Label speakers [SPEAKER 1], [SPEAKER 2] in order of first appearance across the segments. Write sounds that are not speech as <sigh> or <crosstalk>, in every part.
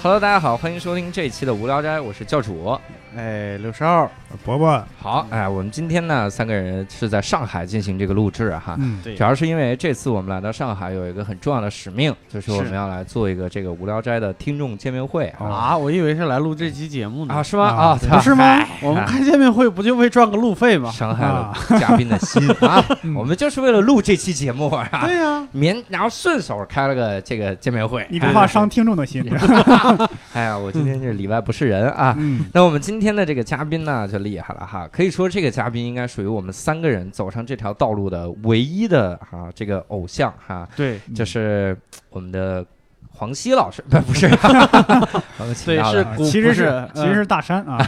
[SPEAKER 1] Hello，大家好，欢迎收听这一期的无聊斋，我是教主。
[SPEAKER 2] 哎，六十二，
[SPEAKER 3] 伯伯，
[SPEAKER 1] 好，哎，我们今天呢三个人是在上海进行这个录制啊哈。
[SPEAKER 3] 嗯，
[SPEAKER 2] 对
[SPEAKER 1] 主要是因为这次我们来到上海有一个很重要的使命，就是我们
[SPEAKER 2] 是
[SPEAKER 1] 要来做一个这个无聊斋的听众见面会啊。
[SPEAKER 2] 啊，我以为是来录这期节目呢，
[SPEAKER 1] 啊，是吗？
[SPEAKER 3] 啊
[SPEAKER 1] 啊，
[SPEAKER 3] 对
[SPEAKER 2] 不是吗？我们
[SPEAKER 1] 哎
[SPEAKER 2] 开见面会不就为赚个路费吗？
[SPEAKER 1] 伤害了嘉宾的心 <laughs> 啊！我们就是为了录这期节目啊，
[SPEAKER 2] 对呀，
[SPEAKER 1] 免然后顺手开了个这个见面会。
[SPEAKER 3] 你不怕伤听众
[SPEAKER 1] <laughs>
[SPEAKER 3] 的心？
[SPEAKER 1] 哎呀，我今天这里外不是人啊！
[SPEAKER 3] 嗯，
[SPEAKER 1] 那我们今天的这个嘉宾呢，就厉害了哈，可以说这个嘉宾应该属于我们三个人走上这条道路的唯一的哈、这个偶像哈，
[SPEAKER 2] 对
[SPEAKER 1] 这是我们的黄西老师， <laughs> 不不是，我们请
[SPEAKER 2] 对
[SPEAKER 1] 到
[SPEAKER 2] 是
[SPEAKER 1] 了
[SPEAKER 3] 啊
[SPEAKER 2] 古
[SPEAKER 3] 其
[SPEAKER 2] 不是
[SPEAKER 3] 实是其实
[SPEAKER 1] 嗯
[SPEAKER 3] 是大山
[SPEAKER 1] <laughs>
[SPEAKER 3] 啊，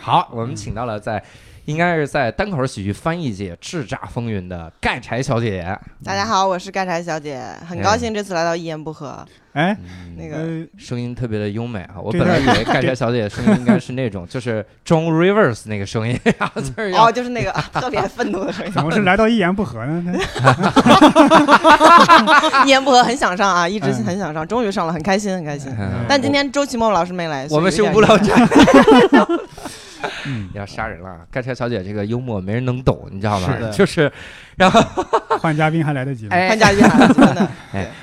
[SPEAKER 1] 好，我们请到了在应该是在单口喜剧翻译界叱咤风云的盖柴小姐姐，
[SPEAKER 4] 大家好，我是干柴小姐，很高兴这次来到一言不合。
[SPEAKER 3] 哎，
[SPEAKER 1] 嗯
[SPEAKER 4] 那个
[SPEAKER 1] <laughs>
[SPEAKER 3] 呃，
[SPEAKER 1] 声音特别的优美啊！我
[SPEAKER 3] 对
[SPEAKER 1] 本来以为盖柴小姐的声音应该是那种，就是 John Rivers 那个声音，然后就是要
[SPEAKER 4] 哦，就是那个 <laughs> 特别愤怒的声音。
[SPEAKER 3] 怎么是来到一言不合呢？
[SPEAKER 1] <laughs>
[SPEAKER 4] 一言不合很想上啊，一直
[SPEAKER 3] 嗯
[SPEAKER 4] 很想上，终于上了，很开心，很开心。
[SPEAKER 1] 嗯
[SPEAKER 4] 但今天周奇墨老师没来，
[SPEAKER 1] <laughs> 我们
[SPEAKER 4] 所
[SPEAKER 1] 是
[SPEAKER 4] 以有点
[SPEAKER 1] 无聊斋，
[SPEAKER 3] 嗯，
[SPEAKER 1] 要杀人了啊！盖柴小姐这个幽默没人能懂，你知道吗
[SPEAKER 2] 是？的
[SPEAKER 1] 就是
[SPEAKER 3] 换嘉宾还来得及吗？
[SPEAKER 1] 哎
[SPEAKER 4] 潘，佳玉来了，真 <laughs> 的。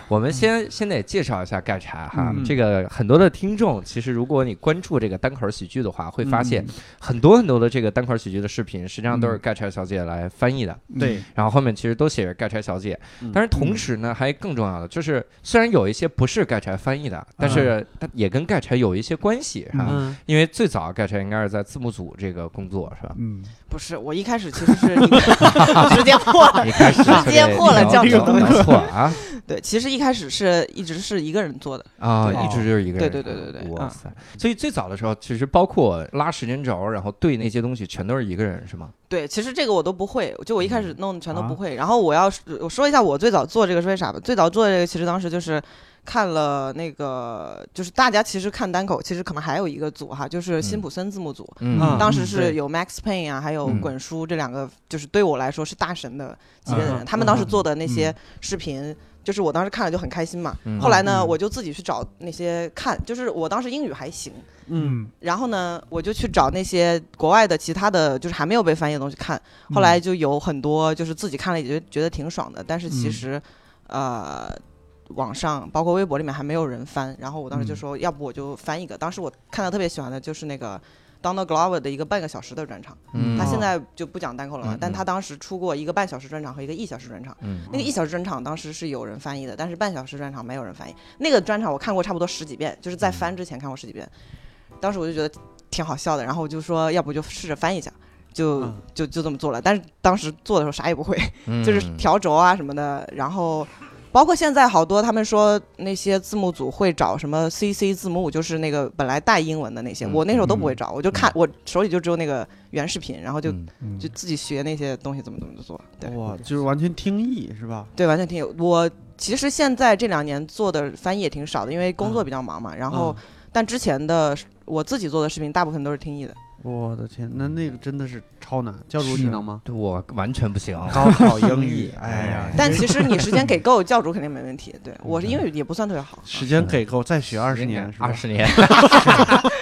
[SPEAKER 1] 我们先先得介绍一下盖柴哈
[SPEAKER 3] 嗯。
[SPEAKER 1] 这个很多的听众，其实如果你关注这个单口喜剧的话，会发现
[SPEAKER 3] 嗯
[SPEAKER 1] 很多很多的这个单口喜剧的视频，实际上都是
[SPEAKER 3] 嗯
[SPEAKER 1] 盖柴小姐来翻译的。
[SPEAKER 2] 对，
[SPEAKER 1] 然后后面其实都写着盖柴小姐，
[SPEAKER 2] 嗯
[SPEAKER 1] 但是同时呢，还更重要的就是，虽然有一些不是盖柴翻译的，但是它也跟盖柴有一些关系哈、
[SPEAKER 3] 嗯
[SPEAKER 2] 嗯，
[SPEAKER 1] 因为最早盖柴应该是在字幕组这个工作是吧？
[SPEAKER 3] 嗯，
[SPEAKER 4] 不是，我一开始其实是 <laughs> 直接破了。
[SPEAKER 1] 一开始
[SPEAKER 4] 直接破了
[SPEAKER 1] 叫
[SPEAKER 4] 教主
[SPEAKER 1] 错啊
[SPEAKER 4] 对，其实一开始是一直是一个人做的。
[SPEAKER 1] 啊，
[SPEAKER 3] 对
[SPEAKER 1] 一直就是一个人。
[SPEAKER 4] 对对对对对
[SPEAKER 1] 哇
[SPEAKER 4] 啊
[SPEAKER 1] 塞！所以最早的时候，其实包括拉时间轴，然后对那些东西，全都是一个人是吗？
[SPEAKER 4] 对，其实这个我都不会，就我一开始弄的全都不会。然后我要是我说一下我最早做这个是为啥吧。最早做这个其实当时就是看了那个，就是大家其实看单口，其实可能还有一个组哈，就是辛普森字幕组。
[SPEAKER 2] 啊
[SPEAKER 4] 当时
[SPEAKER 2] 嗯
[SPEAKER 4] 是
[SPEAKER 2] 对
[SPEAKER 4] 有 Max Payne 啊，还有
[SPEAKER 1] 嗯
[SPEAKER 4] 滚叔这两个，就是对我来说是大神的级别的
[SPEAKER 3] 啊
[SPEAKER 4] 人。他们当时
[SPEAKER 3] 嗯
[SPEAKER 4] 做的那些视频，就是我当时看了就很开心嘛。
[SPEAKER 1] 嗯
[SPEAKER 4] 后来呢，
[SPEAKER 3] 嗯
[SPEAKER 4] 我就自己去找那些看，就是我当时英语还行，
[SPEAKER 2] 嗯，
[SPEAKER 4] 然后呢，我就去找那些国外的其他的就是还没有被翻译的东西看。
[SPEAKER 3] 嗯
[SPEAKER 4] 后来就有很多就是自己看了也觉得觉得挺爽的，但是其
[SPEAKER 3] 嗯
[SPEAKER 4] 实，呃。网上包括微博里面还没有人翻，然后我当时就
[SPEAKER 3] 嗯
[SPEAKER 4] 说，要不我就翻一个。当时我看到特别喜欢的就是那个 Donald Glover 的一个半个小时的专场，
[SPEAKER 1] 嗯
[SPEAKER 4] 他现
[SPEAKER 2] 哦
[SPEAKER 4] 在就不讲单口了嘛，
[SPEAKER 1] 嗯
[SPEAKER 4] 但
[SPEAKER 1] 嗯
[SPEAKER 4] 他当时出过一个半小时专场和一个一小时专场。
[SPEAKER 1] 嗯
[SPEAKER 4] 那个一小时专场当时是有人翻译的，但是半小时专场没有人翻译。那个专场我看过差不多十几遍，就是在
[SPEAKER 1] 嗯
[SPEAKER 4] 翻之前看过十几遍。当时我就觉得挺好笑的，然后我就说，要不就试着翻一下，就、
[SPEAKER 2] 嗯
[SPEAKER 4] 就就这么做了。但是当时做的时候啥也不会，
[SPEAKER 1] 嗯
[SPEAKER 4] 就是调轴啊什么的，然后。包括现在好多，他们说那些字幕组会找什么 CC 字幕，就是那个本来带英文的那些，
[SPEAKER 1] 嗯
[SPEAKER 4] 我那时候都不会找，我就看我手里就只有那个原视频，然后就
[SPEAKER 1] 嗯
[SPEAKER 3] 嗯
[SPEAKER 4] 就自己学那些东西怎么怎么做。对
[SPEAKER 2] 哇，就是完全听译是吧？
[SPEAKER 4] 对，完全挺有。我其实现在这两年做的翻译也挺少的，因为工作比较忙嘛。然
[SPEAKER 2] 嗯
[SPEAKER 4] 后，但之前的我自己做的视频，大部分都是听译的。
[SPEAKER 2] 我的天，那那个真的是超难，教主
[SPEAKER 3] 是
[SPEAKER 2] 你能吗？
[SPEAKER 1] 对我完全不行。
[SPEAKER 2] 高考英语， <laughs> 哎呀，
[SPEAKER 4] 但其实你时间给够，教主肯定没问题。对我是英语也不算特别好，
[SPEAKER 2] 时间给够，再学二十年是吧
[SPEAKER 1] 二？十年，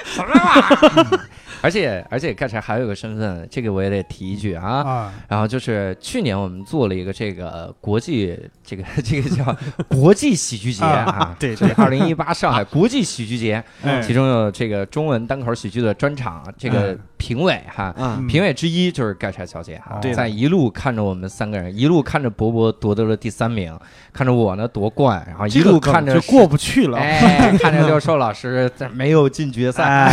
[SPEAKER 1] 什么玩意儿？ <laughs> 而且而且，盖柴还有一个身份，这个我也得提一句啊。
[SPEAKER 3] 啊，
[SPEAKER 1] 然后就是去年我们做了一个这个国际这个这个叫国际喜剧节啊，
[SPEAKER 2] 对
[SPEAKER 1] 就是二零一八上海国际喜剧节，
[SPEAKER 3] 哎
[SPEAKER 1] 嗯其中有这个中文单口喜剧的专场，这个
[SPEAKER 3] 嗯
[SPEAKER 1] 评委哈。
[SPEAKER 2] 啊，
[SPEAKER 3] 嗯啊
[SPEAKER 1] 评委之一就是盖柴小姐哈，
[SPEAKER 3] 对的
[SPEAKER 1] 在一路看着我们三个人，一路看着博博夺得了第三名，看着我呢夺冠，然后一
[SPEAKER 2] 这个
[SPEAKER 1] 路
[SPEAKER 2] 梗
[SPEAKER 1] 看着
[SPEAKER 2] 就过不去了。
[SPEAKER 1] 哎，看着六兽老师在没有进决
[SPEAKER 3] <laughs>
[SPEAKER 1] 赛，
[SPEAKER 2] 哎，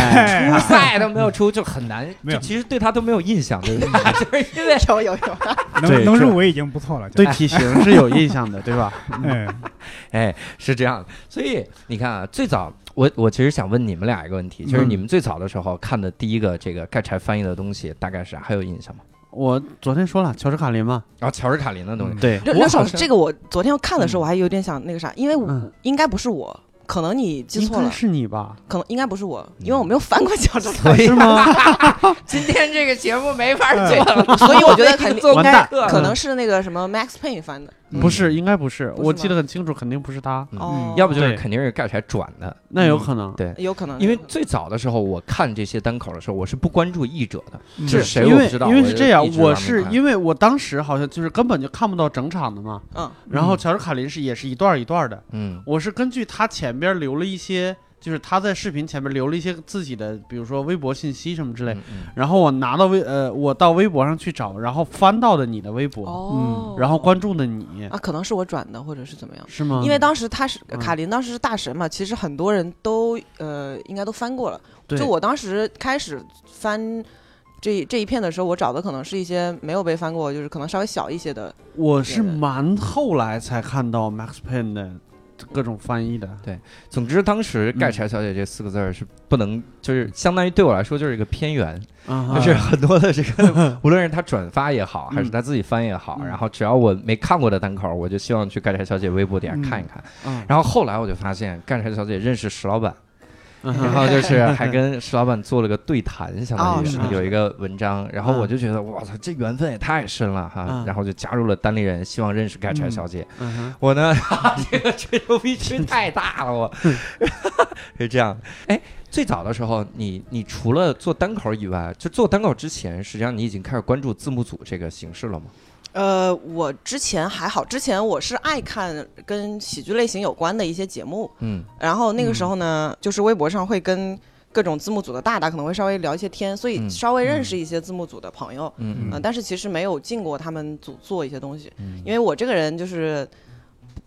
[SPEAKER 2] <laughs>
[SPEAKER 3] 哎
[SPEAKER 1] 初赛都没有出，就很难。
[SPEAKER 3] 没有
[SPEAKER 1] 就其实对他都没有印象， <laughs> 对吧？就是
[SPEAKER 3] <laughs>
[SPEAKER 1] 因为
[SPEAKER 4] 有有有。
[SPEAKER 3] 能
[SPEAKER 2] 对
[SPEAKER 3] 能
[SPEAKER 2] 这
[SPEAKER 3] 入围已经不错了，就
[SPEAKER 2] 对体型是有印象的，对吧？
[SPEAKER 3] 哎，
[SPEAKER 1] <laughs> 哎是这样的，所以你看啊，最早我我其实想问你们俩一个问题，就是
[SPEAKER 2] 嗯
[SPEAKER 1] 你们最早的时候看的第一个这个盖柴翻译的东西大概是啥还有印象吗？
[SPEAKER 2] 我昨天说了，乔治卡林嘛，
[SPEAKER 1] 然后乔治卡林的东西，
[SPEAKER 2] 对，
[SPEAKER 4] 刘
[SPEAKER 1] 我
[SPEAKER 4] 刘
[SPEAKER 1] 好
[SPEAKER 4] 老师，
[SPEAKER 1] 像
[SPEAKER 4] 这个我昨天看的时候，我还有点想那个啥，因为我
[SPEAKER 2] 嗯，
[SPEAKER 4] 应该不是我，可能你记
[SPEAKER 2] 应
[SPEAKER 4] 错
[SPEAKER 2] 该
[SPEAKER 4] 了，
[SPEAKER 2] 是你吧？
[SPEAKER 4] 可能应该不是我，因为我没有翻过教主。
[SPEAKER 1] 所以
[SPEAKER 2] 是吗？
[SPEAKER 1] <laughs> 今天这个节目没法做了，
[SPEAKER 4] 所以我觉得肯定
[SPEAKER 1] <laughs> 做
[SPEAKER 4] 应
[SPEAKER 2] 完
[SPEAKER 4] 该
[SPEAKER 2] 蛋
[SPEAKER 4] 可能是那个什么 Max Payne 翻的，
[SPEAKER 2] 不
[SPEAKER 1] 嗯
[SPEAKER 2] 是，应该不是，
[SPEAKER 4] 不是
[SPEAKER 2] 我记
[SPEAKER 4] 吗
[SPEAKER 2] 得很清楚，肯定不是他，
[SPEAKER 4] 哦，
[SPEAKER 1] 要不就是
[SPEAKER 2] 对
[SPEAKER 1] 肯定是盖柴转的，
[SPEAKER 2] 那有
[SPEAKER 1] 嗯
[SPEAKER 2] 可能。
[SPEAKER 1] 对
[SPEAKER 4] 有可能，
[SPEAKER 1] 因为最早的时候我看这些单口的时候，我是不关注译者的，
[SPEAKER 3] 嗯
[SPEAKER 1] 是谁
[SPEAKER 2] 因
[SPEAKER 1] 我
[SPEAKER 2] 为
[SPEAKER 1] 不知道
[SPEAKER 2] 因为
[SPEAKER 1] 我
[SPEAKER 2] 是
[SPEAKER 1] 就
[SPEAKER 2] 这样
[SPEAKER 1] 一，直
[SPEAKER 2] 我
[SPEAKER 1] 往那
[SPEAKER 2] 是
[SPEAKER 1] 看
[SPEAKER 2] 因为我当时好像就是根本就看不到整场的嘛，
[SPEAKER 4] 嗯，
[SPEAKER 2] 然后
[SPEAKER 3] 嗯
[SPEAKER 2] 乔治卡林是也是一段儿一段儿的，
[SPEAKER 1] 嗯
[SPEAKER 2] 我是根据他前边留了一些，就是他在视频前面留了一些自己的，比如说微博信息什么之类，
[SPEAKER 1] 嗯嗯
[SPEAKER 2] 然后我拿到微呃，我到微博上去找，然后翻到的你的微博，
[SPEAKER 4] 哦，
[SPEAKER 2] 嗯然后关注的你，
[SPEAKER 4] 啊，可能是我转的，或者是怎么样。
[SPEAKER 2] 是吗？
[SPEAKER 4] 因为当时他是
[SPEAKER 2] 嗯
[SPEAKER 4] 卡琳，当时是大神嘛，其实很多人都呃应该都翻过了。
[SPEAKER 2] 对
[SPEAKER 4] 就我当时开始翻这这一片的时候，我找的可能是一些没有被翻过，就是可能稍微小一些的。
[SPEAKER 2] 我是蛮后来才看到 Max Payne 的各种翻译的，
[SPEAKER 1] 总之当时
[SPEAKER 2] 嗯
[SPEAKER 1] 盖柴小姐这四个字儿是不能，就是相当于对我来说就是一个偏缘，
[SPEAKER 2] 啊
[SPEAKER 1] 就是很多的这
[SPEAKER 2] <laughs>
[SPEAKER 1] 个，无论是他转发也好，还是他自己翻也好，
[SPEAKER 2] 嗯
[SPEAKER 1] 然后只要我没看过的单口，我就希望去盖柴小姐微博底下看一看。
[SPEAKER 2] 嗯
[SPEAKER 1] 然后后来我就发现盖柴小姐认识石老板，
[SPEAKER 2] 嗯
[SPEAKER 1] 然后就是还跟石老板做了个对谈，相当
[SPEAKER 4] 哦
[SPEAKER 1] 于是
[SPEAKER 2] 是吗
[SPEAKER 1] 有一个文章，然后我就觉得哇操，这缘分也太深了哈
[SPEAKER 2] 嗯，
[SPEAKER 1] 然后就加入了单立人，希望认识盖柴小姐。
[SPEAKER 2] 嗯哼
[SPEAKER 1] 我呢， <laughs> 这个吹牛逼吹太大了，我 <laughs> 是这样的。哎，最早的时候，你你除了做单口以外，就做单口之前，实际上你已经开始关注字幕组这个形式了吗？
[SPEAKER 4] 呃，我之前还好，之前我是爱看跟喜剧类型有关的一些节目，
[SPEAKER 1] 嗯
[SPEAKER 4] 然后那个时候呢，就是微博上会跟各种字幕组的大大可能会稍微聊一些天，所以
[SPEAKER 1] 嗯
[SPEAKER 4] 稍微认识一些字幕组的朋友。
[SPEAKER 1] 嗯
[SPEAKER 4] 呃，但是其实没有进过他们组做一些东西，
[SPEAKER 1] 嗯
[SPEAKER 4] 因为我这个人就是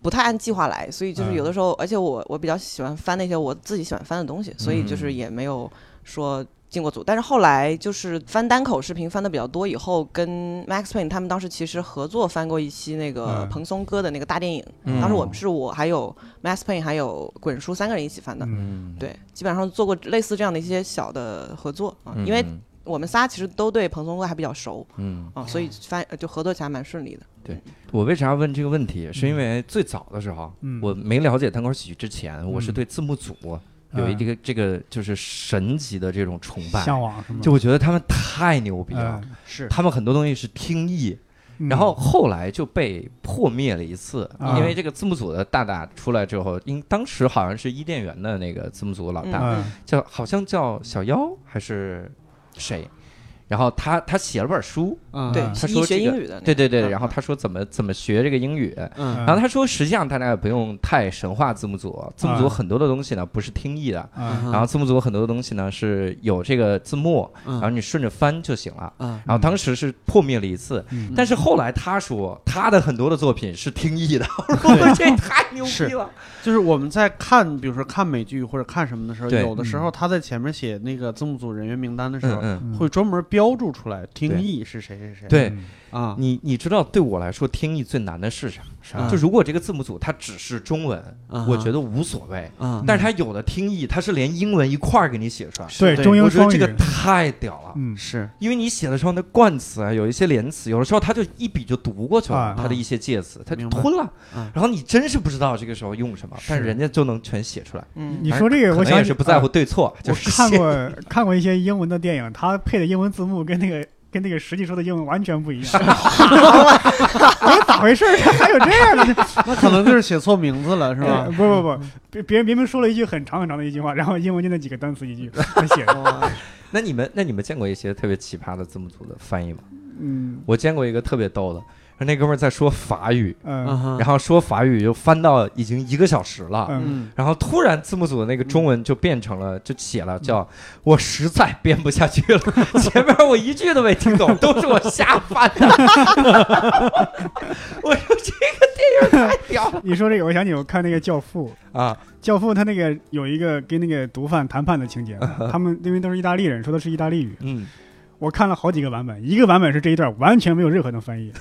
[SPEAKER 4] 不太按计划来，所以就是有的
[SPEAKER 3] 嗯
[SPEAKER 4] 时候，而且我我比较喜欢翻那些我自己喜欢翻的东西，所以
[SPEAKER 1] 嗯
[SPEAKER 4] 就是也没有说进过组。但是后来就是翻单口视频翻的比较多，以后跟 Max Payne 他们当时其实合作翻过一期那个
[SPEAKER 3] 嗯
[SPEAKER 4] 蓬松哥的那个大电影，
[SPEAKER 1] 嗯
[SPEAKER 4] 当时我们是我还有 Max Payne 还有滚叔三个人一起翻的。
[SPEAKER 3] 嗯
[SPEAKER 1] 嗯，
[SPEAKER 4] 对，基本上做过类似这样的一些小的合作啊，因为
[SPEAKER 1] 嗯
[SPEAKER 4] 我们仨其实都对蓬松哥还比较熟，
[SPEAKER 1] 嗯，
[SPEAKER 4] 啊，所以翻呃就合作起来蛮顺利的。
[SPEAKER 1] 我为啥问这个问题，是因为最早的时候，
[SPEAKER 3] 嗯
[SPEAKER 1] 我没了解单口喜剧之前，我是
[SPEAKER 3] 嗯
[SPEAKER 1] 对字幕组有一这个这个就是神级的这种崇拜，
[SPEAKER 3] 向往是吗？
[SPEAKER 1] 就我觉得他们太牛逼了
[SPEAKER 3] 呃，，
[SPEAKER 2] 是
[SPEAKER 1] 他们很多东西是听译。
[SPEAKER 3] 嗯
[SPEAKER 1] 然后后来就被破灭了一次，
[SPEAKER 3] 啊
[SPEAKER 1] 因为这个字幕组的大大出来之后，因当时好像是伊甸园的那个字幕组老大，
[SPEAKER 3] 嗯
[SPEAKER 1] 叫好像叫小妖还是谁，然后他他写了本书，
[SPEAKER 2] 嗯
[SPEAKER 4] 对，
[SPEAKER 3] 嗯
[SPEAKER 1] 他
[SPEAKER 4] 你
[SPEAKER 1] 说
[SPEAKER 4] 学
[SPEAKER 1] 这个
[SPEAKER 4] 英语的那个，
[SPEAKER 1] 对对对，
[SPEAKER 4] 嗯
[SPEAKER 1] 然后他说怎么怎么学这个英语。
[SPEAKER 2] 嗯
[SPEAKER 1] 然后他说，实际上大家也不用太神话字幕
[SPEAKER 3] 嗯
[SPEAKER 1] 组，字幕组很多的东西呢不是听译的，
[SPEAKER 3] 啊，
[SPEAKER 1] 然后字幕组很多的东西呢是有这个字幕，
[SPEAKER 2] 嗯
[SPEAKER 1] 然后你顺着翻就行了。
[SPEAKER 2] 嗯
[SPEAKER 1] 然后当时是破灭了一次，
[SPEAKER 3] 嗯
[SPEAKER 1] 但是后来他说他的很多的作品是听译
[SPEAKER 2] <laughs>
[SPEAKER 1] 的，我说这太牛逼了。
[SPEAKER 2] 就是我们在看，比如说看美剧或者看什么的时候，
[SPEAKER 1] 对
[SPEAKER 2] 有的时候他在前面写那个字幕组人员名单的时
[SPEAKER 1] 嗯
[SPEAKER 2] 候，
[SPEAKER 1] 嗯，
[SPEAKER 3] 嗯
[SPEAKER 2] 会专门标注出来听译是谁谁谁。
[SPEAKER 1] 对
[SPEAKER 3] 嗯
[SPEAKER 2] 啊，
[SPEAKER 1] 你你知道对我来说听译最难的是啥？
[SPEAKER 2] 啥
[SPEAKER 1] 就如果这个字幕组它只是中文，
[SPEAKER 2] 啊
[SPEAKER 1] 我觉得无所谓。
[SPEAKER 2] 啊，
[SPEAKER 1] 但是它有的听译，它是连英文一块儿给你写出来，
[SPEAKER 3] 对
[SPEAKER 2] 对
[SPEAKER 3] 中英
[SPEAKER 1] 我觉得
[SPEAKER 3] 双
[SPEAKER 1] 这
[SPEAKER 3] 语
[SPEAKER 1] 个，太屌了。
[SPEAKER 3] 嗯
[SPEAKER 2] 是
[SPEAKER 1] 因为你写的时候，那冠词啊，有一些连词，有的时候它就一笔就读过去了，
[SPEAKER 3] 啊
[SPEAKER 1] 它的一些介词，它就
[SPEAKER 2] 明白
[SPEAKER 1] 吞了
[SPEAKER 2] 嗯。
[SPEAKER 1] 然后你真是不知道这个时候用什么，但
[SPEAKER 2] 是
[SPEAKER 1] 人家就能全写出来。
[SPEAKER 4] 嗯
[SPEAKER 3] 你说这个，
[SPEAKER 1] 可
[SPEAKER 3] 我
[SPEAKER 1] 能
[SPEAKER 3] 想
[SPEAKER 1] 也
[SPEAKER 3] 起
[SPEAKER 1] 是不在乎
[SPEAKER 3] 啊
[SPEAKER 1] 对错， <laughs> 就
[SPEAKER 3] 我
[SPEAKER 1] 是
[SPEAKER 3] 看
[SPEAKER 1] 写
[SPEAKER 3] 过看过一些英文的电影，它配的英文字幕跟那个跟那个实际说的英文完全不一样。我说 <laughs> 咋回事儿？这还有这样的？
[SPEAKER 2] 那可能就是写错名字了，是
[SPEAKER 3] 呃
[SPEAKER 2] 吧？
[SPEAKER 3] 不不不，别别人明明说了一句很长很长的一句话，然后英文就那几个单词一句他写
[SPEAKER 2] <laughs>
[SPEAKER 1] 嗯
[SPEAKER 3] 的。
[SPEAKER 1] 那你们那你们见过一些特别奇葩的字幕组的翻译吗？
[SPEAKER 3] 嗯
[SPEAKER 1] 我见过一个特别逗的，那哥们儿在说法语，
[SPEAKER 3] 嗯
[SPEAKER 2] 嗯，
[SPEAKER 1] 然后说法语就翻到已经一个小时了。
[SPEAKER 3] 嗯，
[SPEAKER 2] 嗯，
[SPEAKER 1] 然后突然字幕组的那个中文就变成了，就写
[SPEAKER 3] 嗯
[SPEAKER 1] 了叫“我实在编不下去了”，前面我一句都没听
[SPEAKER 3] <laughs>
[SPEAKER 1] 懂，都是我瞎翻的。我说这个电影太屌了
[SPEAKER 3] 你说这个，我想起我看那个《教父》，
[SPEAKER 1] 啊！
[SPEAKER 3] 《教父》他那个有一个跟那个毒贩谈判的情节，他们因为都是意大利人，说的是意大利语。
[SPEAKER 1] <laughs> 嗯，
[SPEAKER 3] 我看了好几个版本，一个版本是这一段完全没有任何的 <laughs> 翻译，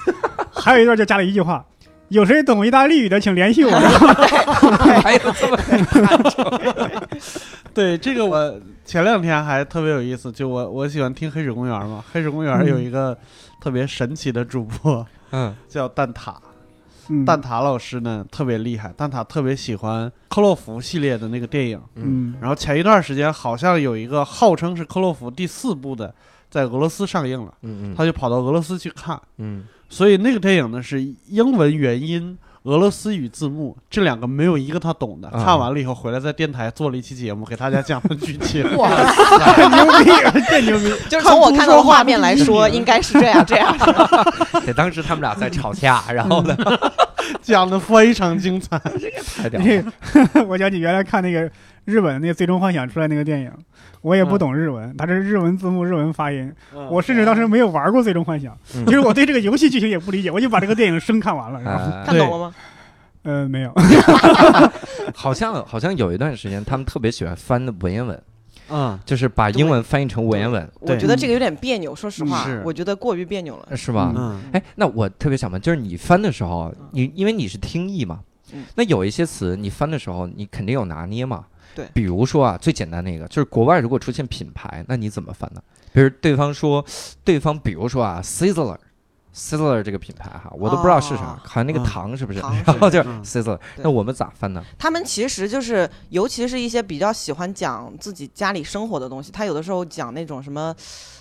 [SPEAKER 3] 还有一段就加了一句话：“有谁懂意大利语的，请联
[SPEAKER 4] <laughs>
[SPEAKER 3] 系我。
[SPEAKER 1] 还有哎这么
[SPEAKER 2] 对，这个我前两天还特别有意思，就我我喜欢听《黑水公园》嘛，《黑水公园》有一个特别神奇的主播 <laughs>
[SPEAKER 1] 嗯
[SPEAKER 2] 叫蛋挞，
[SPEAKER 3] 嗯”
[SPEAKER 2] 蛋挞老师呢特别厉害，蛋挞特别喜欢克洛弗系列的那个电影。
[SPEAKER 3] 嗯
[SPEAKER 2] 然后前一段时间好像有一个号称是克洛弗第四部的，在俄罗斯上映了，
[SPEAKER 1] 嗯
[SPEAKER 2] 他就跑到俄罗斯去看，
[SPEAKER 1] 嗯
[SPEAKER 2] 所以那个电影呢是英文原音、俄罗斯语字幕，这两个没有一个他懂的。
[SPEAKER 1] 啊
[SPEAKER 2] 看完了以后回来在电台做了一期节目，给大家讲了剧情。
[SPEAKER 4] <laughs>
[SPEAKER 1] 哇 <laughs>
[SPEAKER 3] 太牛逼，太牛逼！
[SPEAKER 4] 就是从我看到的画面来
[SPEAKER 3] 看不出
[SPEAKER 4] 说，应该是这
[SPEAKER 1] <laughs>
[SPEAKER 4] 样这样。
[SPEAKER 1] 塞！当时他们俩在吵 <laughs> 架，然后呢，
[SPEAKER 2] <laughs> 讲的非常精彩。
[SPEAKER 1] 太屌了
[SPEAKER 3] 这个我想起原来看那个日本那个《最终幻想》出来那个电影，我也不懂日文，它这是日文字幕、日文发音，
[SPEAKER 4] 嗯
[SPEAKER 3] 我甚至当时没有玩过《最终
[SPEAKER 4] <laughs>
[SPEAKER 3] 幻想》
[SPEAKER 1] 嗯
[SPEAKER 3] 其实我对这个游戏剧情也不理解，我就把这个电影生看完了，然后
[SPEAKER 1] 啊
[SPEAKER 4] 看懂了吗？
[SPEAKER 3] 呃没有，
[SPEAKER 1] 好像好像有一段时间，他们特别喜欢翻的文言文，
[SPEAKER 2] 嗯，
[SPEAKER 1] 就是把英文翻译成文言文，
[SPEAKER 4] 我
[SPEAKER 2] 对
[SPEAKER 4] 觉得这个有点别扭，说实话
[SPEAKER 2] 是，
[SPEAKER 4] 我觉得过于别扭了。
[SPEAKER 1] 是吧？
[SPEAKER 2] 嗯
[SPEAKER 1] 哎，那我特别想问，就是你翻的时候，啊你因为你是听译嘛
[SPEAKER 4] 嗯，
[SPEAKER 1] 那有一些词你翻的时候，你肯定有拿捏嘛。
[SPEAKER 4] 对
[SPEAKER 1] 比如说啊，最简单的一个就是国外如果出现品牌，那你怎么翻呢？比如对方说，对方比如说啊，Sizzler。Sizzler 这个品牌哈，我都不知道是啥，
[SPEAKER 4] 哦
[SPEAKER 1] 好像那个
[SPEAKER 2] 嗯
[SPEAKER 1] 糖是不是？
[SPEAKER 4] 糖
[SPEAKER 1] 然后就是
[SPEAKER 2] 嗯
[SPEAKER 1] Sizzler，
[SPEAKER 4] 对
[SPEAKER 1] 那我们咋翻呢？
[SPEAKER 4] 他们其实就是，尤其是一些比较喜欢讲自己家里生活的东西，他有的时候讲那种什么，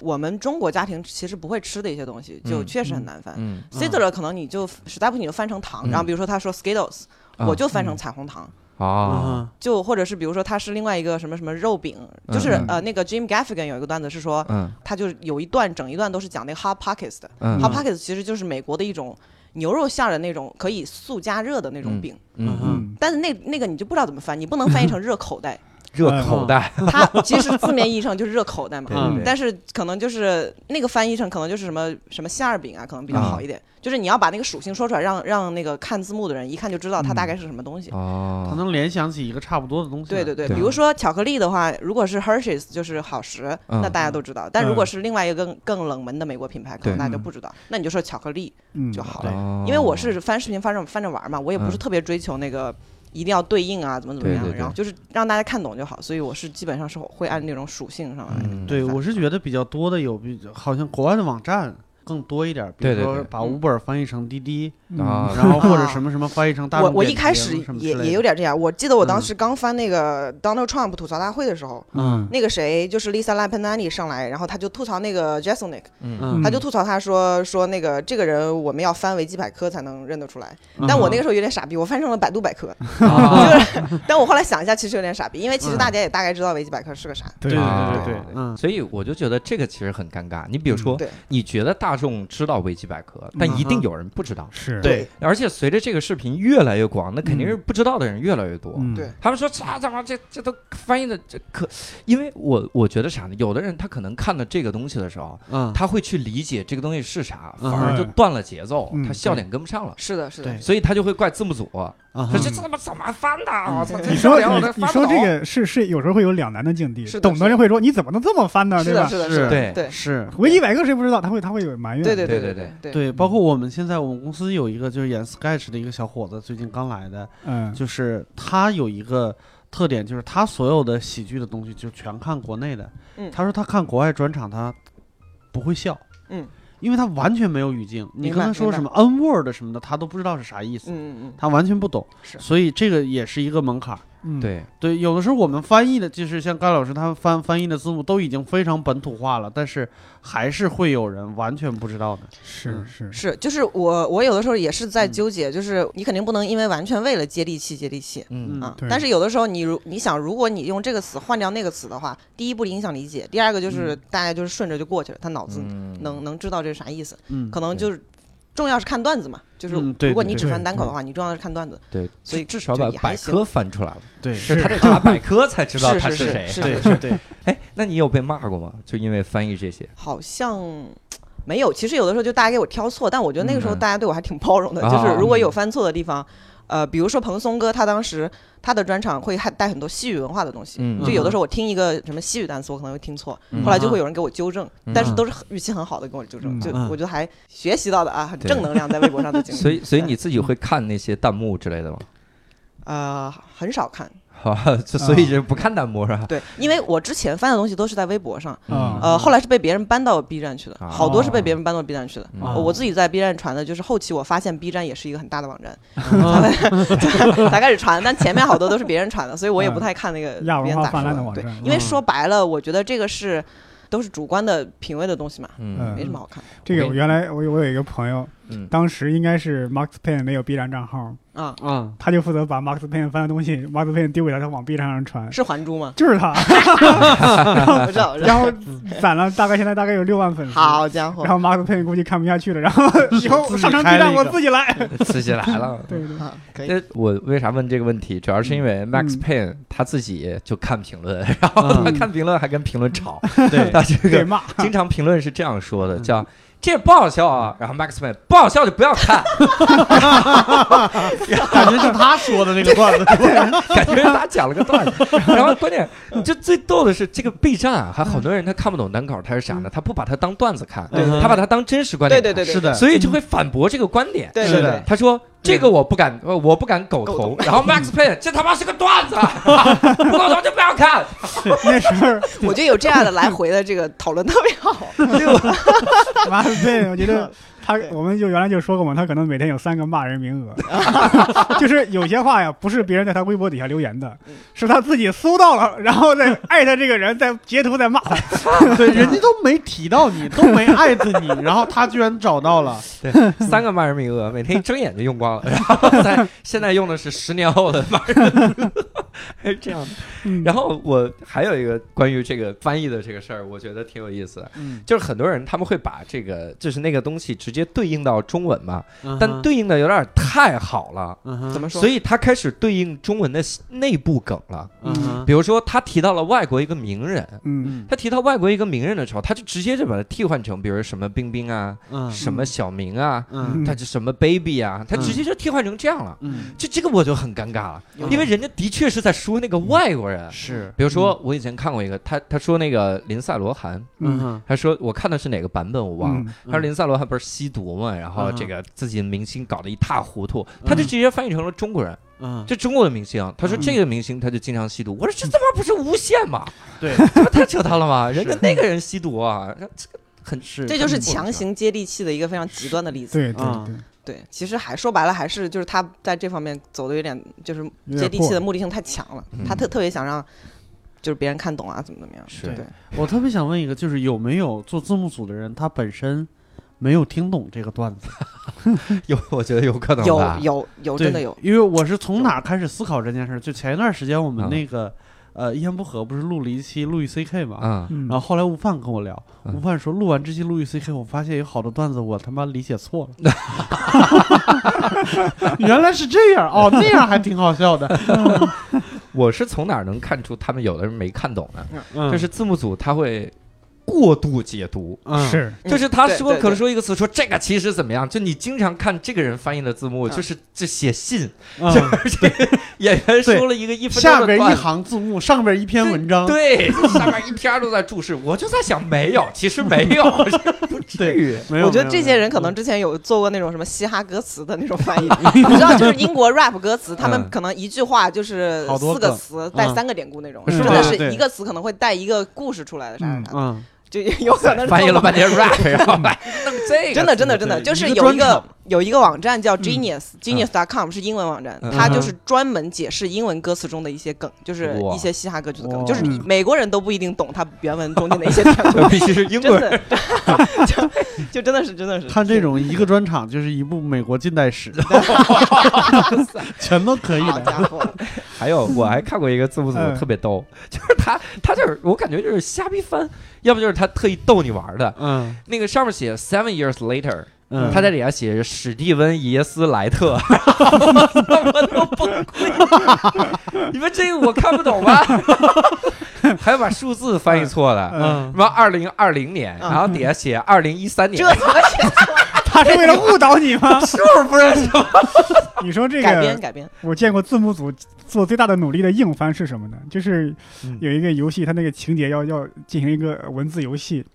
[SPEAKER 4] 我们中国家庭其实不会吃的一些东西，就
[SPEAKER 1] 嗯
[SPEAKER 4] 确实很难翻。
[SPEAKER 1] 嗯，
[SPEAKER 4] s i d l e r 可能你就实在不行就翻成糖，
[SPEAKER 1] 嗯
[SPEAKER 4] 然后比如说他说 Skittles，、
[SPEAKER 1] 啊
[SPEAKER 4] 我就翻成彩虹糖，
[SPEAKER 1] 啊，
[SPEAKER 2] 嗯
[SPEAKER 4] 就或者是比如说它是另外一个什么什么肉饼，
[SPEAKER 1] 嗯
[SPEAKER 4] 就是、
[SPEAKER 1] 嗯
[SPEAKER 4] 呃那个 Jim Gaffigan 有一个段子是说，
[SPEAKER 1] 嗯
[SPEAKER 4] 他就是有一段整一段都是讲那个 hot pockets 的、
[SPEAKER 1] 嗯
[SPEAKER 4] hot
[SPEAKER 2] 嗯
[SPEAKER 4] pockets 其实就是美国的一种牛肉馅儿的那种可以速加热的那种饼，
[SPEAKER 1] 嗯嗯，
[SPEAKER 2] 嗯
[SPEAKER 4] 但是那那个你就不知道怎么翻，你不能翻译成热口
[SPEAKER 1] <laughs>
[SPEAKER 4] 袋，
[SPEAKER 1] 热口袋，
[SPEAKER 4] 它其实字面意义上就是热口袋嘛
[SPEAKER 1] 对。
[SPEAKER 2] 嗯
[SPEAKER 1] 对对，
[SPEAKER 4] 但是可能就是那个翻译成可能就是什么什么馅儿饼啊，可能比较好一点。就是你要把那个属性说出来，让让那个看字幕的人一看就知道它大概是什么东西。
[SPEAKER 2] 他
[SPEAKER 1] 哦，
[SPEAKER 2] 能联想起一个差不多的东西
[SPEAKER 4] 对
[SPEAKER 2] 来。
[SPEAKER 4] 对对，
[SPEAKER 1] 对啊
[SPEAKER 4] 比如说巧克力的话，如果是 Hershey's 就是好时，
[SPEAKER 1] 嗯
[SPEAKER 4] 那大家都知道。但如果是另外一个更更冷门的美国品牌，可能
[SPEAKER 1] 对
[SPEAKER 4] 大家就不知道。那你就说巧克力
[SPEAKER 3] 嗯，
[SPEAKER 4] 就好
[SPEAKER 2] 对
[SPEAKER 4] 了。
[SPEAKER 1] 哦
[SPEAKER 4] 因为我是翻视频翻着翻着玩嘛，我也不是
[SPEAKER 1] 嗯
[SPEAKER 4] 特别追求那个一定要对应啊，怎么怎么
[SPEAKER 1] 对
[SPEAKER 4] 样
[SPEAKER 1] 对，对
[SPEAKER 4] 然后就是让大家看懂就好。所以我是基本上是会按那种属性上来的。
[SPEAKER 1] 嗯
[SPEAKER 2] 对，我是觉得比较多的有，比好像国外的网站更多一点，比
[SPEAKER 1] 对
[SPEAKER 2] 如
[SPEAKER 1] 对
[SPEAKER 2] 说
[SPEAKER 1] 对
[SPEAKER 2] 把
[SPEAKER 4] 嗯
[SPEAKER 2] Uber 翻译成滴滴，
[SPEAKER 1] 啊
[SPEAKER 2] 嗯然后或者什么什么翻译成大
[SPEAKER 4] 我
[SPEAKER 2] 众
[SPEAKER 4] 我一
[SPEAKER 2] 点
[SPEAKER 4] 开
[SPEAKER 2] 评
[SPEAKER 4] 始
[SPEAKER 2] 什么之
[SPEAKER 4] 也
[SPEAKER 2] 类
[SPEAKER 4] 也有
[SPEAKER 2] 的
[SPEAKER 4] 点这样，我记得我当
[SPEAKER 2] 嗯
[SPEAKER 4] 时刚翻那个
[SPEAKER 1] 嗯
[SPEAKER 4] Donald Trump 吐槽大会的时候，
[SPEAKER 2] 嗯
[SPEAKER 4] 那个谁就是 Lisa Lampanani 上来，然后他就吐槽那个 Jeselnik，
[SPEAKER 1] 嗯
[SPEAKER 2] 嗯
[SPEAKER 4] 他就吐槽他说说那个这个人我们要翻维基百科才能认得出来，
[SPEAKER 2] 嗯
[SPEAKER 4] 但我那个时候有点傻逼，我翻成了百度百科，
[SPEAKER 1] 啊
[SPEAKER 4] 就是，但我后来想一下，其实有点傻逼，因为其实大家也大概知道维基百科是个啥，
[SPEAKER 2] 对
[SPEAKER 3] 对
[SPEAKER 2] 对
[SPEAKER 1] 啊
[SPEAKER 2] 对对对，嗯
[SPEAKER 1] 所以我就觉得这个其实很尴尬。你比如
[SPEAKER 4] 嗯
[SPEAKER 1] 说
[SPEAKER 4] 对，
[SPEAKER 1] 你觉得大众知道维基百科，但一定有人不知道。
[SPEAKER 3] 是，
[SPEAKER 2] 嗯对，
[SPEAKER 1] 而且随着这个视频越来越广，那肯定是不知道的人越来越多。
[SPEAKER 3] 嗯
[SPEAKER 4] 对
[SPEAKER 1] 他们说这怎么这这都翻译的这可，因为我我觉得啥呢？有的人他可能看了这个东西的时候，
[SPEAKER 2] 嗯，
[SPEAKER 1] 他会去理解这个东西是啥，
[SPEAKER 2] 嗯
[SPEAKER 1] 反而就断了节奏，
[SPEAKER 3] 嗯
[SPEAKER 1] 他笑点跟不上了，
[SPEAKER 4] 是的，是的
[SPEAKER 2] 对，
[SPEAKER 1] 所以他就会怪字幕组，
[SPEAKER 2] 嗯
[SPEAKER 1] 说这这他妈怎么翻的？
[SPEAKER 4] 嗯 <laughs>
[SPEAKER 1] 我操！这
[SPEAKER 3] 你
[SPEAKER 1] 笑
[SPEAKER 3] 说
[SPEAKER 1] 点我
[SPEAKER 3] 你
[SPEAKER 1] 都
[SPEAKER 3] 你
[SPEAKER 1] 翻不
[SPEAKER 3] 说这
[SPEAKER 1] 懂
[SPEAKER 3] 个是是有时候会有两难的境地
[SPEAKER 4] 是，的
[SPEAKER 3] 懂
[SPEAKER 4] 是
[SPEAKER 3] 的
[SPEAKER 4] 的
[SPEAKER 3] 人会说你怎么能这么翻呢，
[SPEAKER 4] 是
[SPEAKER 3] 对
[SPEAKER 4] 的，
[SPEAKER 3] 吧？
[SPEAKER 4] 是的，
[SPEAKER 2] 是
[SPEAKER 4] 是的，
[SPEAKER 1] 对
[SPEAKER 4] 对，
[SPEAKER 2] 是。
[SPEAKER 3] 维基百科谁不知道，他会他会有埋怨，
[SPEAKER 4] 对对
[SPEAKER 1] 对
[SPEAKER 4] 对
[SPEAKER 1] 对对
[SPEAKER 4] 对对，
[SPEAKER 2] 对，包括我们现在我们公司有一个就是演 sketch 的一个小伙子，最近刚来的，
[SPEAKER 3] 嗯，
[SPEAKER 2] 就是他有一个特点，就是他所有的喜剧的东西就全看国内的。
[SPEAKER 4] 嗯
[SPEAKER 2] 他说他看国外专场他不会笑，
[SPEAKER 4] 嗯，
[SPEAKER 2] 因为他完全没有语境，你
[SPEAKER 4] 明
[SPEAKER 2] 跟
[SPEAKER 4] 白
[SPEAKER 2] 他说
[SPEAKER 4] 明白
[SPEAKER 2] 什么 n word 什么的，他都不知道是啥意思，
[SPEAKER 4] 嗯嗯嗯，
[SPEAKER 2] 他完全不懂，
[SPEAKER 4] 是
[SPEAKER 2] 所以这个也是一个门槛儿。
[SPEAKER 3] 嗯，
[SPEAKER 1] 对，
[SPEAKER 2] 对，有的时候我们翻译的，就是像盖老师他翻翻译的字幕都已经非常本土化了，但是还是会有人完全不知道的。
[SPEAKER 3] 是
[SPEAKER 2] 嗯
[SPEAKER 3] 是，
[SPEAKER 4] 是，就是我我有的时候也是在
[SPEAKER 2] 嗯
[SPEAKER 4] 纠结，就是你肯定不能因为完全为了接地气接地气，
[SPEAKER 1] 嗯
[SPEAKER 2] 嗯
[SPEAKER 4] 啊
[SPEAKER 3] 对，
[SPEAKER 4] 但是有的时候你如你想，如果你用这个词换掉那个词的话，第一不影响理解，第二个
[SPEAKER 2] 嗯
[SPEAKER 4] 就是大家就是顺着就过去了，他脑子
[SPEAKER 1] 嗯
[SPEAKER 4] 能、能知道这是啥意思，
[SPEAKER 2] 嗯，
[SPEAKER 4] 可能
[SPEAKER 1] 对
[SPEAKER 4] 就是重要是看段子嘛，就是
[SPEAKER 2] 嗯对
[SPEAKER 4] 如果
[SPEAKER 2] 对
[SPEAKER 4] 你只
[SPEAKER 3] 对
[SPEAKER 4] 翻单口的话，你重要的是看段子，
[SPEAKER 1] 对，
[SPEAKER 4] 所以
[SPEAKER 1] 至少
[SPEAKER 4] 就
[SPEAKER 1] 把
[SPEAKER 4] 也还
[SPEAKER 1] 百
[SPEAKER 4] 行
[SPEAKER 1] 科翻出来了。
[SPEAKER 2] 对
[SPEAKER 1] 是他得查百科才知道
[SPEAKER 4] 是
[SPEAKER 1] 他
[SPEAKER 4] 是
[SPEAKER 1] 谁。啊
[SPEAKER 4] 是
[SPEAKER 2] 对
[SPEAKER 4] 是 <laughs>
[SPEAKER 2] 对对，
[SPEAKER 1] 哎，那你有被骂过吗？就因为翻译这些
[SPEAKER 4] 好像。没有，其实有的时候就大家给我挑错，但我觉得那个时候
[SPEAKER 1] 嗯
[SPEAKER 4] 大家对我还挺包容的，
[SPEAKER 1] 啊
[SPEAKER 4] 就是如果有犯错的地方，呃，比如说蓬松哥他当时他的专场会还带很多西语文化的东西，
[SPEAKER 1] 嗯
[SPEAKER 4] 就有的时候我听一个什么西语单词，我可能会听错，
[SPEAKER 1] 嗯
[SPEAKER 4] 后来就会有人给我纠正，
[SPEAKER 1] 嗯
[SPEAKER 4] 但是都是很语气很好的跟我纠正，
[SPEAKER 3] 嗯
[SPEAKER 4] 就
[SPEAKER 2] 嗯
[SPEAKER 4] 我就还学习到的啊，很
[SPEAKER 1] 对
[SPEAKER 4] 正能量在微博上的经历。
[SPEAKER 1] 所以所以你自己会看那些弹幕之类的吗？
[SPEAKER 4] 呃很少看，
[SPEAKER 1] 好，就 <laughs> 所以就不看弹幕是吧？
[SPEAKER 4] 对，因为我之前翻的东西都是在微博上，
[SPEAKER 3] 嗯
[SPEAKER 4] 呃，后来是被别人搬到 B 站去的，
[SPEAKER 1] 啊
[SPEAKER 4] 好多是被别人搬到 B 站去的。呃
[SPEAKER 1] 嗯
[SPEAKER 4] 我自己在 B 站传的，就是后期我发现 B 站也是一个很大的网站， <laughs>
[SPEAKER 2] 嗯
[SPEAKER 4] 才开始传，但前面好多都是别人传的，所以我也不太看那个
[SPEAKER 3] 亚
[SPEAKER 4] 别
[SPEAKER 3] 文
[SPEAKER 4] 人
[SPEAKER 3] 化
[SPEAKER 4] 咋
[SPEAKER 3] 泛
[SPEAKER 4] 说
[SPEAKER 3] 滥的
[SPEAKER 4] 的。
[SPEAKER 3] 网
[SPEAKER 4] 对
[SPEAKER 3] 站，，
[SPEAKER 4] 因为说白了，我觉得这个是都是主观的品味的东西嘛，
[SPEAKER 1] 嗯
[SPEAKER 4] 没什么好看。
[SPEAKER 3] 这
[SPEAKER 1] 我
[SPEAKER 3] 个
[SPEAKER 1] 给
[SPEAKER 3] 我
[SPEAKER 1] 你
[SPEAKER 3] 原来我有我有一个朋友，
[SPEAKER 1] 嗯
[SPEAKER 3] 当时应该是 Max Payne 没有 B 站账号，
[SPEAKER 4] 啊，
[SPEAKER 2] 啊，
[SPEAKER 3] 他就负责把 Max Payne 翻的东西，Max Payne 丢给他，他往 B 站上传，
[SPEAKER 4] 是还珠吗？
[SPEAKER 3] 就是他，
[SPEAKER 4] 我知道，我知道
[SPEAKER 3] 嗯然后攒了大概现在大概有六万粉丝。
[SPEAKER 4] 好家伙
[SPEAKER 3] 然，后 Max Payne 估计看不下去了，然后以后上传 B
[SPEAKER 2] 开了
[SPEAKER 3] 站
[SPEAKER 2] 一
[SPEAKER 3] 我
[SPEAKER 2] 个
[SPEAKER 3] 自己来。
[SPEAKER 1] 嗯刺起来了。
[SPEAKER 3] 对对，
[SPEAKER 4] 啊，可以，
[SPEAKER 1] <laughs> 那我为啥问这个问题？主要是因为 Max
[SPEAKER 3] 嗯
[SPEAKER 1] Payne 他自己就看评论，然后他看评论还跟评论吵，
[SPEAKER 2] 嗯对，
[SPEAKER 1] 他这
[SPEAKER 3] 对
[SPEAKER 1] 个
[SPEAKER 3] 骂， <laughs>
[SPEAKER 1] 经常评论是这样说的，
[SPEAKER 2] 嗯
[SPEAKER 1] 叫这不好笑啊，然后 Max Payne 不好笑就不要看，
[SPEAKER 2] 感觉是他说的那
[SPEAKER 4] <laughs>
[SPEAKER 2] 个段子，
[SPEAKER 1] 感觉他讲了个段子。然后关键，你就最逗的是这个 B 站啊，还好多人他看不懂单口，他是啥呢？他不把它当段子看，
[SPEAKER 2] 对
[SPEAKER 1] 他把它当真实观
[SPEAKER 4] 对
[SPEAKER 1] 点，
[SPEAKER 4] 嗯对对对，
[SPEAKER 2] 是
[SPEAKER 1] <laughs>
[SPEAKER 2] 的，
[SPEAKER 1] 所以就会反驳这个观点。
[SPEAKER 4] 对
[SPEAKER 2] 是
[SPEAKER 4] 对
[SPEAKER 2] 的
[SPEAKER 4] 对，
[SPEAKER 1] 他说：“这个我不敢，呃我不敢苟同
[SPEAKER 4] 苟。”
[SPEAKER 1] <laughs> 然后
[SPEAKER 4] <laughs>
[SPEAKER 1] Max Payne 这他妈是个段子，啊不苟同就不要看。
[SPEAKER 3] 那时候
[SPEAKER 4] 我觉得有这样的来回的这个讨论特别好， <laughs>
[SPEAKER 3] <laughs> Max Payne 我觉得他
[SPEAKER 4] 对
[SPEAKER 3] 我们就原来就说过嘛，他可能每天有三个骂人名额，就是有些话呀，不是别人在他微博底下留言的
[SPEAKER 4] 嗯，
[SPEAKER 3] 是他自己搜到了，然后再艾特这个人，再截图再骂他。
[SPEAKER 2] 对，人家都没提到你，都没艾特你，然后他居然找到了，
[SPEAKER 1] 三个骂人名额，每天一睁眼就用光了。然后在现在用的是十年后的骂人名额，
[SPEAKER 4] <laughs>
[SPEAKER 1] <laughs> 是这样的。
[SPEAKER 3] 嗯
[SPEAKER 1] 然后我还有一个关于这个翻译的这个事儿，我觉得挺有意思的。
[SPEAKER 2] 嗯，
[SPEAKER 1] 就是很多人他们会把这个就是那个东西直接对应到中文嘛，但，对应的有点太好了，
[SPEAKER 2] 嗯
[SPEAKER 4] 怎
[SPEAKER 2] 哼，
[SPEAKER 4] 么说？
[SPEAKER 1] 所以他开始对应中文的内部梗了。
[SPEAKER 2] 嗯哼，
[SPEAKER 1] 比如说，他提到了外国一个名人，
[SPEAKER 3] 嗯，
[SPEAKER 2] 嗯
[SPEAKER 1] 他提到外国一个名人的时候，他就直接就把它替换成，比如什么冰冰啊，
[SPEAKER 2] 嗯
[SPEAKER 1] 什么小明啊，
[SPEAKER 2] 嗯
[SPEAKER 1] 他就什么 baby 啊，他
[SPEAKER 2] 嗯
[SPEAKER 1] 直接就替换成这样了。
[SPEAKER 2] 嗯，
[SPEAKER 1] 就这个我就很尴尬了，
[SPEAKER 4] 嗯
[SPEAKER 1] 因为人家的确是在说那个外国人。
[SPEAKER 2] 是，
[SPEAKER 1] 比如说，我以前看过一个，他他说那个林赛罗韩，
[SPEAKER 2] 嗯
[SPEAKER 3] 嗯，
[SPEAKER 2] 哼，
[SPEAKER 1] 他说我看的是哪个版本我忘了。
[SPEAKER 3] 嗯
[SPEAKER 1] 他说林赛罗韩不是吸毒嘛，然后
[SPEAKER 2] 嗯
[SPEAKER 1] 这个自己的明星搞得一塌糊涂，他就直接翻译成了中国人，
[SPEAKER 2] 嗯，
[SPEAKER 1] 就中国的明星。他说
[SPEAKER 2] 嗯
[SPEAKER 1] 这个明星他就经常吸毒，我说这他妈不是诬陷吗？
[SPEAKER 2] 对，
[SPEAKER 1] 这不太扯淡了吗？人家
[SPEAKER 2] 是
[SPEAKER 1] 那个人吸毒啊，这个很
[SPEAKER 2] 是，
[SPEAKER 4] 这就是强行接地气的一个非常极端的例子。
[SPEAKER 3] 对对
[SPEAKER 2] 啊
[SPEAKER 3] 对，
[SPEAKER 4] 对，其实还说白了，还是就是他在这方面走的有点就是
[SPEAKER 3] 有
[SPEAKER 4] 接
[SPEAKER 3] 点
[SPEAKER 4] 地
[SPEAKER 3] 过
[SPEAKER 4] 气的目的性太强了，
[SPEAKER 2] 嗯
[SPEAKER 4] 他特特别想让就是别人看懂啊，怎么怎么样。
[SPEAKER 1] 是
[SPEAKER 4] 对，
[SPEAKER 2] 我特别想问一个，就是有没有做字幕组的人，他本身没有听懂这个段子？
[SPEAKER 1] 有，我觉得有可能
[SPEAKER 4] 有
[SPEAKER 1] 吧。
[SPEAKER 4] 有有，
[SPEAKER 2] 对
[SPEAKER 4] 哦真的有。
[SPEAKER 2] 因为我是从哪开始思考这件事儿？就前一段时间我们
[SPEAKER 1] 嗯
[SPEAKER 2] 那个、呃一言不合不是录了一期路易 C K 嘛，
[SPEAKER 1] 啊，
[SPEAKER 3] 嗯
[SPEAKER 2] 然后后来悟饭跟我聊，
[SPEAKER 1] 嗯
[SPEAKER 2] 悟饭说录完这期路易 C K，我发现有好多段子我他妈理解错了，原
[SPEAKER 3] <laughs>
[SPEAKER 2] 来是这样 <laughs> 哦，那样还挺好笑的，
[SPEAKER 1] 我是从哪儿能看出他们有的人没看懂呢？
[SPEAKER 2] 嗯、
[SPEAKER 1] 就是字幕组他会过度解读。
[SPEAKER 2] 嗯
[SPEAKER 3] 是
[SPEAKER 4] 嗯
[SPEAKER 1] 就是他
[SPEAKER 4] 对
[SPEAKER 1] 说
[SPEAKER 4] 对
[SPEAKER 1] 可
[SPEAKER 4] 对
[SPEAKER 1] 能说一个词，说这个其实怎么样？就你经常看这个人翻译的字幕，
[SPEAKER 4] 嗯
[SPEAKER 1] 就是这写信，
[SPEAKER 2] 嗯
[SPEAKER 1] 就是这个演员说了一个一分
[SPEAKER 2] 下
[SPEAKER 1] 钟的
[SPEAKER 2] 边一
[SPEAKER 1] 段子，
[SPEAKER 2] 行字幕，上边一篇文章，
[SPEAKER 1] 对，下边一篇都在注释。我就在想，没 <laughs> 有，其实没有，不至于。
[SPEAKER 2] 没有，
[SPEAKER 4] 我觉得
[SPEAKER 2] 没有嗯
[SPEAKER 4] 这些人可能。
[SPEAKER 2] 没有
[SPEAKER 4] 之前有做过那种什么嘻哈歌词的那种
[SPEAKER 2] <laughs>
[SPEAKER 4] 翻译，你知道，就是英国 rap 歌词，他
[SPEAKER 1] 嗯
[SPEAKER 4] 们可能一句话就是
[SPEAKER 2] 好多
[SPEAKER 4] 四个
[SPEAKER 2] 个
[SPEAKER 4] 词带
[SPEAKER 2] 嗯
[SPEAKER 4] 三个典故那种，
[SPEAKER 1] 是
[SPEAKER 4] 真
[SPEAKER 1] 吧
[SPEAKER 4] 的
[SPEAKER 2] 对对
[SPEAKER 4] 是
[SPEAKER 2] 对
[SPEAKER 4] 一个词可能会带一个故事出来的啥啥啥的，
[SPEAKER 2] 嗯，
[SPEAKER 4] 就有可
[SPEAKER 2] <laughs>
[SPEAKER 4] 能是
[SPEAKER 1] 翻译
[SPEAKER 4] 这
[SPEAKER 1] 了
[SPEAKER 4] 么
[SPEAKER 1] 半天 rap，然后来弄这个，
[SPEAKER 4] 真的，真的，真的，
[SPEAKER 2] 对
[SPEAKER 4] 就是
[SPEAKER 2] 一个
[SPEAKER 4] 有一
[SPEAKER 2] 专
[SPEAKER 4] 个
[SPEAKER 2] 场嗯
[SPEAKER 4] 有一个网站叫 Genius，Genius.com 是英文网站
[SPEAKER 1] 嗯，
[SPEAKER 4] 它就是专门解释英文歌词中的一些梗，就是
[SPEAKER 1] 哇
[SPEAKER 4] 一些嘻哈歌曲的
[SPEAKER 2] 哇
[SPEAKER 4] 梗，就是
[SPEAKER 3] 嗯
[SPEAKER 4] 美国人都不一定懂它原文中间的一些
[SPEAKER 2] <laughs>
[SPEAKER 4] 典故，
[SPEAKER 1] <laughs> 必须是英
[SPEAKER 4] 真
[SPEAKER 1] 文。
[SPEAKER 4] 的， <laughs> 就就真的是真的是 <laughs>
[SPEAKER 2] 看这种一个专场就是一部美国近代史，全都可以
[SPEAKER 4] 好
[SPEAKER 2] 的。
[SPEAKER 4] 家
[SPEAKER 2] <laughs>
[SPEAKER 4] 伙，
[SPEAKER 1] 还有，我还看过一个字幕组
[SPEAKER 3] 嗯
[SPEAKER 1] 特别逗， <laughs> 就是他他就是我感觉就是瞎逼翻，要不就是他特意逗你玩儿的。
[SPEAKER 2] 嗯
[SPEAKER 1] 那个上面写 seven years later，、
[SPEAKER 2] 嗯，
[SPEAKER 1] 他在底下写史蒂文·耶斯莱 <laughs> 特，我都崩溃。你们这个我看不懂 <laughs> 吧？还有把数字翻译错了，
[SPEAKER 2] 嗯
[SPEAKER 1] 什么二零二零年，
[SPEAKER 4] 嗯
[SPEAKER 1] 然后底下写二零一三
[SPEAKER 4] 这
[SPEAKER 1] 年，
[SPEAKER 4] 怎么写
[SPEAKER 3] 他是为了误导你吗？ <laughs>
[SPEAKER 1] 数不认 <laughs> 识。
[SPEAKER 3] 你说这
[SPEAKER 4] 改编
[SPEAKER 3] 个，
[SPEAKER 4] 改
[SPEAKER 2] <laughs>
[SPEAKER 4] 编？
[SPEAKER 3] 我见过字幕组做最大的努力的硬翻是什么呢？就是
[SPEAKER 2] 嗯
[SPEAKER 3] 有一个游戏，它那个情节要要进行一个文字游戏。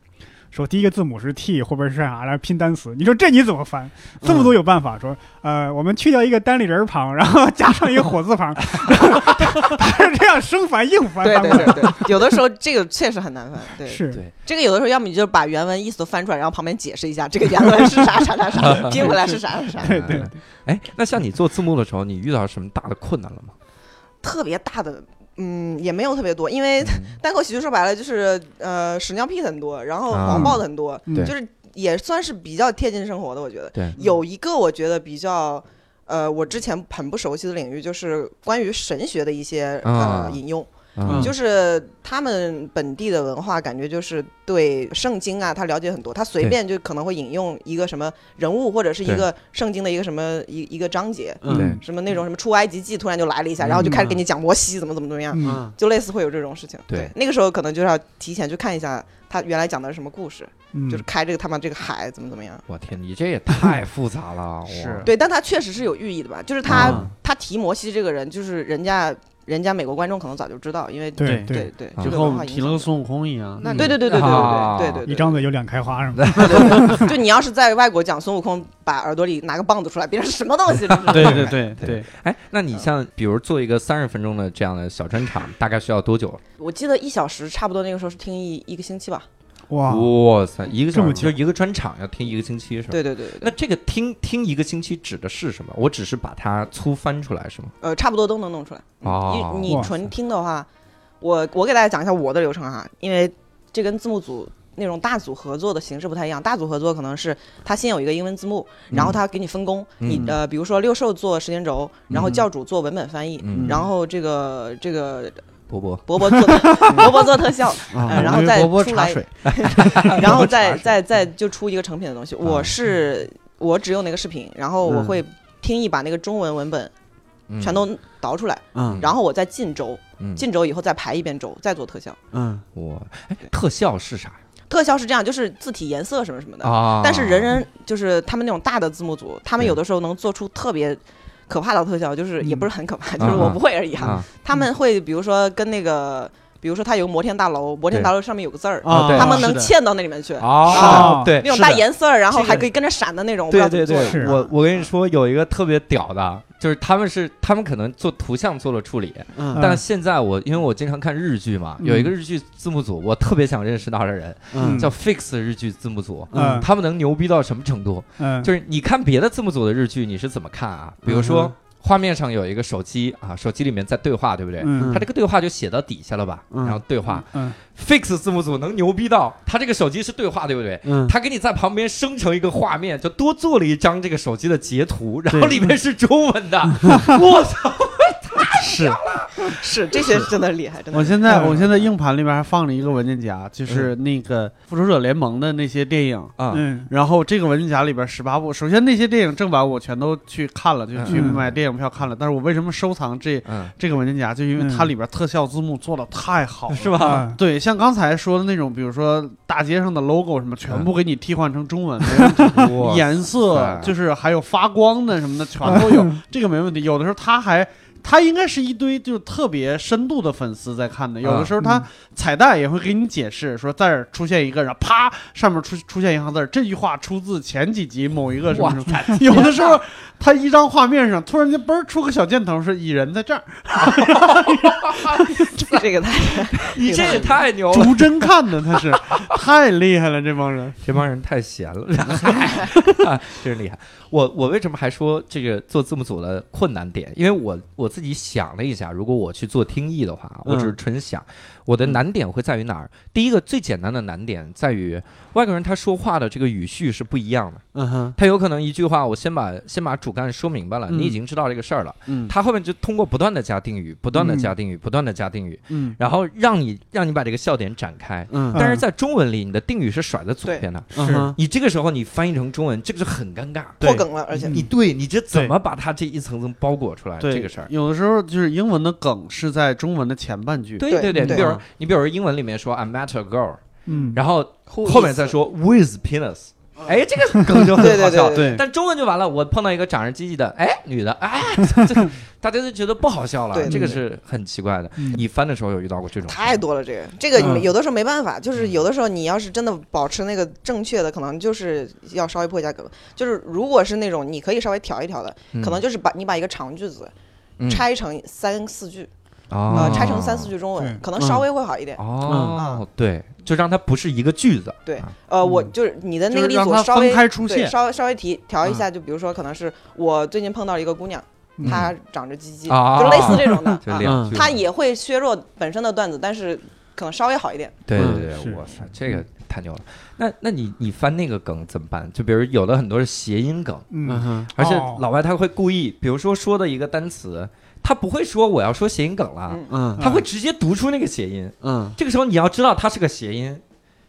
[SPEAKER 3] 说第一个字母是 T，后边是啥来拼单词？你说这你怎么翻？字幕组有办法，说呃，我们去掉一个单立人旁，然后加上一个火字旁，他是这样生翻硬翻
[SPEAKER 4] 对
[SPEAKER 3] 翻
[SPEAKER 4] 对
[SPEAKER 3] 过来
[SPEAKER 4] 对对，有的时候这个确实很难翻。对，
[SPEAKER 3] 是
[SPEAKER 4] 这个有的时候要么你就把原文意思都翻出来，然后旁边解释一下这个原文是啥啥啥
[SPEAKER 2] <laughs>
[SPEAKER 4] 啥，拼回来是啥啥啥。
[SPEAKER 3] 对对
[SPEAKER 1] 嗯。哎，那像你做字幕的时候，你遇到什么大的困难了
[SPEAKER 4] <laughs>
[SPEAKER 1] 吗？
[SPEAKER 4] 特别大的，嗯，也没有特别多，因为单口喜剧说白了就是呃屎尿屁的很多，然后
[SPEAKER 1] 啊
[SPEAKER 4] 黄暴的很多，
[SPEAKER 3] 嗯
[SPEAKER 1] 对
[SPEAKER 4] 就是也算是比较贴近生活的，我觉得。
[SPEAKER 1] 对
[SPEAKER 4] 有一个我觉得比较，呃，我之前很不熟悉的领域就是关于神学的一些
[SPEAKER 1] 啊
[SPEAKER 4] 呃引用，
[SPEAKER 1] 啊
[SPEAKER 4] 就是他们本地的文化，感觉就是对圣经啊，他了解很多，他随
[SPEAKER 1] 对
[SPEAKER 4] 便就可能会引用一个什么人物或者是一
[SPEAKER 1] 对
[SPEAKER 4] 个圣经的一个什么一一个章节，
[SPEAKER 1] 对
[SPEAKER 2] 嗯
[SPEAKER 4] 什么那种什么出埃及记突然就来了一下，
[SPEAKER 1] 嗯
[SPEAKER 4] 然后就开始给你讲摩西怎么怎么怎么样，
[SPEAKER 3] 嗯，
[SPEAKER 2] 嗯
[SPEAKER 4] 就类似会有这种事情。
[SPEAKER 1] 对
[SPEAKER 4] 那个时候可能就要提前去看一下他原来讲的是什么故事，
[SPEAKER 3] 嗯
[SPEAKER 4] 就是开这个他妈这个海怎么怎么样。
[SPEAKER 1] 我天，你这也太复杂了，
[SPEAKER 2] 是
[SPEAKER 1] 哇
[SPEAKER 4] 对，但他确实 <laughs> 是有寓意的吧？就是他、
[SPEAKER 1] 啊
[SPEAKER 4] 他提摩西这个人，就是人家人家美国观众可能早就知道，因为
[SPEAKER 3] 对
[SPEAKER 4] 对，对，
[SPEAKER 1] 啊
[SPEAKER 4] 这
[SPEAKER 2] 就
[SPEAKER 4] 个
[SPEAKER 2] 和我
[SPEAKER 4] 文化
[SPEAKER 2] 们
[SPEAKER 4] 影
[SPEAKER 2] 提
[SPEAKER 4] 响
[SPEAKER 2] 了个
[SPEAKER 4] 的。
[SPEAKER 2] 孙悟空一样。
[SPEAKER 1] 那你
[SPEAKER 4] 对对对对对
[SPEAKER 1] 啊
[SPEAKER 4] 对对对
[SPEAKER 3] 一
[SPEAKER 4] 对
[SPEAKER 3] 张嘴就两开花什么的，
[SPEAKER 4] 对，对对就你要是在外国讲孙悟空，把耳朵里拿个棒子出来，别人是什么东西？这是
[SPEAKER 2] 对对嗯对对，
[SPEAKER 1] 哎，那你像比如做一个三十分钟的这样的小专场，大概需要多久？
[SPEAKER 4] 我记得一小时差不多那个时候是听一一个星期吧。
[SPEAKER 3] 哇，
[SPEAKER 1] 哇塞，一个
[SPEAKER 3] 这
[SPEAKER 1] 小
[SPEAKER 3] 么
[SPEAKER 1] 时就一个专场要听一个星期是吧？
[SPEAKER 4] 对对对对
[SPEAKER 1] 那
[SPEAKER 4] 对，
[SPEAKER 1] 这个听听一个星期指的是什么？我只是把它粗翻出来是吗？
[SPEAKER 4] 呃，差不多都能弄出来。
[SPEAKER 1] 哦
[SPEAKER 4] 你你
[SPEAKER 3] 哇塞
[SPEAKER 4] 纯听的话，我我给大家讲一下我的流程哈，因为这跟字幕组那种大组合作的形式不太一样。大组合作可能是他先有一个英文字幕，然后他给你分工，
[SPEAKER 1] 嗯
[SPEAKER 4] 你呃，比如说六兽做时间轴，然后
[SPEAKER 1] 嗯
[SPEAKER 4] 教主做文本翻译，
[SPEAKER 1] 嗯，
[SPEAKER 4] 然后这个这个
[SPEAKER 1] 波波
[SPEAKER 4] 伯伯做伯伯做特
[SPEAKER 1] <laughs>
[SPEAKER 4] 效，
[SPEAKER 2] 啊
[SPEAKER 4] 呃然后再
[SPEAKER 2] 波波
[SPEAKER 4] 出
[SPEAKER 2] 茶
[SPEAKER 4] 来
[SPEAKER 2] 水，
[SPEAKER 4] 然后再再再就出一个成品的东西。
[SPEAKER 1] 啊
[SPEAKER 4] 我是我只有那个视频，然后我
[SPEAKER 2] 嗯
[SPEAKER 4] 会听译把那个中文文本
[SPEAKER 1] 嗯
[SPEAKER 4] 全都导出来，
[SPEAKER 2] 嗯
[SPEAKER 4] 然后我再进轴，
[SPEAKER 1] 嗯
[SPEAKER 4] 进轴以后再排一遍轴，再做特效。
[SPEAKER 2] 嗯
[SPEAKER 1] 哇，哎，特效是啥
[SPEAKER 4] 特效是这样，就是字体颜色什么什么的。
[SPEAKER 1] 啊？
[SPEAKER 4] 但是人人就是他们那种大的字幕组，他们
[SPEAKER 1] 对
[SPEAKER 4] 有的时候能做出特别可怕的特效，就是也
[SPEAKER 3] 嗯
[SPEAKER 4] 不是很可怕，就是我不会而已哈。
[SPEAKER 1] 啊
[SPEAKER 4] 他们会比如说跟那个，比如说他有个摩天大楼，摩天大楼上面有个字儿，
[SPEAKER 1] 啊对
[SPEAKER 4] 他们能
[SPEAKER 2] 是的
[SPEAKER 4] 嵌到那里面去，
[SPEAKER 1] 哦，对，
[SPEAKER 4] 那种
[SPEAKER 1] 是
[SPEAKER 4] 大
[SPEAKER 1] 的
[SPEAKER 4] 颜色儿，然后
[SPEAKER 1] 这个
[SPEAKER 4] 还可以跟着闪的那种。我不知
[SPEAKER 1] 对
[SPEAKER 4] 道怎
[SPEAKER 1] 对
[SPEAKER 4] 么做
[SPEAKER 1] 对
[SPEAKER 3] 是，啊
[SPEAKER 1] 我我跟你说，有一个特别屌的，就是他们是他们可能做图像做了处理，
[SPEAKER 2] 嗯
[SPEAKER 1] 但是现在我因为我经常看日剧嘛，有一个
[SPEAKER 3] 嗯
[SPEAKER 1] 日剧字幕组，我特别想认识到的人
[SPEAKER 2] 嗯
[SPEAKER 1] 叫 Fix 日剧字幕组。
[SPEAKER 3] 嗯
[SPEAKER 1] 他们能牛逼到什么程度？
[SPEAKER 3] 嗯，
[SPEAKER 1] 就是你看别的字幕组的日剧，你是怎么看啊？比如
[SPEAKER 2] 嗯
[SPEAKER 1] 说
[SPEAKER 2] 哼
[SPEAKER 1] 画面上有一个手机啊，手机里面在对话，对不对？
[SPEAKER 3] 嗯
[SPEAKER 1] 他这个对话就写到底下了吧？
[SPEAKER 2] 嗯
[SPEAKER 1] 然后对话
[SPEAKER 3] 嗯，
[SPEAKER 1] ，Fix 字幕组能牛逼到他这个手机是对话，对不对？
[SPEAKER 2] 嗯
[SPEAKER 1] 他给你在旁边生成一个画面，就多做了一张这个手机的截图，然后里面是中文 <laughs> 的。我 <laughs> 操！
[SPEAKER 2] 是，
[SPEAKER 4] 是
[SPEAKER 1] <laughs>
[SPEAKER 4] 这些真的厉害，真的
[SPEAKER 2] 我现在我现在硬盘里边还放着一个文件夹，就是那个复仇者联盟的那些电影。
[SPEAKER 1] 啊
[SPEAKER 3] 嗯
[SPEAKER 2] 然后这个文件夹里边十八部，首先那些电影正版我全都去看了，就去
[SPEAKER 3] 嗯
[SPEAKER 2] 买电影票看了。但是我为什么收藏这
[SPEAKER 1] 嗯，
[SPEAKER 2] 这个文件夹，就因为它
[SPEAKER 3] 嗯
[SPEAKER 2] 里边特效字幕做的太好了，
[SPEAKER 1] 是吧？
[SPEAKER 3] 啊
[SPEAKER 2] 对，像刚才说的那种，比如说大街上的 logo 什么，全部给你替换成中文，没问题
[SPEAKER 1] 哇
[SPEAKER 2] 颜色
[SPEAKER 1] 塞
[SPEAKER 2] 就是还有发光的什么的，全都有，这个没问题。有的时候他还。他应该是一堆就特别深度的粉丝在看的，有的时候他彩蛋也会给你解释，说在这儿出现一个，然后啪上面出出现一行字儿，这句话出自前几集某一个什么
[SPEAKER 1] 哇
[SPEAKER 2] 什么。有的时候他一张画面上突然间嘣儿出个小箭头，是蚁人在这儿，
[SPEAKER 4] 这个太
[SPEAKER 1] <laughs> 你这也太牛了！
[SPEAKER 2] 逐帧看的他是太厉害了，这帮人。
[SPEAKER 1] 这帮人太闲 <laughs> 了，啊真是厉害。我我为什么还说这个做字幕组的困难点？因为我我自己想了一下，如果我去做听译的话，我只是纯想，我的难点会在于哪儿？第一个最简单的难点在于外国人他说话的这个语序是不一样的，
[SPEAKER 2] 嗯哼，
[SPEAKER 1] 他有可能一句话我先把先把主干说明白了，
[SPEAKER 2] 嗯
[SPEAKER 1] 你已经知道这个事儿了，
[SPEAKER 2] 嗯
[SPEAKER 1] 他后面就通过不断的加定语，不断的加定语，不断的加定语，
[SPEAKER 2] 嗯
[SPEAKER 1] 然后让你让你把这个笑点展开。
[SPEAKER 2] 嗯，
[SPEAKER 1] 但是在中文里，你的定语是甩在左边的，
[SPEAKER 3] 嗯哼
[SPEAKER 1] 你这个时候你翻译成中文，这个就很尴尬。
[SPEAKER 4] 破梗了，而且
[SPEAKER 1] 你你对你这怎么把它这一层层包裹出来？
[SPEAKER 2] 对
[SPEAKER 1] 哎这个事儿。
[SPEAKER 2] 有的时候就是英文的梗是在中文的前半句。
[SPEAKER 1] 对
[SPEAKER 4] 对
[SPEAKER 1] 对，你
[SPEAKER 2] 对
[SPEAKER 1] 比如你比如英文里面说 I met a girl，
[SPEAKER 3] 嗯，
[SPEAKER 1] 然后
[SPEAKER 4] 忽
[SPEAKER 1] 后面再说 with penis，哎，这个梗就很
[SPEAKER 4] <laughs>
[SPEAKER 1] 好
[SPEAKER 4] 对对对
[SPEAKER 1] 笑
[SPEAKER 4] 对。
[SPEAKER 2] 对
[SPEAKER 1] 但中文就完了，我碰到一个长着鸡鸡的，哎，女的，哎，这这大家就觉得不好笑
[SPEAKER 4] 对
[SPEAKER 1] 了，
[SPEAKER 4] 对
[SPEAKER 1] 这个是很奇怪的。
[SPEAKER 3] 嗯
[SPEAKER 1] 你翻的时候有遇到过这种？
[SPEAKER 4] 太。多了，这个这个
[SPEAKER 3] 嗯
[SPEAKER 4] 有的时候没办法，就是有的时候你要是真的保持那个正确的，可能就是要稍微破一下梗。就是如果是那种你可以稍微调一调的，
[SPEAKER 1] 嗯
[SPEAKER 4] 可能就是把你把一个长句子
[SPEAKER 1] 嗯
[SPEAKER 4] 拆成三四句，
[SPEAKER 1] 啊
[SPEAKER 4] 呃，拆成三四句中
[SPEAKER 3] 对
[SPEAKER 4] 文，可能稍微会好一点。
[SPEAKER 1] 哦，对，就让它不是一个句子。
[SPEAKER 4] 对
[SPEAKER 1] 啊，
[SPEAKER 4] 呃，我
[SPEAKER 2] 嗯
[SPEAKER 4] 就是你的那
[SPEAKER 2] 就
[SPEAKER 4] 个
[SPEAKER 2] 是
[SPEAKER 4] 例
[SPEAKER 2] 让
[SPEAKER 4] 子，
[SPEAKER 2] 它
[SPEAKER 4] 我稍微
[SPEAKER 2] 分开出
[SPEAKER 4] 对
[SPEAKER 2] 现
[SPEAKER 4] 稍微稍微提调一下，就比如说可能是我最近碰到了一个姑娘，
[SPEAKER 3] 嗯
[SPEAKER 4] 她长着鸡鸡，
[SPEAKER 1] 啊
[SPEAKER 4] 就类似这种的
[SPEAKER 1] <laughs> 就
[SPEAKER 4] 啊，
[SPEAKER 1] 两句。
[SPEAKER 4] 她也会削弱本身的段子，但是可能稍微好一点。
[SPEAKER 1] 对
[SPEAKER 2] 嗯
[SPEAKER 1] 对对，
[SPEAKER 3] 是
[SPEAKER 1] 哇塞，这个太牛了。那那你你翻那个梗怎么办？就比如有的很多是谐音梗，
[SPEAKER 3] 嗯，
[SPEAKER 2] 哼，
[SPEAKER 1] 而且
[SPEAKER 3] 哦
[SPEAKER 1] 老外他会故意，比如说说的一个单词，他不会说我要说谐音梗了，
[SPEAKER 4] 嗯
[SPEAKER 2] 嗯
[SPEAKER 1] 他会直接读出那个谐音。
[SPEAKER 2] 嗯
[SPEAKER 1] 这个时候你要知道它是个谐音，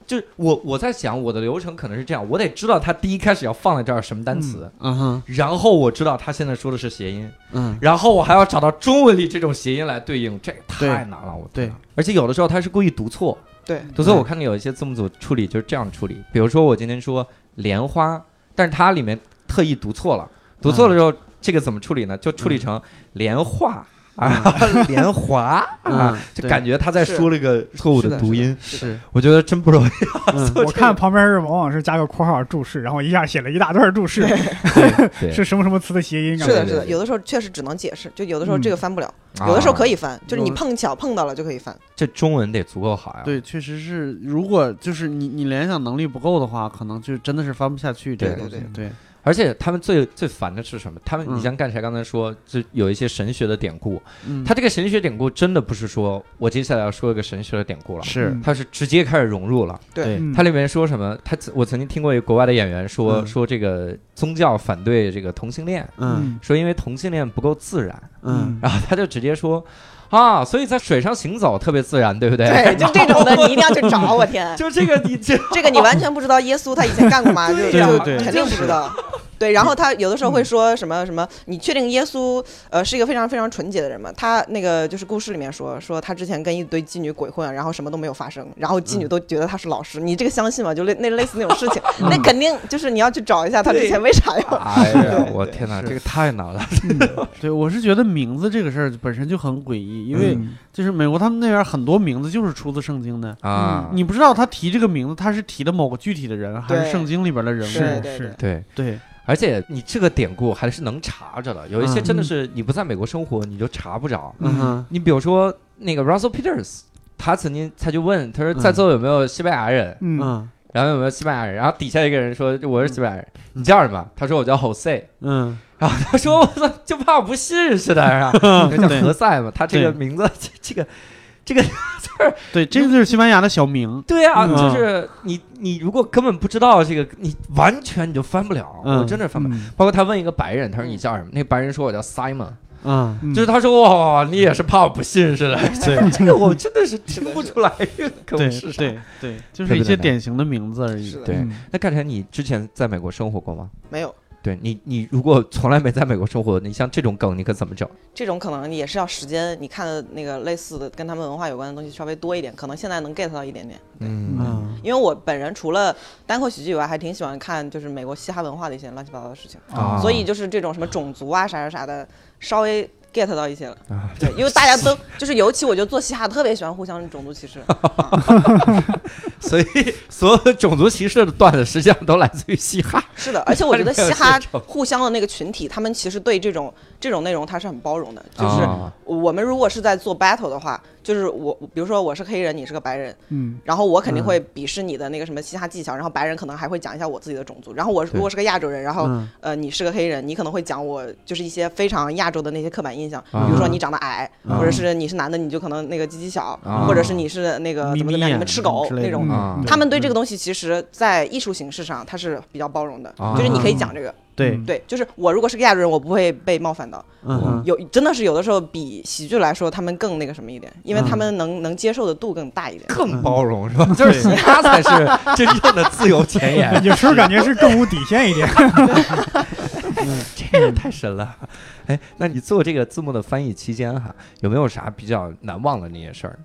[SPEAKER 1] 就是我我在想我的流程可能是这样，我得知道它第一开始要放在这儿什么单词，
[SPEAKER 2] 嗯哼
[SPEAKER 1] 然后我知道他现在说的是谐音，
[SPEAKER 2] 嗯
[SPEAKER 1] 然后我还要找到中文里这种谐音来对应，这个太难了，我
[SPEAKER 2] 对
[SPEAKER 1] 天啊，而且有的时候他是故意读错，
[SPEAKER 4] 对，
[SPEAKER 1] 读错我看见有一些字幕组处理就是这样处理，比如说我今天说莲花，但是它里面特意读错了，
[SPEAKER 4] 嗯
[SPEAKER 1] 读错了之后、这个怎么处理呢？就处理成莲花。啊， <laughs> 莲华啊
[SPEAKER 2] 嗯，
[SPEAKER 1] 就
[SPEAKER 2] 对
[SPEAKER 1] 感觉他在
[SPEAKER 4] 是
[SPEAKER 1] 说了一个错误
[SPEAKER 4] 嗯是
[SPEAKER 1] 的
[SPEAKER 4] 的
[SPEAKER 1] 读音，
[SPEAKER 2] 是，
[SPEAKER 1] 我觉得真不容易。
[SPEAKER 2] 嗯
[SPEAKER 3] <laughs> 我看旁边是往往是加个括号注释，然后一下写了一大段注释，
[SPEAKER 1] 对
[SPEAKER 3] <laughs> 是什么什么词的谐音
[SPEAKER 4] 是
[SPEAKER 3] 啊？
[SPEAKER 4] 的，
[SPEAKER 1] 对
[SPEAKER 4] 是的，
[SPEAKER 1] 对
[SPEAKER 4] 有的时候确实只能解释，就有的时候这个翻不了，
[SPEAKER 1] 啊
[SPEAKER 4] 有的时候可以翻，就是你
[SPEAKER 2] 有
[SPEAKER 4] 碰巧碰到了就可以翻。
[SPEAKER 1] 这中文得足够好呀。
[SPEAKER 2] 对，确实是，如果就是你你联想能力不够的话，可能就真的是翻不下去这个
[SPEAKER 1] 对
[SPEAKER 2] 东
[SPEAKER 4] 对
[SPEAKER 2] 西。对，
[SPEAKER 1] 而且他们最最烦的是什么？他们，
[SPEAKER 2] 嗯
[SPEAKER 1] 你像干柴刚才说，就有一些神学的典故。
[SPEAKER 2] 嗯，
[SPEAKER 1] 他这个神学典故真的不是说我接下来要说一个神学的典故了，
[SPEAKER 2] 是
[SPEAKER 3] 嗯
[SPEAKER 1] 他是直接开始融入了。
[SPEAKER 4] 对
[SPEAKER 2] 对，
[SPEAKER 3] 嗯
[SPEAKER 1] 它里面说什么？他我曾经听过一个国外的演员说
[SPEAKER 2] 嗯
[SPEAKER 1] 说这个宗教反对这个同性恋，
[SPEAKER 2] 嗯
[SPEAKER 1] 说因为同性恋不够自然， <laughs>
[SPEAKER 2] 嗯
[SPEAKER 1] 然后他就直接说啊，所以在水上行走特别自然，对不对？，
[SPEAKER 4] 对，就这种的你一定要去找，我天
[SPEAKER 1] 哎 <laughs> 就这个你这
[SPEAKER 4] 这个你完全不知道耶稣他以前干过嘛，就
[SPEAKER 1] 对
[SPEAKER 4] 就
[SPEAKER 2] 呀对
[SPEAKER 4] 肯定不知道。对，然后他有的时候会说什么什么，你确定耶稣呃是一个非常非常纯洁的人吗？他那个就是故事里面说说他之前跟一堆妓女鬼混，然后什么都没有发生，然后妓女都觉得他是老师，你这个相信吗？就类那类似那种事情，那肯定就是你要去找一下他之前为啥要。
[SPEAKER 1] <laughs> <laughs> 哎呀，我
[SPEAKER 4] 对
[SPEAKER 1] 天哪，
[SPEAKER 2] 是
[SPEAKER 1] 这个太难了。
[SPEAKER 2] 对，我是觉得名字这个事儿本身就很诡异，因为
[SPEAKER 3] 嗯
[SPEAKER 2] 就是美国他们那边很多名字就是出自圣经的，
[SPEAKER 1] 啊，
[SPEAKER 2] 嗯你不知道他提这个名字他是提的某个具体的人，还是
[SPEAKER 4] 对
[SPEAKER 2] 圣经里边的人
[SPEAKER 4] 对对
[SPEAKER 2] 物。
[SPEAKER 4] 对
[SPEAKER 3] 是，
[SPEAKER 1] 对，
[SPEAKER 2] 对，
[SPEAKER 1] 而且你这个典故还是能查着的，有一些真的是你不在美国生活你就查不着。
[SPEAKER 2] 嗯哼，
[SPEAKER 1] 你比如说那个 Russell Peters，他曾经他就问他说在座有没有西班牙人，
[SPEAKER 3] 嗯
[SPEAKER 2] 嗯
[SPEAKER 1] 然后有没有西班牙人，然后底下一个人说我是西班牙人，你叫什么？他说我叫 Jose，
[SPEAKER 2] 嗯，
[SPEAKER 1] 然后他说我操，就怕我不信似的，
[SPEAKER 2] <laughs>
[SPEAKER 1] 是吧？因为叫何塞嘛，他这个
[SPEAKER 2] 对
[SPEAKER 1] 名字 <laughs> 这这个。
[SPEAKER 2] 对，这个就是西班牙的小名。
[SPEAKER 1] 对啊，
[SPEAKER 2] 嗯
[SPEAKER 1] 就是你，你如果根本不知道这个，你完全你就翻不了，
[SPEAKER 2] 嗯
[SPEAKER 1] 我真的翻不了。包括他问一个白人，他说你叫什么？那个白人说我叫 Simon，
[SPEAKER 2] 嗯，
[SPEAKER 3] 嗯
[SPEAKER 1] 就是他说哇，你也是怕我不信似
[SPEAKER 2] <laughs>
[SPEAKER 1] 的。 <laughs>
[SPEAKER 2] 对
[SPEAKER 1] 这个我真的是听不出来，这个
[SPEAKER 2] 对
[SPEAKER 1] 梗是啥。
[SPEAKER 2] 对对，就
[SPEAKER 1] 特
[SPEAKER 2] 是
[SPEAKER 1] 别
[SPEAKER 2] 一些
[SPEAKER 1] 的
[SPEAKER 2] 典型的名字而已
[SPEAKER 4] 是。的，
[SPEAKER 1] 对
[SPEAKER 3] 嗯
[SPEAKER 1] 那刚才你之前在美国生活过吗？
[SPEAKER 4] 没有
[SPEAKER 1] 对你，你如果从来没在美国生活，你像这种梗，你可怎么整？
[SPEAKER 4] 这种可能也是要时间，你看的那个类似的跟他们文化有关的东西稍微多一点，可能现在能 get 到一点点。
[SPEAKER 1] 嗯，
[SPEAKER 2] 嗯
[SPEAKER 4] 因为我本人除了单口喜剧以外，还挺喜欢看就是美国嘻哈文化的一些乱七八糟的事情，
[SPEAKER 1] 啊
[SPEAKER 4] 所以就是这种什么种族啊啥啥啥
[SPEAKER 1] <laughs>
[SPEAKER 4] 的，稍微 get 到一些了。
[SPEAKER 1] 啊
[SPEAKER 4] 对，因为大家都就是，尤其我就做嘻哈特别喜欢互相种族歧
[SPEAKER 1] <laughs>
[SPEAKER 4] 视。
[SPEAKER 1] 所以所有的种族歧视的段子实际上都来自于嘻哈。
[SPEAKER 4] 是的，而且我觉得
[SPEAKER 1] 还有
[SPEAKER 4] 嘻哈
[SPEAKER 1] 这种
[SPEAKER 4] 互相的那个群体，他们其实对这种这种内容他是很包容的，就是。
[SPEAKER 1] 啊
[SPEAKER 4] 我们如果是在做 battle 的话，就是我，比如说我是黑人，你是个白人，
[SPEAKER 3] 嗯
[SPEAKER 4] 然后我肯定会鄙视你的那个什么嘻哈技巧，然后白人可能还会讲一下我自己的种族，然后我如果是个亚洲人，然后
[SPEAKER 2] 嗯
[SPEAKER 4] 呃，你是个黑人，你可能会讲我就是一些非常亚洲的那些刻板印象，
[SPEAKER 1] 啊
[SPEAKER 4] 比如说你长得矮，
[SPEAKER 2] 啊
[SPEAKER 4] 或者是你是男的你就可能那个鸡鸡小，
[SPEAKER 1] 啊
[SPEAKER 4] 或者是你是那个
[SPEAKER 2] 咪
[SPEAKER 4] 怎么怎么
[SPEAKER 2] 咪
[SPEAKER 4] 样，
[SPEAKER 2] 眼
[SPEAKER 4] 你们吃狗
[SPEAKER 2] 之类的
[SPEAKER 4] 那种
[SPEAKER 3] 嗯
[SPEAKER 4] 的。
[SPEAKER 1] 啊
[SPEAKER 3] 嗯
[SPEAKER 4] 他们
[SPEAKER 3] <laughs>
[SPEAKER 4] 对这个东西，其实，在艺术形式上，它是比较包容的，
[SPEAKER 1] 啊
[SPEAKER 4] 就是你可以讲这个，
[SPEAKER 2] 对，
[SPEAKER 3] 嗯
[SPEAKER 4] 对，就是我如果是个亚洲人，我不会被冒犯到。
[SPEAKER 2] 嗯哼
[SPEAKER 4] 有真的是有的时候比喜剧来说，他们更那个什么一点，
[SPEAKER 2] 嗯
[SPEAKER 4] 因为他们能能接受的度更大一点。
[SPEAKER 1] 更包容是吧？就是嘻哈才是真正的自由前沿，
[SPEAKER 3] 有时候感觉是更无底线一点。
[SPEAKER 2] <laughs>
[SPEAKER 1] 这个太神了。哎，那你做这个字幕的翻译期间哈，有没有啥比较难忘的那些事儿？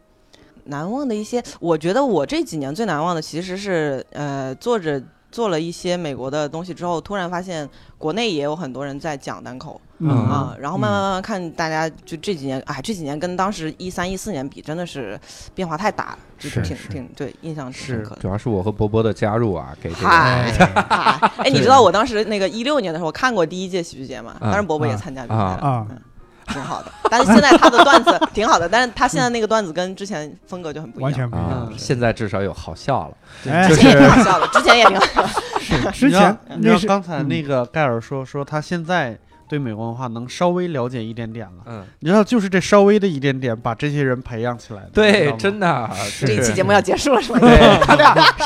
[SPEAKER 4] 难忘的一些，我觉得我这几年最难忘的其实是，呃，做着做了一些美国的东西之后，突然发现国内也有很多人在讲单口
[SPEAKER 1] <laughs>
[SPEAKER 4] <laughs>
[SPEAKER 1] 嗯
[SPEAKER 4] 啊、然后慢慢慢慢看大家就这几年，哎，这几年跟当时一三一四年比，真的是变化太大了，就是
[SPEAKER 1] 是
[SPEAKER 4] 挺
[SPEAKER 1] 是
[SPEAKER 4] 挺对印象挺深刻的。
[SPEAKER 1] 主要是我和波波的加入啊，给这个
[SPEAKER 4] 嗨，
[SPEAKER 1] <laughs>
[SPEAKER 4] 嗨哎，你知道我当时那个一六年的时候，我看过第一届喜剧节嘛，
[SPEAKER 1] 嗯
[SPEAKER 4] 当时伯伯也参加比赛
[SPEAKER 1] 啊
[SPEAKER 4] 了，
[SPEAKER 3] 啊
[SPEAKER 4] 嗯挺好的。但是现在他的段子 <laughs> 挺好的，但是他现在那个段子跟之前风格就很不一样，
[SPEAKER 3] 完全不一样。
[SPEAKER 1] 啊，
[SPEAKER 2] 嗯
[SPEAKER 1] 现在至少有好笑了。
[SPEAKER 3] 哎
[SPEAKER 1] 就
[SPEAKER 4] 之前也挺好
[SPEAKER 2] <laughs>
[SPEAKER 4] 笑的，之前也挺好笑的。
[SPEAKER 2] 你
[SPEAKER 3] 之前
[SPEAKER 2] 知道
[SPEAKER 3] 那
[SPEAKER 2] 你知
[SPEAKER 3] 是
[SPEAKER 2] 道刚才
[SPEAKER 3] 嗯
[SPEAKER 2] 那个盖尔说说他现在对美国文化能稍微了解一点点了。
[SPEAKER 1] 嗯，
[SPEAKER 2] 你知道，就是这稍微的一点点，把这些人培养起来的。
[SPEAKER 1] 对，
[SPEAKER 2] 你知道吗
[SPEAKER 1] 真的，
[SPEAKER 4] 这一期节目要结束了是吧？
[SPEAKER 1] 对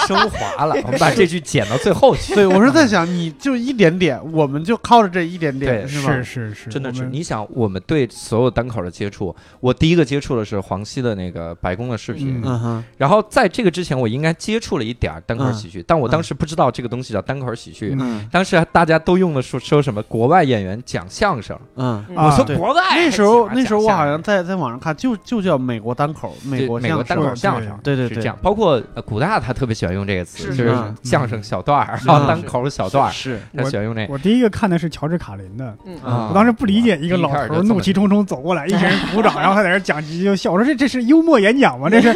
[SPEAKER 1] 升华了，我们把这句剪到最后去。
[SPEAKER 2] 对，我是在想，你就一点点，我们就靠着这一点点，
[SPEAKER 1] 对
[SPEAKER 2] 是
[SPEAKER 3] 是
[SPEAKER 2] 吗？
[SPEAKER 3] 是是，
[SPEAKER 1] 真的
[SPEAKER 3] 我
[SPEAKER 1] 是，
[SPEAKER 3] 们
[SPEAKER 1] 你想，我们对所有单口的接触，我第一个接触的是黄西的那个白宫的视频，
[SPEAKER 3] 嗯
[SPEAKER 2] 嗯哼，
[SPEAKER 1] 然后在这个之前，我应该接触了一点儿单口喜剧，但我当时不知道这个东西叫单口喜剧。
[SPEAKER 3] 嗯
[SPEAKER 2] 嗯
[SPEAKER 1] 当时大家都用的说说什么国外演员讲相声，
[SPEAKER 2] 嗯。
[SPEAKER 4] 嗯
[SPEAKER 3] 啊
[SPEAKER 1] 我说
[SPEAKER 2] 对
[SPEAKER 1] 国外
[SPEAKER 2] 那
[SPEAKER 1] 还
[SPEAKER 2] 时候
[SPEAKER 1] 喜欢
[SPEAKER 2] 那时候
[SPEAKER 1] 讲
[SPEAKER 2] 我
[SPEAKER 1] 相
[SPEAKER 2] 好
[SPEAKER 1] 声
[SPEAKER 2] 像在在网上看，就就叫美国单口，美
[SPEAKER 1] 对
[SPEAKER 2] 国
[SPEAKER 1] 美
[SPEAKER 2] 相
[SPEAKER 1] 国
[SPEAKER 2] 声
[SPEAKER 1] 单口相声，
[SPEAKER 2] 对对
[SPEAKER 1] 是
[SPEAKER 2] 对
[SPEAKER 1] 这样。包括呃古大他特别喜欢用这个词，
[SPEAKER 4] 是
[SPEAKER 1] 就是是相声小段儿，
[SPEAKER 2] 嗯
[SPEAKER 1] 然后
[SPEAKER 2] 是
[SPEAKER 1] 单口小段儿，
[SPEAKER 2] 是
[SPEAKER 1] 他喜欢用这个。
[SPEAKER 3] 我第一个看的是乔治卡林的，
[SPEAKER 4] 嗯
[SPEAKER 1] 啊
[SPEAKER 3] 我当时不理解，一个
[SPEAKER 1] 一
[SPEAKER 3] 老
[SPEAKER 1] 开始
[SPEAKER 3] 头
[SPEAKER 1] 就
[SPEAKER 3] 儿
[SPEAKER 1] 这么
[SPEAKER 3] 怒气冲冲走
[SPEAKER 1] <laughs>
[SPEAKER 3] 过来，一群人鼓掌，然后他在那儿讲几句就笑。我说这这是幽默演讲吗？
[SPEAKER 1] <laughs>
[SPEAKER 3] 这是，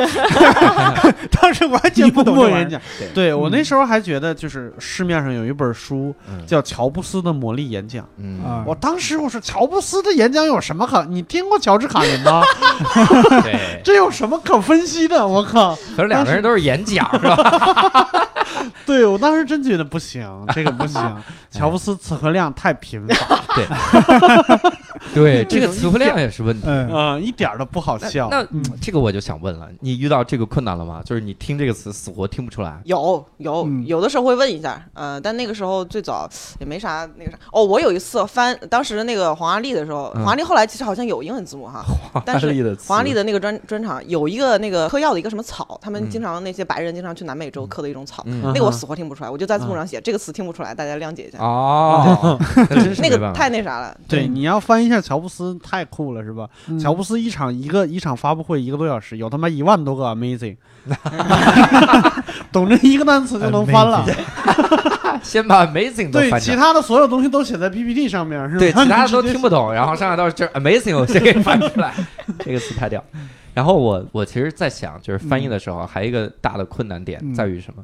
[SPEAKER 3] <laughs> 当时完全不懂这
[SPEAKER 2] 默
[SPEAKER 3] 玩意儿
[SPEAKER 2] 演讲。对我那时候还觉得，就是市面上有一本书
[SPEAKER 1] 嗯
[SPEAKER 2] 叫《乔布斯的魔力演讲》，
[SPEAKER 1] 嗯，
[SPEAKER 3] 啊
[SPEAKER 2] 我当时我说乔布斯的演讲有什么可？你听过乔治卡林吗？ <laughs>
[SPEAKER 1] 对，
[SPEAKER 2] 这有什么可分析的？我靠！
[SPEAKER 1] 可是两个人都是演讲是吧？
[SPEAKER 2] 对我当时真觉得不行，这个不行，乔布斯词汇量太贫乏，
[SPEAKER 1] <laughs> 对，这个词汇量也是问题。
[SPEAKER 3] 嗯，
[SPEAKER 2] 嗯，一点儿都不好笑。
[SPEAKER 1] 那
[SPEAKER 3] 嗯
[SPEAKER 1] 这个我就想问了，你遇到这个困难了吗？就是你听这个词死活听不出来。
[SPEAKER 4] 有有
[SPEAKER 3] 嗯
[SPEAKER 4] 有的时候会问一下，呃，但那个时候最早也没啥那个啥。哦，我有一次翻当时那个黄阿丽的时候，
[SPEAKER 1] 嗯哦
[SPEAKER 4] 黄阿丽后来其实好像有英文字幕哈，但是
[SPEAKER 1] 华丽的词
[SPEAKER 4] 黄阿丽的那个专专场有一个那个嗑药的一个什么草，他们
[SPEAKER 1] 嗯
[SPEAKER 4] 经常那些白人经常去南美洲嗑的一种草，
[SPEAKER 1] 嗯
[SPEAKER 2] 嗯
[SPEAKER 4] 那个我死活听不出来，我就在字幕上写这个词听不出来，大家谅解一下。
[SPEAKER 1] 哦，那真是
[SPEAKER 4] 那
[SPEAKER 1] 没
[SPEAKER 4] 个
[SPEAKER 1] 办法
[SPEAKER 4] 太那啥了，
[SPEAKER 2] 对，
[SPEAKER 1] 嗯
[SPEAKER 2] 你要翻一下乔布斯，太酷了，是吧？
[SPEAKER 3] 嗯
[SPEAKER 2] 乔布斯一场一个一场发布会一个多小时，有他妈一万多个
[SPEAKER 1] <laughs>
[SPEAKER 2] amazing，懂这一个单词就能翻了。
[SPEAKER 1] 先把 amazing 都
[SPEAKER 2] <laughs> 对，
[SPEAKER 1] 翻
[SPEAKER 2] 其
[SPEAKER 1] 成。
[SPEAKER 2] 他的所有东西都写在 PPT 上面，是吧？
[SPEAKER 1] 对，其他的
[SPEAKER 2] <laughs>
[SPEAKER 1] 都
[SPEAKER 2] 你直接
[SPEAKER 1] 听不懂，然后上来到这 amazing，我先给翻出来，这个词太屌。然后我我其实，在想，就是翻译的时
[SPEAKER 2] 嗯
[SPEAKER 1] 候，还有一个大的困难点
[SPEAKER 3] 嗯
[SPEAKER 1] 在于什么？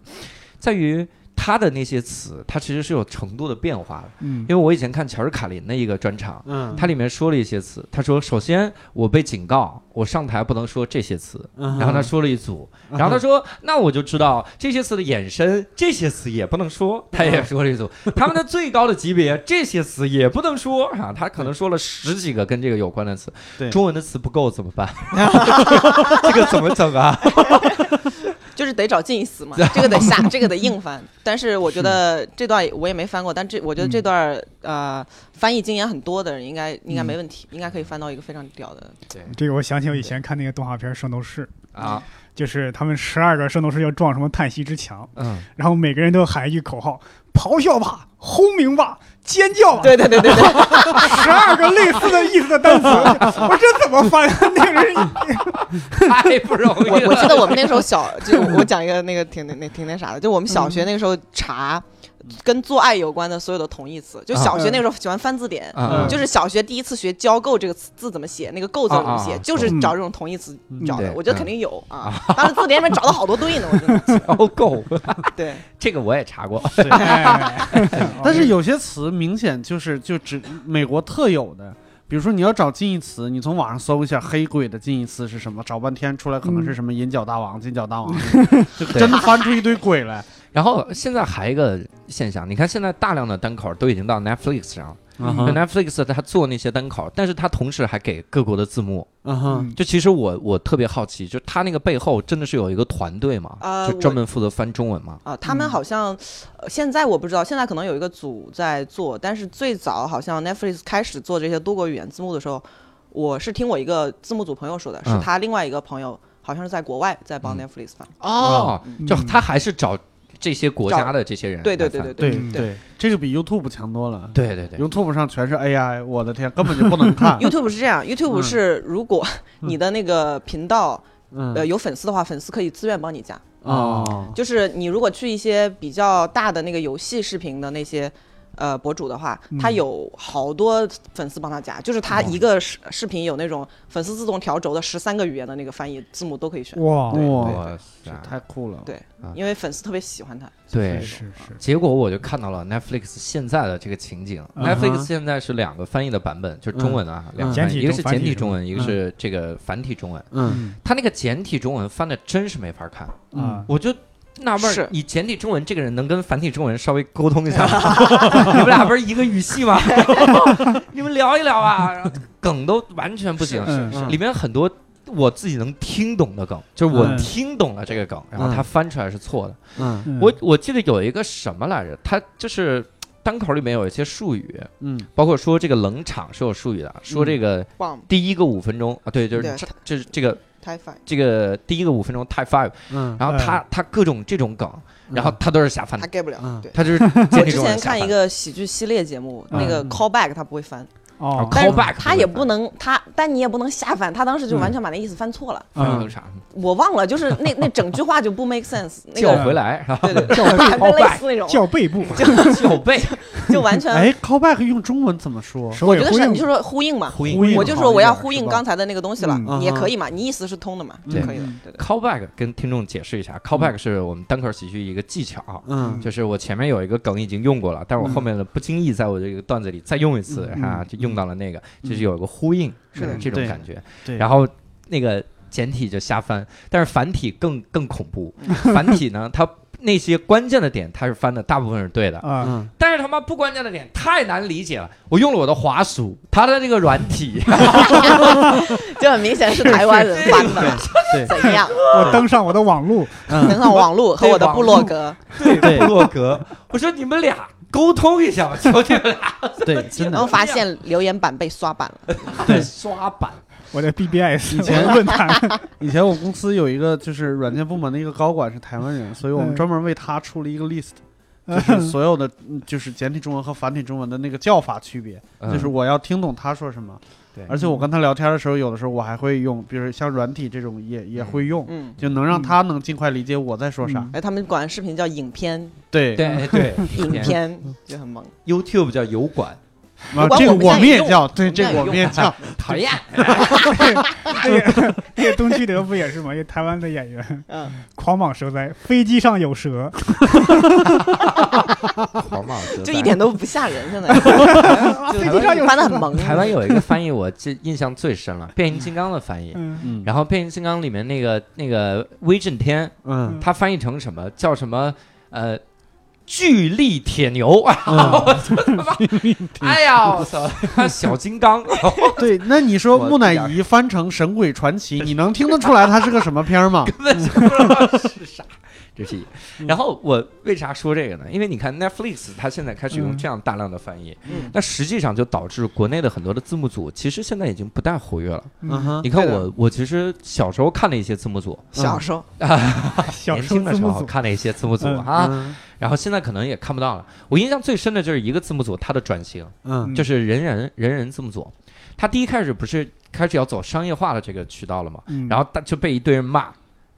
[SPEAKER 1] 在于它的那些词，它其实是有程度的变化的。
[SPEAKER 3] 嗯
[SPEAKER 1] 因为我以前看乔治卡林的一个专场，
[SPEAKER 2] 嗯，
[SPEAKER 1] 它里面说了一些词，他说，首先我被警告，我上台不能说这些词，然后他说了一组，然后他说，那我就知道这些词的衍生，这些词也不能说，他也说了一组，他们的最高的级别，这些词也不能说啊，他可能说了十几个跟这个有关的词，
[SPEAKER 2] 对
[SPEAKER 1] 中文的词不够怎么办？这个怎么整啊？
[SPEAKER 4] 就是得找近义词嘛，这个得下，这个得硬翻。但是我觉得这段我也没翻过，但这我觉得这段儿、呃翻译经验很多的人应该应该没问题，应该可以翻到一个非常屌的。
[SPEAKER 1] 对
[SPEAKER 3] 这个我想起我以前看那个动画片《圣斗士》，
[SPEAKER 1] 啊，
[SPEAKER 3] 就是他们十二个圣斗士要撞什么叹息之墙，
[SPEAKER 1] 嗯，
[SPEAKER 3] 然后每个人都喊一句口号：咆哮吧，轰鸣吧，尖叫
[SPEAKER 1] <laughs>
[SPEAKER 3] 吧，
[SPEAKER 4] 对对对对 <laughs> 对，
[SPEAKER 3] 十二个类似的意思的单词。 <laughs> 我说这怎么翻？那个人 <laughs>
[SPEAKER 1] 太不容易
[SPEAKER 4] 我我记
[SPEAKER 1] 了。
[SPEAKER 4] 得我们那时候小，就我讲一个那个挺那挺那啥的，就我们小学那个时候查跟做爱有关的所有的同义词，就小学那个时候喜欢翻字典。
[SPEAKER 1] 啊，
[SPEAKER 4] 就是小学第一次学“交媾”这个词字怎么写，那个“媾”字怎么
[SPEAKER 1] 啊啊
[SPEAKER 4] 写，
[SPEAKER 1] 啊
[SPEAKER 4] 就是找这种同义词
[SPEAKER 2] 嗯
[SPEAKER 4] 找的
[SPEAKER 1] 对。
[SPEAKER 4] 我觉得肯定有啊，当时字典里面找了好多对呢，我真的。
[SPEAKER 1] 哦够， <laughs>
[SPEAKER 4] 对，
[SPEAKER 1] 这个我也查过，<laughs>
[SPEAKER 2] 对
[SPEAKER 3] <laughs> 哎，
[SPEAKER 2] 但是有些词明显就是就只美国特有的，比如说你要找近义词，你从网上搜一下“黑鬼”的近义词是什么，找半天出来可
[SPEAKER 1] 嗯
[SPEAKER 2] 能是什么“银角大王”“金
[SPEAKER 1] <laughs>
[SPEAKER 2] 角大王”，就真的翻出一堆鬼来。
[SPEAKER 1] 然后现在还有一个现象，你看现在大量的单口都已经到 Netflix 上了、
[SPEAKER 2] 嗯
[SPEAKER 1] 就
[SPEAKER 2] 哼，
[SPEAKER 1] Netflix 它做那些单口，但是它同时还给各国的字幕。
[SPEAKER 2] 嗯哼，
[SPEAKER 1] 就其实我我特别好奇，就它那个背后真的是有一个团队嘛，
[SPEAKER 4] 呃
[SPEAKER 1] 就专门负责翻中文嘛？
[SPEAKER 4] 啊，他
[SPEAKER 2] 嗯
[SPEAKER 4] 们好像、呃现在我不知道，现在可能有一个组在做，但是最早好像 Netflix 开始做这些多国语言字幕的时候，我是听我一个字幕组朋友说的，
[SPEAKER 1] 嗯
[SPEAKER 4] 是他另外一个朋友好像是在国外在帮
[SPEAKER 1] 嗯
[SPEAKER 4] Netflix 翻。
[SPEAKER 1] 哦，就
[SPEAKER 3] 嗯
[SPEAKER 1] 他还是找这些国家的这些人来翻。
[SPEAKER 4] 对对对对。
[SPEAKER 2] 对
[SPEAKER 3] 嗯
[SPEAKER 2] 对，这个比 YouTube 强多了。
[SPEAKER 1] 对对对
[SPEAKER 2] YouTube 上全是 AI，我的天，根本就不能看
[SPEAKER 4] YouTube <laughs> 是这样
[SPEAKER 2] 嗯
[SPEAKER 4] ，YouTube 是如果你的那个频道、
[SPEAKER 2] 嗯
[SPEAKER 4] 呃有粉丝的话，粉丝可以自愿帮你加。
[SPEAKER 2] 哦，
[SPEAKER 4] 就是你如果去一些比较大的那个游戏视频的那些呃博主的话，他
[SPEAKER 3] 嗯
[SPEAKER 4] 有好多粉丝帮他加，就是他一个视视频有那种粉丝自动调轴的十三个语言的那个翻译字幕都可以选，
[SPEAKER 3] 哇，
[SPEAKER 2] 哇，
[SPEAKER 1] 哇塞
[SPEAKER 2] 这，太酷了。
[SPEAKER 4] 对
[SPEAKER 1] 啊
[SPEAKER 4] 因为粉丝特别喜欢他。
[SPEAKER 1] 对
[SPEAKER 3] 是。是是，
[SPEAKER 1] 结果我就看到了 Netflix 现在的这个情景。
[SPEAKER 3] 嗯
[SPEAKER 1] Netflix 现在是两个翻译的版本，就是中文啊，两个
[SPEAKER 3] 简
[SPEAKER 1] 翻译，
[SPEAKER 3] 体
[SPEAKER 1] 一个是
[SPEAKER 3] 中
[SPEAKER 1] 简
[SPEAKER 3] 繁体
[SPEAKER 1] 体
[SPEAKER 3] 中
[SPEAKER 1] 中文，一个
[SPEAKER 2] 嗯
[SPEAKER 1] 是这个繁体中文。
[SPEAKER 2] 嗯
[SPEAKER 3] 嗯
[SPEAKER 1] 他那个简体中文翻的真是没法看，
[SPEAKER 3] 啊
[SPEAKER 1] 我就纳闷
[SPEAKER 4] 是
[SPEAKER 1] 儿，你简体中文这个人能跟繁体中文稍微沟通一下吗？你们俩不是一个语系吗？你们聊一聊啊，然后梗都完全不行，
[SPEAKER 3] 嗯
[SPEAKER 2] 是
[SPEAKER 1] 里面很多我自己能听懂的梗，就是我
[SPEAKER 3] 嗯
[SPEAKER 1] 听懂了这个梗，然后他翻出来是错的。
[SPEAKER 2] 嗯
[SPEAKER 3] 嗯
[SPEAKER 1] 我我记得有一个什么来着，他就是单口里面有一些术语，
[SPEAKER 2] 嗯
[SPEAKER 1] 包括说这个冷场是有术语的，说这个
[SPEAKER 4] 棒
[SPEAKER 1] 第一个五分钟啊，对，就是
[SPEAKER 4] 对
[SPEAKER 1] 这就是这个
[SPEAKER 4] typhi，
[SPEAKER 1] 这个第一个五分钟 type five，
[SPEAKER 2] 嗯，
[SPEAKER 1] 然后
[SPEAKER 4] 哎
[SPEAKER 1] 他他各种这种梗，然后他都是瞎翻
[SPEAKER 4] 嗯他
[SPEAKER 1] 的，
[SPEAKER 4] get 不了
[SPEAKER 2] 嗯。
[SPEAKER 4] 对，
[SPEAKER 1] 他就是我
[SPEAKER 4] 我之前看一个喜剧系列节目，那个
[SPEAKER 3] 嗯
[SPEAKER 4] callback 他不会翻，
[SPEAKER 3] 哦，
[SPEAKER 4] 但是
[SPEAKER 1] callback
[SPEAKER 4] 他也不能他，但你也不能瞎翻，他当时就完全把那意思翻错了，
[SPEAKER 1] 翻
[SPEAKER 3] 嗯
[SPEAKER 1] 个啥
[SPEAKER 4] 我忘了，就是那那整句话就不 make sense，那
[SPEAKER 1] 叫
[SPEAKER 4] 个
[SPEAKER 1] 回
[SPEAKER 4] <laughs>
[SPEAKER 1] 来，然后 <laughs>
[SPEAKER 4] 对对对，
[SPEAKER 3] 叫
[SPEAKER 4] 反正类似那种， <laughs>
[SPEAKER 3] 叫背部，
[SPEAKER 1] 叫背
[SPEAKER 4] 就完全
[SPEAKER 2] 哎，callback 用中文怎么说？
[SPEAKER 3] 首
[SPEAKER 4] 我
[SPEAKER 3] 尾
[SPEAKER 4] 觉得
[SPEAKER 3] 呼
[SPEAKER 4] 是，
[SPEAKER 3] 应
[SPEAKER 4] 你就说呼应嘛，
[SPEAKER 1] 呼
[SPEAKER 2] 呼
[SPEAKER 1] 应
[SPEAKER 2] 应
[SPEAKER 4] 我就说我要呼应
[SPEAKER 2] 好一点
[SPEAKER 4] 刚才的那个东西了，
[SPEAKER 2] 嗯
[SPEAKER 4] 你也可以嘛，你意思是通的嘛，就
[SPEAKER 1] 对
[SPEAKER 4] 可以了。啊对对
[SPEAKER 1] callback，跟听众解释一下，callback
[SPEAKER 4] 嗯
[SPEAKER 1] 是我们单口喜剧一个技巧。啊
[SPEAKER 2] 嗯
[SPEAKER 1] 就是我前面有一个梗已经用过了，但是我后面的不经意在我这个段子里再用一次
[SPEAKER 3] 嗯
[SPEAKER 1] 啊，
[SPEAKER 3] 嗯
[SPEAKER 1] 就用到了那个，就是有一个呼应，嗯
[SPEAKER 4] 是的
[SPEAKER 1] 这种
[SPEAKER 2] 对
[SPEAKER 1] 感觉。
[SPEAKER 2] 对，
[SPEAKER 1] 然后那个简体就瞎翻，但是繁体更更恐怖。 <laughs> 繁体呢，它那些关键的点它是翻的，大部分是对的，
[SPEAKER 3] 啊，
[SPEAKER 2] 嗯，
[SPEAKER 1] 但是他妈不关键的点太难理解了。我用了我的滑鼠，它的这个软体，
[SPEAKER 4] 这很明显是台湾人翻的，
[SPEAKER 2] 对
[SPEAKER 4] 怎样？
[SPEAKER 3] 我登上我的网路，
[SPEAKER 2] 嗯
[SPEAKER 4] 能上网络和我的部落 <laughs> 格，
[SPEAKER 1] <laughs> 对部落格，我说你们俩沟通一下吧，求你们
[SPEAKER 2] <laughs> 对，真
[SPEAKER 4] 然后
[SPEAKER 2] 的，
[SPEAKER 4] 发现留言板被刷版了。
[SPEAKER 1] 俩刷版。
[SPEAKER 3] 我的 BBS
[SPEAKER 2] 以前
[SPEAKER 3] 我的
[SPEAKER 1] <laughs>
[SPEAKER 3] 论坛，
[SPEAKER 2] 以前我公司有一个就是软件部门的一个高管是台湾人，所以我们
[SPEAKER 3] 嗯
[SPEAKER 2] 专门为他出了一
[SPEAKER 4] <laughs>
[SPEAKER 2] 个 list，就是
[SPEAKER 3] <laughs>
[SPEAKER 2] 所有的嗯就是简体中文和繁体中文的那个叫法区别，
[SPEAKER 1] 嗯
[SPEAKER 2] 就是我要听懂他说什么。
[SPEAKER 1] 对
[SPEAKER 2] 而且我跟他聊天的时候，有的时候我还会用，比如像软体这种也也会用，
[SPEAKER 4] 嗯，
[SPEAKER 2] 就能让他能尽快理解我在说啥。
[SPEAKER 3] 嗯
[SPEAKER 4] 哎，他们管视频叫影片，
[SPEAKER 2] 对，
[SPEAKER 1] 对对，
[SPEAKER 4] 影片嗯就很猛。
[SPEAKER 1] YouTube 叫油管，
[SPEAKER 2] 啊
[SPEAKER 4] 不管
[SPEAKER 2] 这个
[SPEAKER 4] 我们
[SPEAKER 2] 我
[SPEAKER 4] 现在
[SPEAKER 2] 们
[SPEAKER 4] 也
[SPEAKER 2] 也
[SPEAKER 4] 用
[SPEAKER 2] 叫，对，
[SPEAKER 4] 们
[SPEAKER 2] 这
[SPEAKER 4] 现
[SPEAKER 2] 个
[SPEAKER 4] 在
[SPEAKER 2] 我
[SPEAKER 4] 也
[SPEAKER 2] 们也叫，
[SPEAKER 1] 讨 <laughs> 厌。
[SPEAKER 3] 那个那个东居德不也是吗？一个台湾的演员，
[SPEAKER 4] 嗯，
[SPEAKER 3] 狂蟒蛇灾，飞机上有蛇，
[SPEAKER 1] 狂妄自
[SPEAKER 4] 就
[SPEAKER 1] 在
[SPEAKER 4] 一
[SPEAKER 1] <laughs>
[SPEAKER 4] 点都不吓人， <laughs> 现在
[SPEAKER 3] <laughs>
[SPEAKER 4] 就
[SPEAKER 3] 飞机上有
[SPEAKER 4] 翻的很萌。
[SPEAKER 1] 台湾有一个翻译我记印象最深了，《变形金刚》的翻译。
[SPEAKER 3] 嗯
[SPEAKER 2] 嗯
[SPEAKER 1] 然后《变形金刚》里面那个那个威震天，
[SPEAKER 2] 嗯
[SPEAKER 1] 他翻译成什么叫什么呃巨力铁 <laughs> 牛啊？
[SPEAKER 2] 嗯，
[SPEAKER 1] 哎呀，我操！小金 <laughs> 刚，
[SPEAKER 2] 嗯对，那你说
[SPEAKER 1] 我
[SPEAKER 2] 木乃
[SPEAKER 1] 这点
[SPEAKER 2] 伊翻成《神鬼传奇》，你能听得出来它是个什么片儿吗？
[SPEAKER 1] 是啥？这是一。然后我为啥说这个呢？因为你看 Netflix，它现在开始用这样大量的翻译，
[SPEAKER 4] 嗯，
[SPEAKER 1] 那实际上就导致国内的很多的字幕组其实现在已经不太活跃了。
[SPEAKER 2] 嗯
[SPEAKER 3] 嗯，
[SPEAKER 2] 哼，
[SPEAKER 1] 你看
[SPEAKER 4] 啊对的
[SPEAKER 1] 我，我其实小时候看了一些字幕组，
[SPEAKER 4] 小时候
[SPEAKER 3] 小
[SPEAKER 1] 年
[SPEAKER 3] 时候
[SPEAKER 1] 轻的
[SPEAKER 3] 字
[SPEAKER 1] 时
[SPEAKER 3] 幕
[SPEAKER 1] 候
[SPEAKER 3] 组
[SPEAKER 1] 看了一些字幕组
[SPEAKER 3] 嗯
[SPEAKER 1] 啊，
[SPEAKER 2] 嗯，
[SPEAKER 1] 然后现在可能也看不到了。我印象最深的就是一个字幕组，它的转型
[SPEAKER 2] 嗯
[SPEAKER 1] 就是人人人人字幕组，它第一开始不是开始要走商业化的这个渠道了吗？
[SPEAKER 3] 嗯，
[SPEAKER 1] 然后大就被一堆人骂，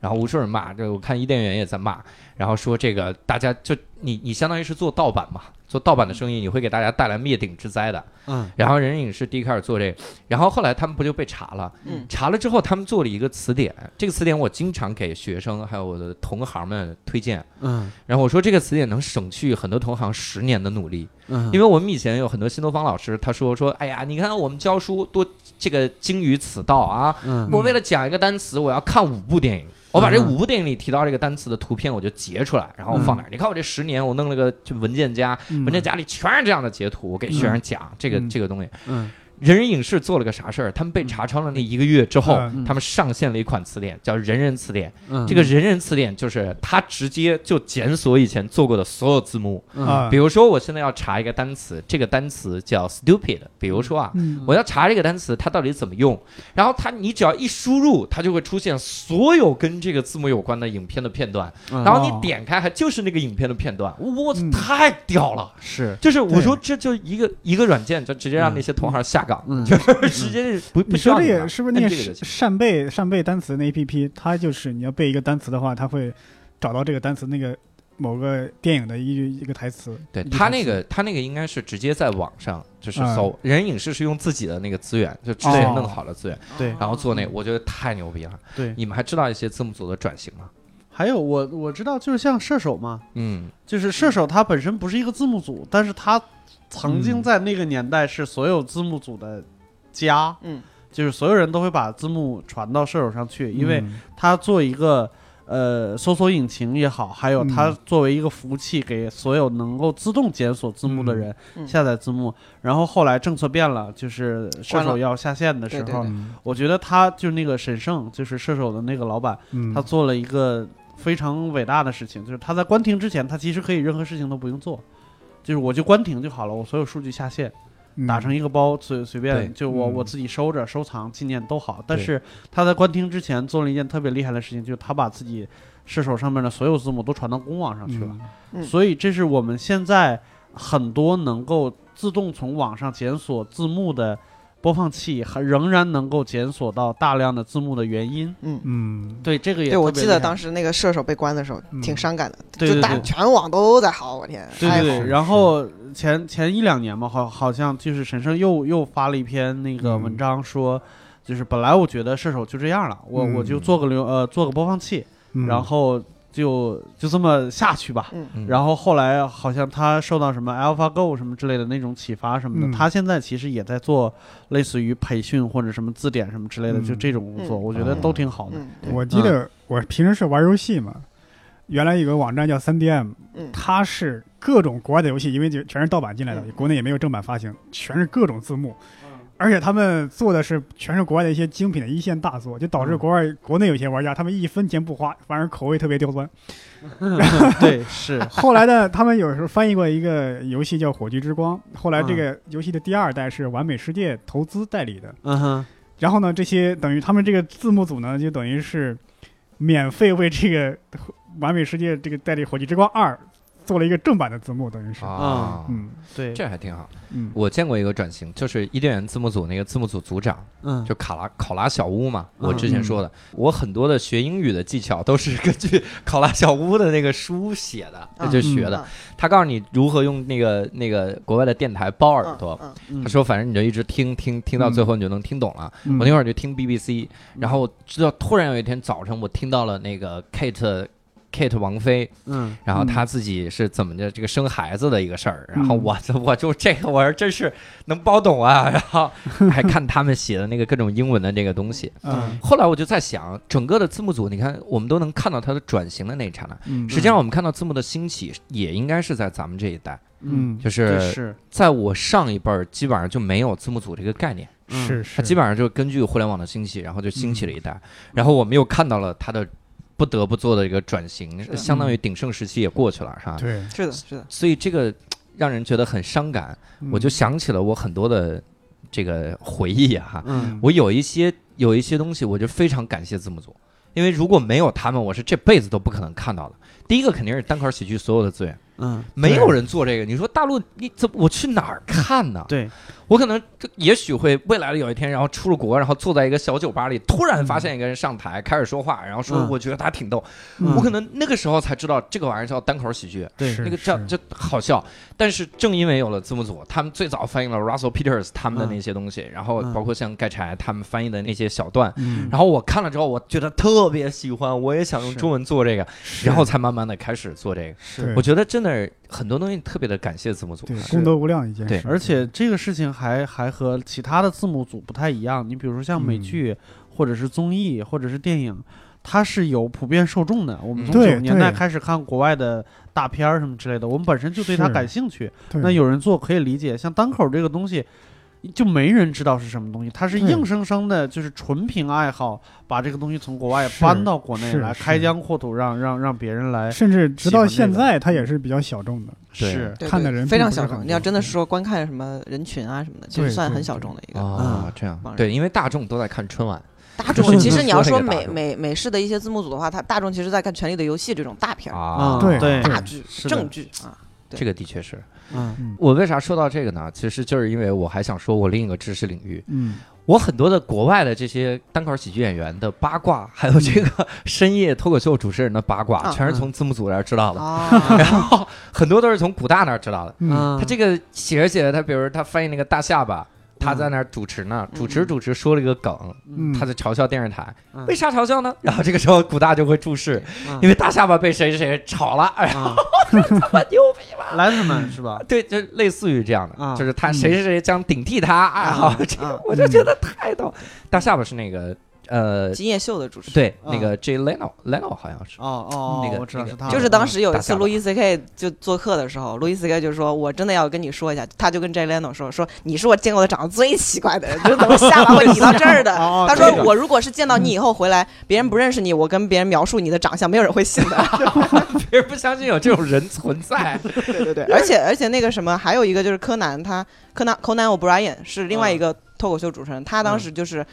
[SPEAKER 1] 然后无数人骂，这个我看伊甸园也在骂，然后说这个大家就你你相当于是做盗版嘛，做盗版的生意你会给大家带来灭顶之灾的。
[SPEAKER 2] 嗯
[SPEAKER 1] 然后人人影视第一开始做这个，然后后来他们不就被查了？
[SPEAKER 4] 嗯
[SPEAKER 1] 查了之后他们做了一个词典，这个词典我经常给学生还有我的同行们推荐。
[SPEAKER 2] 嗯
[SPEAKER 1] 然后我说这个词典能省去很多同行十年的努力，
[SPEAKER 2] 嗯，
[SPEAKER 1] 因为我们以前有很多新东方老师，他说说，哎呀，你看我们教书多这个精于此道啊，
[SPEAKER 2] 嗯
[SPEAKER 1] 我为了讲一个单词，我要看五部电影。我
[SPEAKER 3] 嗯
[SPEAKER 1] 把这五部电影里提到这个单词的图片，我就截出来，然后放那儿。你看我这十年，我弄了个就文件夹，
[SPEAKER 3] 嗯
[SPEAKER 1] 文件夹里全是这样的截图。我给学生讲这个
[SPEAKER 3] 嗯
[SPEAKER 1] 这个东西。
[SPEAKER 2] 嗯
[SPEAKER 1] 人人影视做了个啥事儿？他们被查抄了那一个月之后
[SPEAKER 3] 嗯，
[SPEAKER 1] 他们上线了一款词典，叫“人人词典”。
[SPEAKER 2] 嗯
[SPEAKER 1] 这个“人人词典”就是它直接就检索以前做过的所有字幕。
[SPEAKER 2] 嗯
[SPEAKER 3] 啊，
[SPEAKER 1] 比如说，我现在要查一个单词，这个单词叫 “stupid”。比如说啊，
[SPEAKER 3] 嗯
[SPEAKER 1] 我要查这个单词它到底怎么用，然后它你只要一输入，它就会出现所有跟这个字幕有关的影片的片段，
[SPEAKER 2] 嗯
[SPEAKER 1] 然后你点开还就是那个影片的片段，我操
[SPEAKER 3] 嗯
[SPEAKER 1] 太屌了！
[SPEAKER 2] 是
[SPEAKER 1] 就是我
[SPEAKER 3] 对
[SPEAKER 1] 说这就一个一个软件，就直接让那些同行下岗，
[SPEAKER 2] 嗯
[SPEAKER 1] 就是直接不不
[SPEAKER 3] 你
[SPEAKER 1] 需
[SPEAKER 3] 说
[SPEAKER 1] 要
[SPEAKER 3] 这
[SPEAKER 1] 你
[SPEAKER 3] 个
[SPEAKER 1] 了
[SPEAKER 3] 是不是那
[SPEAKER 1] 摁
[SPEAKER 3] 个
[SPEAKER 1] 这个就
[SPEAKER 3] 扇
[SPEAKER 1] 行
[SPEAKER 3] 扇贝扇贝单词那 A P P？它就是你要背一个单词的话，它会找到这个单词那个某个电影的一一个台词。
[SPEAKER 1] 对
[SPEAKER 3] 一
[SPEAKER 1] 他
[SPEAKER 3] 台
[SPEAKER 1] 那
[SPEAKER 3] 词
[SPEAKER 1] 个他那个应该是直接在网上就是搜，人影视是用自己的那个资源，就之前弄好了资源，
[SPEAKER 4] 嗯
[SPEAKER 2] 对
[SPEAKER 1] 然后做那个，我觉得太牛逼了。
[SPEAKER 2] 对。
[SPEAKER 1] 你们还知道一些字幕组的转型吗？
[SPEAKER 2] 还有我我知道，就是像射手嘛，
[SPEAKER 1] 嗯，
[SPEAKER 2] 就是射手它本身不是一个字幕组，但是它曾
[SPEAKER 3] 嗯
[SPEAKER 2] 经在那个年代是所有字幕组的家，
[SPEAKER 4] 嗯，
[SPEAKER 2] 就是所有人都会把字幕传到射手上去，因为
[SPEAKER 3] 嗯
[SPEAKER 2] 它做一个。呃搜索引擎也好，还有它
[SPEAKER 3] 嗯
[SPEAKER 2] 作为一个服务器，给所有能够自动检索字幕的人
[SPEAKER 4] 嗯
[SPEAKER 2] 下载字幕。然后后来政策变了，就是射
[SPEAKER 4] 关
[SPEAKER 2] 手
[SPEAKER 4] 了
[SPEAKER 2] 要下线的时候，
[SPEAKER 4] 对
[SPEAKER 3] 嗯
[SPEAKER 2] 我觉得他就是那个沈胜，就是射手的那个老板，
[SPEAKER 3] 嗯，
[SPEAKER 2] 他做了一个非常伟大的事情，就是他在关停之前，他其实可以任何事情都不用做，就是我就关停就好了，我所有数据下线，
[SPEAKER 3] 嗯
[SPEAKER 2] 打成一个包，随随
[SPEAKER 1] 对
[SPEAKER 2] 便就我
[SPEAKER 3] 嗯
[SPEAKER 2] 我自己收着、收藏、纪念都好。但
[SPEAKER 1] 对
[SPEAKER 2] 是他在关停之前做了一件特别厉害的事情，就是他把自己射手上面的所有字母都传到公网上去了。
[SPEAKER 3] 嗯
[SPEAKER 4] 嗯
[SPEAKER 2] 所以这是我们现在很多能够自动从网上检索字幕的播放器，还仍然能够检索到大量的字幕的原因。
[SPEAKER 4] 嗯，
[SPEAKER 3] 嗯，
[SPEAKER 2] 对，这个也
[SPEAKER 4] 对，我
[SPEAKER 2] 特别
[SPEAKER 4] 记得
[SPEAKER 2] 厉害
[SPEAKER 4] 当时那个射手被关的时候
[SPEAKER 3] 嗯
[SPEAKER 4] 挺伤感的，
[SPEAKER 2] 对
[SPEAKER 4] 就
[SPEAKER 2] 对
[SPEAKER 4] 大
[SPEAKER 2] 对
[SPEAKER 4] 全网都在嚎，我天，
[SPEAKER 2] 对
[SPEAKER 4] 太
[SPEAKER 2] 对
[SPEAKER 4] 好了
[SPEAKER 2] 对，然后前前一两年嘛，好好像就是沈胜又又发了一篇那个
[SPEAKER 3] 嗯
[SPEAKER 2] 文章说，就是本来我觉得射手就这样了，我、我就
[SPEAKER 1] 嗯
[SPEAKER 2] 做个流呃做个播放器，
[SPEAKER 3] 嗯
[SPEAKER 2] 然后就就这么下去吧。
[SPEAKER 1] 嗯
[SPEAKER 2] 然后后来好像他受到什么 AlphaGo 什么之类的那种启发什么的，
[SPEAKER 3] 嗯
[SPEAKER 2] 他现在其实也在做类似于培训或者什么字典什么之类的，
[SPEAKER 3] 嗯
[SPEAKER 2] 就这种工作，
[SPEAKER 4] 嗯
[SPEAKER 2] 我觉得都挺好的。
[SPEAKER 4] 嗯，
[SPEAKER 3] 我记得我平时是玩游戏嘛，原来有个网站叫 3DM，
[SPEAKER 4] 嗯
[SPEAKER 3] 它是各种国外的游戏，因为就全是盗版进来的
[SPEAKER 4] 嗯，
[SPEAKER 3] 国内也没有正版发行，全是各种字幕。
[SPEAKER 2] 嗯
[SPEAKER 3] 而且他们做的是全是国外的一些精品的一线大作，就导致
[SPEAKER 2] 嗯
[SPEAKER 3] 国外国内有些玩家他们一分钱不花，反而口味特别
[SPEAKER 2] <laughs>
[SPEAKER 3] 刁钻。
[SPEAKER 2] 对，是
[SPEAKER 3] 后来呢，他们有时候翻译过一个游戏叫《火炬之光》，后
[SPEAKER 2] 嗯
[SPEAKER 3] 来这个游戏的第二代是完美世界投资代理的。
[SPEAKER 2] 嗯哼，
[SPEAKER 3] 然后呢，这些等于他们这个字幕组呢，就等于是免费为这个《完美世界》这个代理《火炬之光二》做了一个正版的字幕，等于是，
[SPEAKER 1] 啊，
[SPEAKER 3] 嗯
[SPEAKER 2] 对，
[SPEAKER 1] 这还挺好。
[SPEAKER 3] 嗯
[SPEAKER 1] 我见过一个转型，就是伊甸园字幕组那个字幕组组长，
[SPEAKER 2] 嗯，
[SPEAKER 1] 就考拉考拉小屋嘛。
[SPEAKER 2] 嗯
[SPEAKER 1] 我之前说的，我很多的学英语的技巧都是根据考拉小屋的那个书写的，
[SPEAKER 4] 啊
[SPEAKER 1] 就学的
[SPEAKER 4] 嗯。
[SPEAKER 1] 他告诉你如何用那个那个国外的电台包耳朵。
[SPEAKER 4] 嗯
[SPEAKER 2] 嗯
[SPEAKER 1] 他说，反正你就一直听听听到最后，你就能听懂了。
[SPEAKER 3] 嗯
[SPEAKER 1] 我那会儿就听 BBC，
[SPEAKER 2] 嗯
[SPEAKER 1] 然后我知道突然有一天早晨，我听到了那个 Kate Kate 王妃，
[SPEAKER 2] 嗯
[SPEAKER 1] 然后她自己是怎么着这个生孩子的一个事儿，
[SPEAKER 3] 嗯
[SPEAKER 1] 然后我我就这个我真是能包懂啊， <laughs> 然后还看他们写的那个各种英文的这个东西。
[SPEAKER 3] 嗯
[SPEAKER 1] 后来我就在想，整个的字幕组，你看我们都能看到它的转型的那一刹那。
[SPEAKER 3] 嗯
[SPEAKER 1] 实际上，我们看到字幕的兴起，也应该是在咱们这一代，
[SPEAKER 2] 嗯，
[SPEAKER 1] 就
[SPEAKER 2] 这
[SPEAKER 1] 是
[SPEAKER 2] 是
[SPEAKER 1] 在我上一辈儿，基本上就没有字幕组这个概念。
[SPEAKER 2] 嗯
[SPEAKER 3] 是
[SPEAKER 1] 它
[SPEAKER 3] 是，
[SPEAKER 1] 基本上就是根据互联网的兴起，然后就兴起了一代，然后我们又看到了它的不得不做的一个转型，
[SPEAKER 4] 是
[SPEAKER 1] 相当于鼎盛时期也过去了，是吧？
[SPEAKER 3] 对，
[SPEAKER 4] 是的，是的，
[SPEAKER 1] 所以这个让人觉得很伤感，
[SPEAKER 3] 嗯
[SPEAKER 1] 我就想起了我很多的这个回忆啊哈，
[SPEAKER 2] 嗯
[SPEAKER 1] 我有一些有一些东西，我就非常感谢字幕组。因为如果没有他们，我是这辈子都不可能看到的。第一个肯定是单口喜剧所有的资源，
[SPEAKER 2] 嗯
[SPEAKER 1] 没有人做这个。你说大陆你怎么我去哪儿看呢？
[SPEAKER 2] 对，
[SPEAKER 1] 我可能这也许会未来的有一天，然后出了国，然后坐在一个小酒吧里，突然发现一个人上台、开始说话，然后说
[SPEAKER 2] 嗯
[SPEAKER 1] 我觉得他挺逗，
[SPEAKER 3] 嗯
[SPEAKER 1] 我可能那个时候才知道这个玩意儿叫单口喜剧。
[SPEAKER 2] 对
[SPEAKER 3] 是
[SPEAKER 1] 那个叫
[SPEAKER 3] 是
[SPEAKER 1] 这好笑，但是正因为有了字幕组，他们最早翻译了 Russell Peters 他们的那些东西，然后
[SPEAKER 2] 嗯
[SPEAKER 1] 包括像盖柴他们翻译的那些小段，
[SPEAKER 3] 嗯，
[SPEAKER 1] 然后我看了之后，我觉得特别喜欢，我也想用
[SPEAKER 2] 是
[SPEAKER 1] 中文做这个，
[SPEAKER 3] 是
[SPEAKER 1] 然后才慢慢的开始做这个。
[SPEAKER 2] 是
[SPEAKER 3] 对
[SPEAKER 1] 我觉得真的很多东西特别的感谢字幕组，
[SPEAKER 3] 嗯对
[SPEAKER 2] 是
[SPEAKER 3] 功德无量一件
[SPEAKER 1] 对
[SPEAKER 3] 事，
[SPEAKER 2] 而且这个事情还还和其他的字幕组不太一样。你比如说像美
[SPEAKER 3] 嗯
[SPEAKER 2] 剧，或者是综艺，或者是电影，它是有普遍受众的。我
[SPEAKER 1] 嗯
[SPEAKER 2] 们从九
[SPEAKER 3] 对
[SPEAKER 2] 十年代
[SPEAKER 3] 对
[SPEAKER 2] 开始看国外的大片儿什么之类的，我们本身就对它
[SPEAKER 3] 是
[SPEAKER 2] 感兴趣。
[SPEAKER 3] 对
[SPEAKER 2] 那有人做可以理解，像单口这个东西。就没人知道是什么东西，它是
[SPEAKER 3] 对
[SPEAKER 2] 硬生生的，就是纯凭爱好把这个东西从国外
[SPEAKER 3] 是
[SPEAKER 2] 搬到国内
[SPEAKER 3] 是
[SPEAKER 2] 来，
[SPEAKER 3] 是
[SPEAKER 2] 开疆扩土，让让让别人来
[SPEAKER 3] 甚至直
[SPEAKER 2] 喜
[SPEAKER 3] 到
[SPEAKER 2] 欢这
[SPEAKER 3] 现
[SPEAKER 2] 个
[SPEAKER 3] 在，它也是比较小众的，
[SPEAKER 1] 对
[SPEAKER 2] 是
[SPEAKER 4] 对
[SPEAKER 3] 看
[SPEAKER 4] 对
[SPEAKER 3] 的人
[SPEAKER 4] 非
[SPEAKER 3] 并
[SPEAKER 4] 常
[SPEAKER 3] 不是
[SPEAKER 4] 小
[SPEAKER 3] 很
[SPEAKER 4] 众。你
[SPEAKER 3] 多嗯
[SPEAKER 4] 要真的是说观看什么人群啊什么的，其
[SPEAKER 3] 对
[SPEAKER 4] 实算
[SPEAKER 3] 对
[SPEAKER 4] 很小
[SPEAKER 3] 对
[SPEAKER 4] 众的一个
[SPEAKER 1] 啊，这样
[SPEAKER 4] 帮人
[SPEAKER 1] 对，因为大众都在看春晚
[SPEAKER 4] 大
[SPEAKER 1] 就是
[SPEAKER 4] 众。其实你要
[SPEAKER 1] 说
[SPEAKER 4] 说
[SPEAKER 1] 那个大
[SPEAKER 4] 美
[SPEAKER 1] 众
[SPEAKER 4] 美美式的一些字幕组的话，它大众其实在看《权力的游戏》这种大片儿、
[SPEAKER 1] 啊
[SPEAKER 2] 啊，，
[SPEAKER 3] 对
[SPEAKER 2] 对，
[SPEAKER 4] 大剧、
[SPEAKER 2] 是的
[SPEAKER 4] 正剧啊。对
[SPEAKER 1] 这个的确是
[SPEAKER 2] 嗯
[SPEAKER 1] 我为啥说到这个呢？其实就是因为我还想说我另一个知识领域，
[SPEAKER 3] 嗯
[SPEAKER 1] 我很多的国外的这些单口喜剧演员的八卦，还有这个 <laughs> 深夜脱口秀主持人的八卦，
[SPEAKER 4] 啊
[SPEAKER 1] 全是从字幕组那儿知道的，
[SPEAKER 4] 啊，
[SPEAKER 1] 然后很多都是从古大那儿知道的。
[SPEAKER 2] 啊
[SPEAKER 3] 嗯
[SPEAKER 1] 他这个写着写着，他比如他翻译那个大下巴，他在那儿主持呢，
[SPEAKER 4] 嗯
[SPEAKER 1] 主持主持说了一个梗，
[SPEAKER 3] 嗯，
[SPEAKER 1] 他在嘲笑电视台，
[SPEAKER 2] 嗯
[SPEAKER 1] 为啥嘲笑呢？ <laughs> 然后这个时候古大就会注释，
[SPEAKER 2] 嗯
[SPEAKER 1] 因为大下巴被谁谁谁炒了，哎呀，
[SPEAKER 2] 啊，
[SPEAKER 1] 他妈牛逼吧？
[SPEAKER 2] 莱特
[SPEAKER 4] <laughs>
[SPEAKER 2] 曼是吧？
[SPEAKER 1] 对，就类似于这样的，
[SPEAKER 2] 啊
[SPEAKER 1] 就是
[SPEAKER 3] 嗯
[SPEAKER 2] 嗯
[SPEAKER 1] 他谁谁谁将顶替他，啊，
[SPEAKER 4] 啊
[SPEAKER 1] 这个
[SPEAKER 4] 啊
[SPEAKER 1] 我就觉得太逗。大下巴是那个呃，
[SPEAKER 4] 金夜秀的主持。
[SPEAKER 1] 对，
[SPEAKER 2] 啊
[SPEAKER 1] 那个 J Leno Leno 好像是， <laughs>
[SPEAKER 2] 哦哦，
[SPEAKER 1] 那个
[SPEAKER 2] 我知道
[SPEAKER 1] 那个
[SPEAKER 2] 是他，
[SPEAKER 4] 就是当时有一次
[SPEAKER 1] 打架了
[SPEAKER 4] 路易 C K 就做客的时候，路易 C K 就说：“我真的要跟你说一下。”他就跟 Jay Leno 说：“说你是我见过的长得最奇怪的人，就是怎么下巴会理到这儿的。”
[SPEAKER 2] 哦哦
[SPEAKER 4] 他
[SPEAKER 2] 这
[SPEAKER 4] 说
[SPEAKER 2] 个：“
[SPEAKER 4] 我如果是见到你以后回来，别人不认识你，我跟别人描述你的长相，没有人会信的。
[SPEAKER 1] 别人不相信有这种人存在。
[SPEAKER 4] 对对对，而且而且那个什么，还有一个就是柯南，他柯南 Conan O'Brien 是另外一个脱口秀主持人，他当时就是。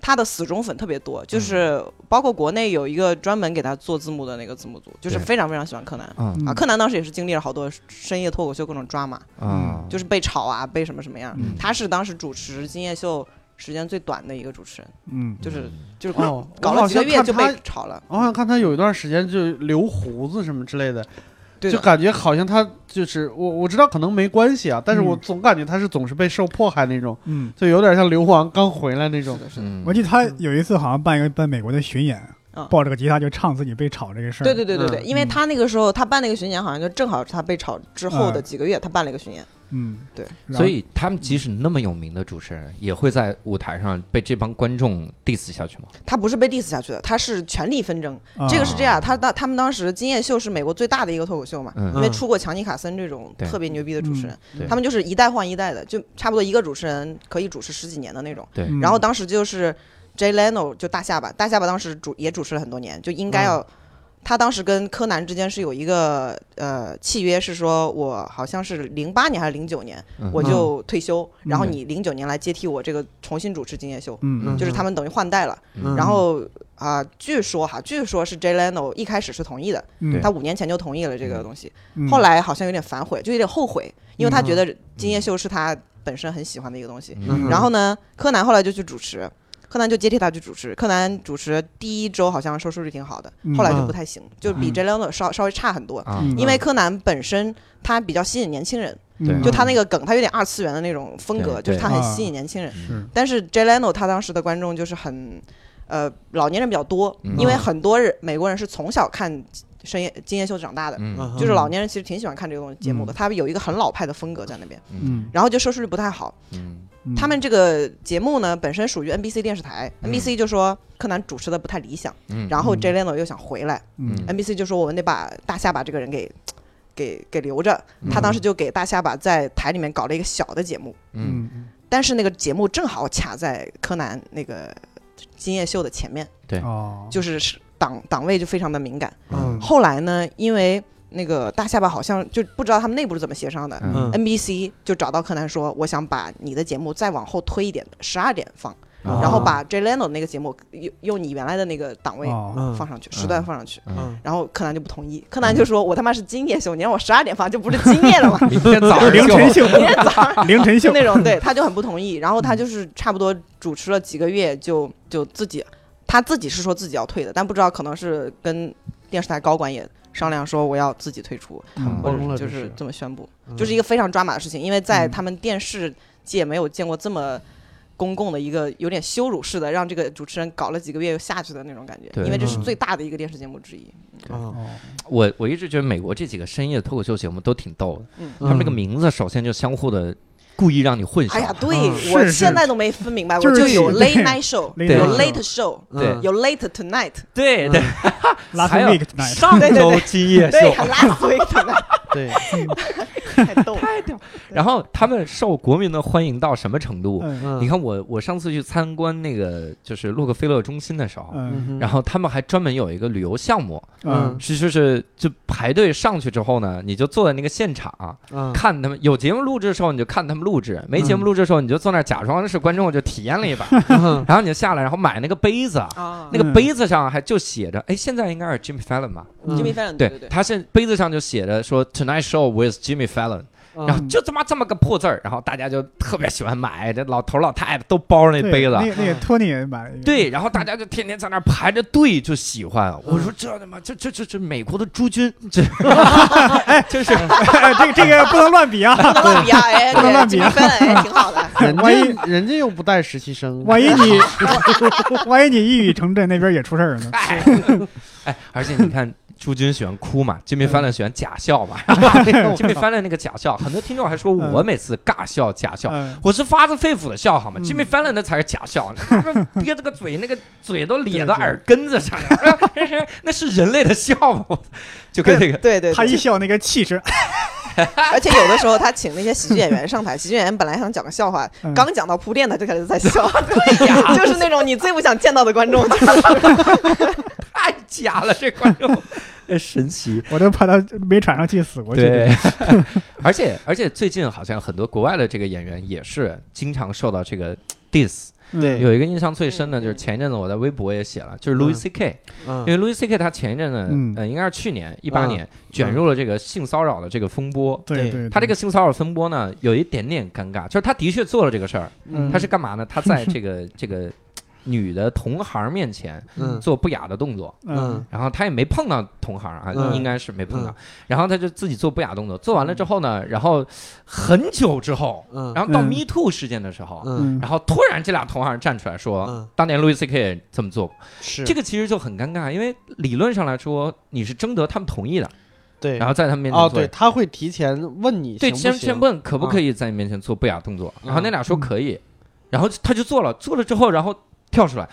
[SPEAKER 4] 他的死忠粉特别多，就是
[SPEAKER 2] 嗯
[SPEAKER 4] 包括国内有一个专门给他做字幕的那个字幕组，就是
[SPEAKER 1] 对
[SPEAKER 4] 非常非常喜欢柯南
[SPEAKER 1] 嗯
[SPEAKER 4] 啊。柯南当时也是经历了好多深夜脱口秀各种抓马，
[SPEAKER 2] 嗯
[SPEAKER 1] 啊，
[SPEAKER 4] 就是被炒啊，被什么什么样。
[SPEAKER 3] 嗯
[SPEAKER 4] 他是当时主持《今夜秀》时间最短的一个主持人，
[SPEAKER 3] 嗯，
[SPEAKER 4] 就是就是
[SPEAKER 2] 哦，
[SPEAKER 4] 搞
[SPEAKER 2] 我
[SPEAKER 4] 了
[SPEAKER 2] 好
[SPEAKER 4] 几个
[SPEAKER 2] 像
[SPEAKER 4] 月
[SPEAKER 2] 看
[SPEAKER 4] 就
[SPEAKER 2] 他
[SPEAKER 4] 被，炒了。
[SPEAKER 2] 我好像看他哦有一段时间就留胡子什么之类的，
[SPEAKER 4] 对
[SPEAKER 2] 就
[SPEAKER 4] 的
[SPEAKER 2] 感觉好像他就是我我知道可能没关系啊，但是我
[SPEAKER 3] 嗯
[SPEAKER 2] 总感觉他是总是被受迫害那种，
[SPEAKER 3] 嗯，
[SPEAKER 2] 就有点像流亡刚回来那种
[SPEAKER 4] 是。的，是的，
[SPEAKER 1] 嗯
[SPEAKER 3] 我记得他有一次好像办一个在美国的巡演
[SPEAKER 4] 嗯，
[SPEAKER 3] 抱着个吉他就唱自己被炒这个事儿。
[SPEAKER 4] 对对对对对，
[SPEAKER 2] 嗯
[SPEAKER 4] 因为他那个时候他办那个巡演，好像就正好是他被炒之后的
[SPEAKER 3] 嗯
[SPEAKER 4] 几个月，他办了一个巡演。
[SPEAKER 3] 嗯，
[SPEAKER 4] 对
[SPEAKER 3] 然后，
[SPEAKER 1] 所以他们即使那么有名的主持人，也会在舞台上被这帮观众 diss 下去吗？
[SPEAKER 4] 他不是被 diss 下去的，他是权力纷争。
[SPEAKER 3] 啊
[SPEAKER 4] 这个是这样，他当他们当时《今夜秀》是美国最大的一个脱口秀嘛，
[SPEAKER 1] 嗯
[SPEAKER 4] 因为
[SPEAKER 2] 嗯
[SPEAKER 4] 出过强尼卡森这种
[SPEAKER 1] 对
[SPEAKER 4] 特别牛逼的主持人，
[SPEAKER 1] 嗯对
[SPEAKER 4] 他们就是一代换一代的，就差不多一个主持人可以主持十几年的那种。
[SPEAKER 1] 对，
[SPEAKER 3] 嗯
[SPEAKER 4] 然后当时就是 Jay Leno 就大下巴，大下巴当时主也主持了很多年，就应该要、他当时跟柯南之间是有一个呃契约，是说我好像是零八年还是零九年、
[SPEAKER 1] 嗯
[SPEAKER 4] 我就退休，
[SPEAKER 3] 嗯
[SPEAKER 4] 然后你零九年来接替我这个重新主持《今夜秀》
[SPEAKER 3] 嗯嗯
[SPEAKER 4] 就是他们等于换代了。
[SPEAKER 1] 嗯
[SPEAKER 4] 然后啊、据说哈，据说是 Jay Leno 一开始是同意的，
[SPEAKER 3] 嗯
[SPEAKER 4] 他五年前就同意了这个东西，
[SPEAKER 3] 嗯
[SPEAKER 4] 后来好像有点反悔，就有点后悔，因为他
[SPEAKER 2] 嗯
[SPEAKER 4] 觉得《今夜秀》是他本身很喜欢的一个东西。
[SPEAKER 2] 嗯
[SPEAKER 4] 然后呢，柯南后来就去主持，柯南就接替他去主持。柯南主持第一周好像收视率挺好的，后来就不太行，就比
[SPEAKER 3] 嗯
[SPEAKER 4] j e l e n o 稍稍微差很多。
[SPEAKER 1] 啊，
[SPEAKER 3] 嗯
[SPEAKER 4] 因为柯南本身他比较吸引年轻人，
[SPEAKER 1] 对
[SPEAKER 3] 嗯
[SPEAKER 4] 就他那个梗，他有点二次元的那种风格，
[SPEAKER 1] 对
[SPEAKER 4] 就是他
[SPEAKER 3] 对嗯
[SPEAKER 4] 很吸引年轻人。
[SPEAKER 3] 是
[SPEAKER 4] 但是 j e l e n o 他当时的观众就是很，呃，老年人比较多，
[SPEAKER 1] 嗯
[SPEAKER 4] 因为很多人美国人是从小看深夜今夜秀长大的，
[SPEAKER 1] 嗯
[SPEAKER 4] 就是老年人其实挺喜欢看这个东西节目的，他们有一个很老派的风格在那边，
[SPEAKER 3] 嗯
[SPEAKER 4] 然后就收视率不太好。
[SPEAKER 1] 嗯
[SPEAKER 3] 嗯
[SPEAKER 4] 他们这个节目呢，本身属于 NBC 电视台
[SPEAKER 1] 嗯
[SPEAKER 4] ，NBC 就说柯南主持的不太理想，
[SPEAKER 1] 嗯，
[SPEAKER 4] 然后
[SPEAKER 3] 嗯
[SPEAKER 4] Jay Leno 又想回来
[SPEAKER 3] 嗯
[SPEAKER 4] ，NBC 就说我们得把大下巴这个人给给给留着。他当时就给大下巴在台里面搞了一个小的节目，
[SPEAKER 1] 嗯
[SPEAKER 3] 嗯
[SPEAKER 4] 但是那个节目正好卡在柯南那个今夜秀的前面，
[SPEAKER 1] 对
[SPEAKER 3] 哦
[SPEAKER 4] 就是是档档位就非常的敏感。
[SPEAKER 2] 嗯
[SPEAKER 4] 后来呢，因为那个大下巴好像就不知道他们内部是怎么协商的，
[SPEAKER 1] 嗯
[SPEAKER 4] NBC 就找到柯南说，我想把你的节目再往后推一点，十二点放，
[SPEAKER 1] 啊
[SPEAKER 4] 然后把 Jay Leno 的那个节目用用你原来的那个档位
[SPEAKER 3] 哦
[SPEAKER 2] 嗯
[SPEAKER 4] 放上去，时段放上去。
[SPEAKER 1] 嗯，
[SPEAKER 4] 然后柯南就不同意，柯南就说：“我他妈是今夜秀，你让我十二点放，就不是今夜了嘛
[SPEAKER 1] 明天早上
[SPEAKER 3] <laughs> 凌
[SPEAKER 4] 嗯 <laughs>
[SPEAKER 3] 晨
[SPEAKER 1] 秀
[SPEAKER 3] 秀， <laughs> 凌晨
[SPEAKER 4] 就
[SPEAKER 3] 秀
[SPEAKER 4] 那种。”对，他就很不同意。然后
[SPEAKER 3] 嗯
[SPEAKER 4] 他就是差不多主持了几个月，就就自己他自己是说自己要退的，但不知道可能是跟电视台高管也商量说我要自己退出，
[SPEAKER 3] 嗯
[SPEAKER 4] 或
[SPEAKER 2] 懵了
[SPEAKER 4] 者
[SPEAKER 2] 这
[SPEAKER 4] 就是
[SPEAKER 2] 是
[SPEAKER 4] 这么宣布。就是一个非常抓马的事情，因为在
[SPEAKER 3] 嗯
[SPEAKER 4] 他们电视界没有见过这么公共的一个有点羞辱式的，让这个主持人搞了几个月又下去的那种感觉，
[SPEAKER 1] 对
[SPEAKER 4] 因为这是
[SPEAKER 2] 嗯
[SPEAKER 4] 最大的一个电视节目之一。
[SPEAKER 2] 哦
[SPEAKER 3] 哦
[SPEAKER 1] 我我一直觉得美国这几个深夜脱口秀节目都挺逗的，
[SPEAKER 4] 嗯，
[SPEAKER 1] 他们这个名字首先就相互的故意让你混
[SPEAKER 4] 哎呀，
[SPEAKER 1] 淆。
[SPEAKER 4] 对
[SPEAKER 2] 嗯
[SPEAKER 4] 我
[SPEAKER 3] 啊是
[SPEAKER 4] 现在都没分明白，我
[SPEAKER 3] 就是
[SPEAKER 4] 就有
[SPEAKER 3] 起
[SPEAKER 4] late
[SPEAKER 3] 对
[SPEAKER 4] night show，
[SPEAKER 3] late
[SPEAKER 4] 有
[SPEAKER 2] night
[SPEAKER 4] late show，
[SPEAKER 1] 对
[SPEAKER 2] 嗯
[SPEAKER 4] 有 late tonight，
[SPEAKER 1] 对
[SPEAKER 2] 对，
[SPEAKER 3] ，last
[SPEAKER 1] 还有
[SPEAKER 3] week
[SPEAKER 1] <laughs>
[SPEAKER 3] tonight，
[SPEAKER 1] 上
[SPEAKER 4] 对对
[SPEAKER 1] 周
[SPEAKER 4] 对
[SPEAKER 1] 今 <laughs> 夜
[SPEAKER 4] 对
[SPEAKER 1] 秀，
[SPEAKER 4] ，last week tonight，
[SPEAKER 2] 嗯对，
[SPEAKER 4] 太逗了。
[SPEAKER 1] 然后他们受国民的欢迎到什么程度？
[SPEAKER 3] 嗯
[SPEAKER 1] 你
[SPEAKER 2] 你
[SPEAKER 1] 看我我上次去参观那个就是洛克菲勒中心的时候，
[SPEAKER 3] 嗯
[SPEAKER 1] 然
[SPEAKER 2] 后
[SPEAKER 1] 后他们还专门有一个旅游项目，
[SPEAKER 3] 嗯
[SPEAKER 1] 是就是就排队上去之后呢，你就坐在那个现场
[SPEAKER 2] 嗯
[SPEAKER 1] 看他们有节目录制的时候你就看他们录制，没节目录制的时候你就坐那儿假装是观众就体验了一把，
[SPEAKER 2] 嗯
[SPEAKER 1] 然后你就下来，然后买那个杯子，
[SPEAKER 4] 啊
[SPEAKER 1] 那个杯子上还就写着，哎，现在应该是 Jimmy Fallon 吧？
[SPEAKER 4] Jimmy Fallon，
[SPEAKER 1] 嗯对
[SPEAKER 4] 对对，
[SPEAKER 1] 他现杯子上就写着说 Tonight Show with Jimmy Fallon，然
[SPEAKER 2] 嗯
[SPEAKER 1] 后就他妈这么个破字儿，然后大家就特别喜欢买，这老头老太太都包着那
[SPEAKER 3] 对
[SPEAKER 1] 杯子啊
[SPEAKER 3] 那。那
[SPEAKER 4] 嗯
[SPEAKER 3] 个托尼也买了一个，
[SPEAKER 1] 对，然后大家就天天在那儿排着队就喜欢，我说这他妈这这这这美国的诸君，这 <laughs> 就是
[SPEAKER 3] <laughs> 这个这个不能乱比
[SPEAKER 4] <laughs>
[SPEAKER 3] 啊，
[SPEAKER 4] 不能乱比啊，哎，
[SPEAKER 3] 不
[SPEAKER 4] 对
[SPEAKER 3] 能乱比啊
[SPEAKER 4] ，Jimmy Fallon 哎，挺好
[SPEAKER 1] <laughs>
[SPEAKER 4] 的。
[SPEAKER 2] <laughs> 人
[SPEAKER 3] 万一
[SPEAKER 2] 家人家又不带实习生，
[SPEAKER 3] 万一你 <laughs> 万一你一语成谶，那边也出事儿了呢。
[SPEAKER 1] <laughs> 哎，哎，而且你看，朱军喜欢哭嘛，金边翻了喜欢假笑 <laughs> 嘛，金边翻了那个假笑，很多听众还说我每次尬笑假笑，
[SPEAKER 3] 嗯
[SPEAKER 1] 我是发自肺腑的笑好吗？
[SPEAKER 3] 嗯
[SPEAKER 1] 金边翻了那才是假笑， <laughs> 他妈憋着个嘴，那个嘴都咧到耳根子上了， <laughs> 那是人类的笑吗？就跟那个
[SPEAKER 4] 对对，
[SPEAKER 3] 他一
[SPEAKER 4] 对
[SPEAKER 3] 笑那个气势，
[SPEAKER 4] 而且有的时候他请那些喜剧演员上台，喜剧演员本来想讲个笑话，
[SPEAKER 3] 嗯
[SPEAKER 4] 刚讲到铺垫，他就开始
[SPEAKER 1] <laughs>
[SPEAKER 4] 在笑， <laughs> 就是那种你最不想见到的观众，
[SPEAKER 1] <laughs> 太假了，这观 <laughs> 众呃神奇。
[SPEAKER 3] 我都怕他没喘上气死过去。
[SPEAKER 1] 对，而且而且最近好像很多国外的这个演员也是经常受到这个 diss。
[SPEAKER 3] 嗯
[SPEAKER 2] <laughs> 对
[SPEAKER 1] 有一个印象最深的就是
[SPEAKER 4] 嗯
[SPEAKER 1] 前一阵子我在微博也写了，就是 Louis
[SPEAKER 2] 嗯
[SPEAKER 1] C K，因
[SPEAKER 2] 嗯
[SPEAKER 1] 为 Louis C K 他前一阵子，
[SPEAKER 3] 嗯
[SPEAKER 1] 呃，应该是去年一八
[SPEAKER 2] 嗯
[SPEAKER 1] 年卷入了这个性骚扰的这个风波。
[SPEAKER 3] 对
[SPEAKER 2] 对
[SPEAKER 3] 对，
[SPEAKER 1] 他这个性骚扰风波呢，有一点点尴尬，就是他的确做了这个事儿，
[SPEAKER 2] 嗯
[SPEAKER 1] 他是干嘛呢？他在这
[SPEAKER 2] <laughs>
[SPEAKER 1] 个这个女的同行面前
[SPEAKER 2] 嗯
[SPEAKER 1] 做不雅的动作，
[SPEAKER 3] 嗯
[SPEAKER 1] 然后他也没碰到同行啊，
[SPEAKER 2] 嗯
[SPEAKER 1] 应该是没碰到
[SPEAKER 2] 嗯。
[SPEAKER 1] 然后他就自己做不雅动作，做完了之后呢，然后很久之后，
[SPEAKER 2] 嗯
[SPEAKER 1] 然后到
[SPEAKER 3] 嗯
[SPEAKER 1] Me Too 事件的时候，
[SPEAKER 2] 嗯
[SPEAKER 3] 嗯
[SPEAKER 1] 然后突然这俩同行站出来说
[SPEAKER 2] 嗯，
[SPEAKER 1] 当年 Louis C.K. 这么做过，
[SPEAKER 2] 是
[SPEAKER 1] 这个其实就很尴尬，因为理论上来说你是征得他们同意的，
[SPEAKER 2] 对
[SPEAKER 1] 然后在他们面前
[SPEAKER 2] 哦
[SPEAKER 1] 做
[SPEAKER 2] 对，。他会提前问你
[SPEAKER 1] 对，
[SPEAKER 2] 行不
[SPEAKER 1] 先
[SPEAKER 2] 行
[SPEAKER 1] 先问可不可以在你面前做不雅动作，然后那俩说
[SPEAKER 3] 嗯
[SPEAKER 1] 可以，然后他就做了，做了之后，然后跳出来，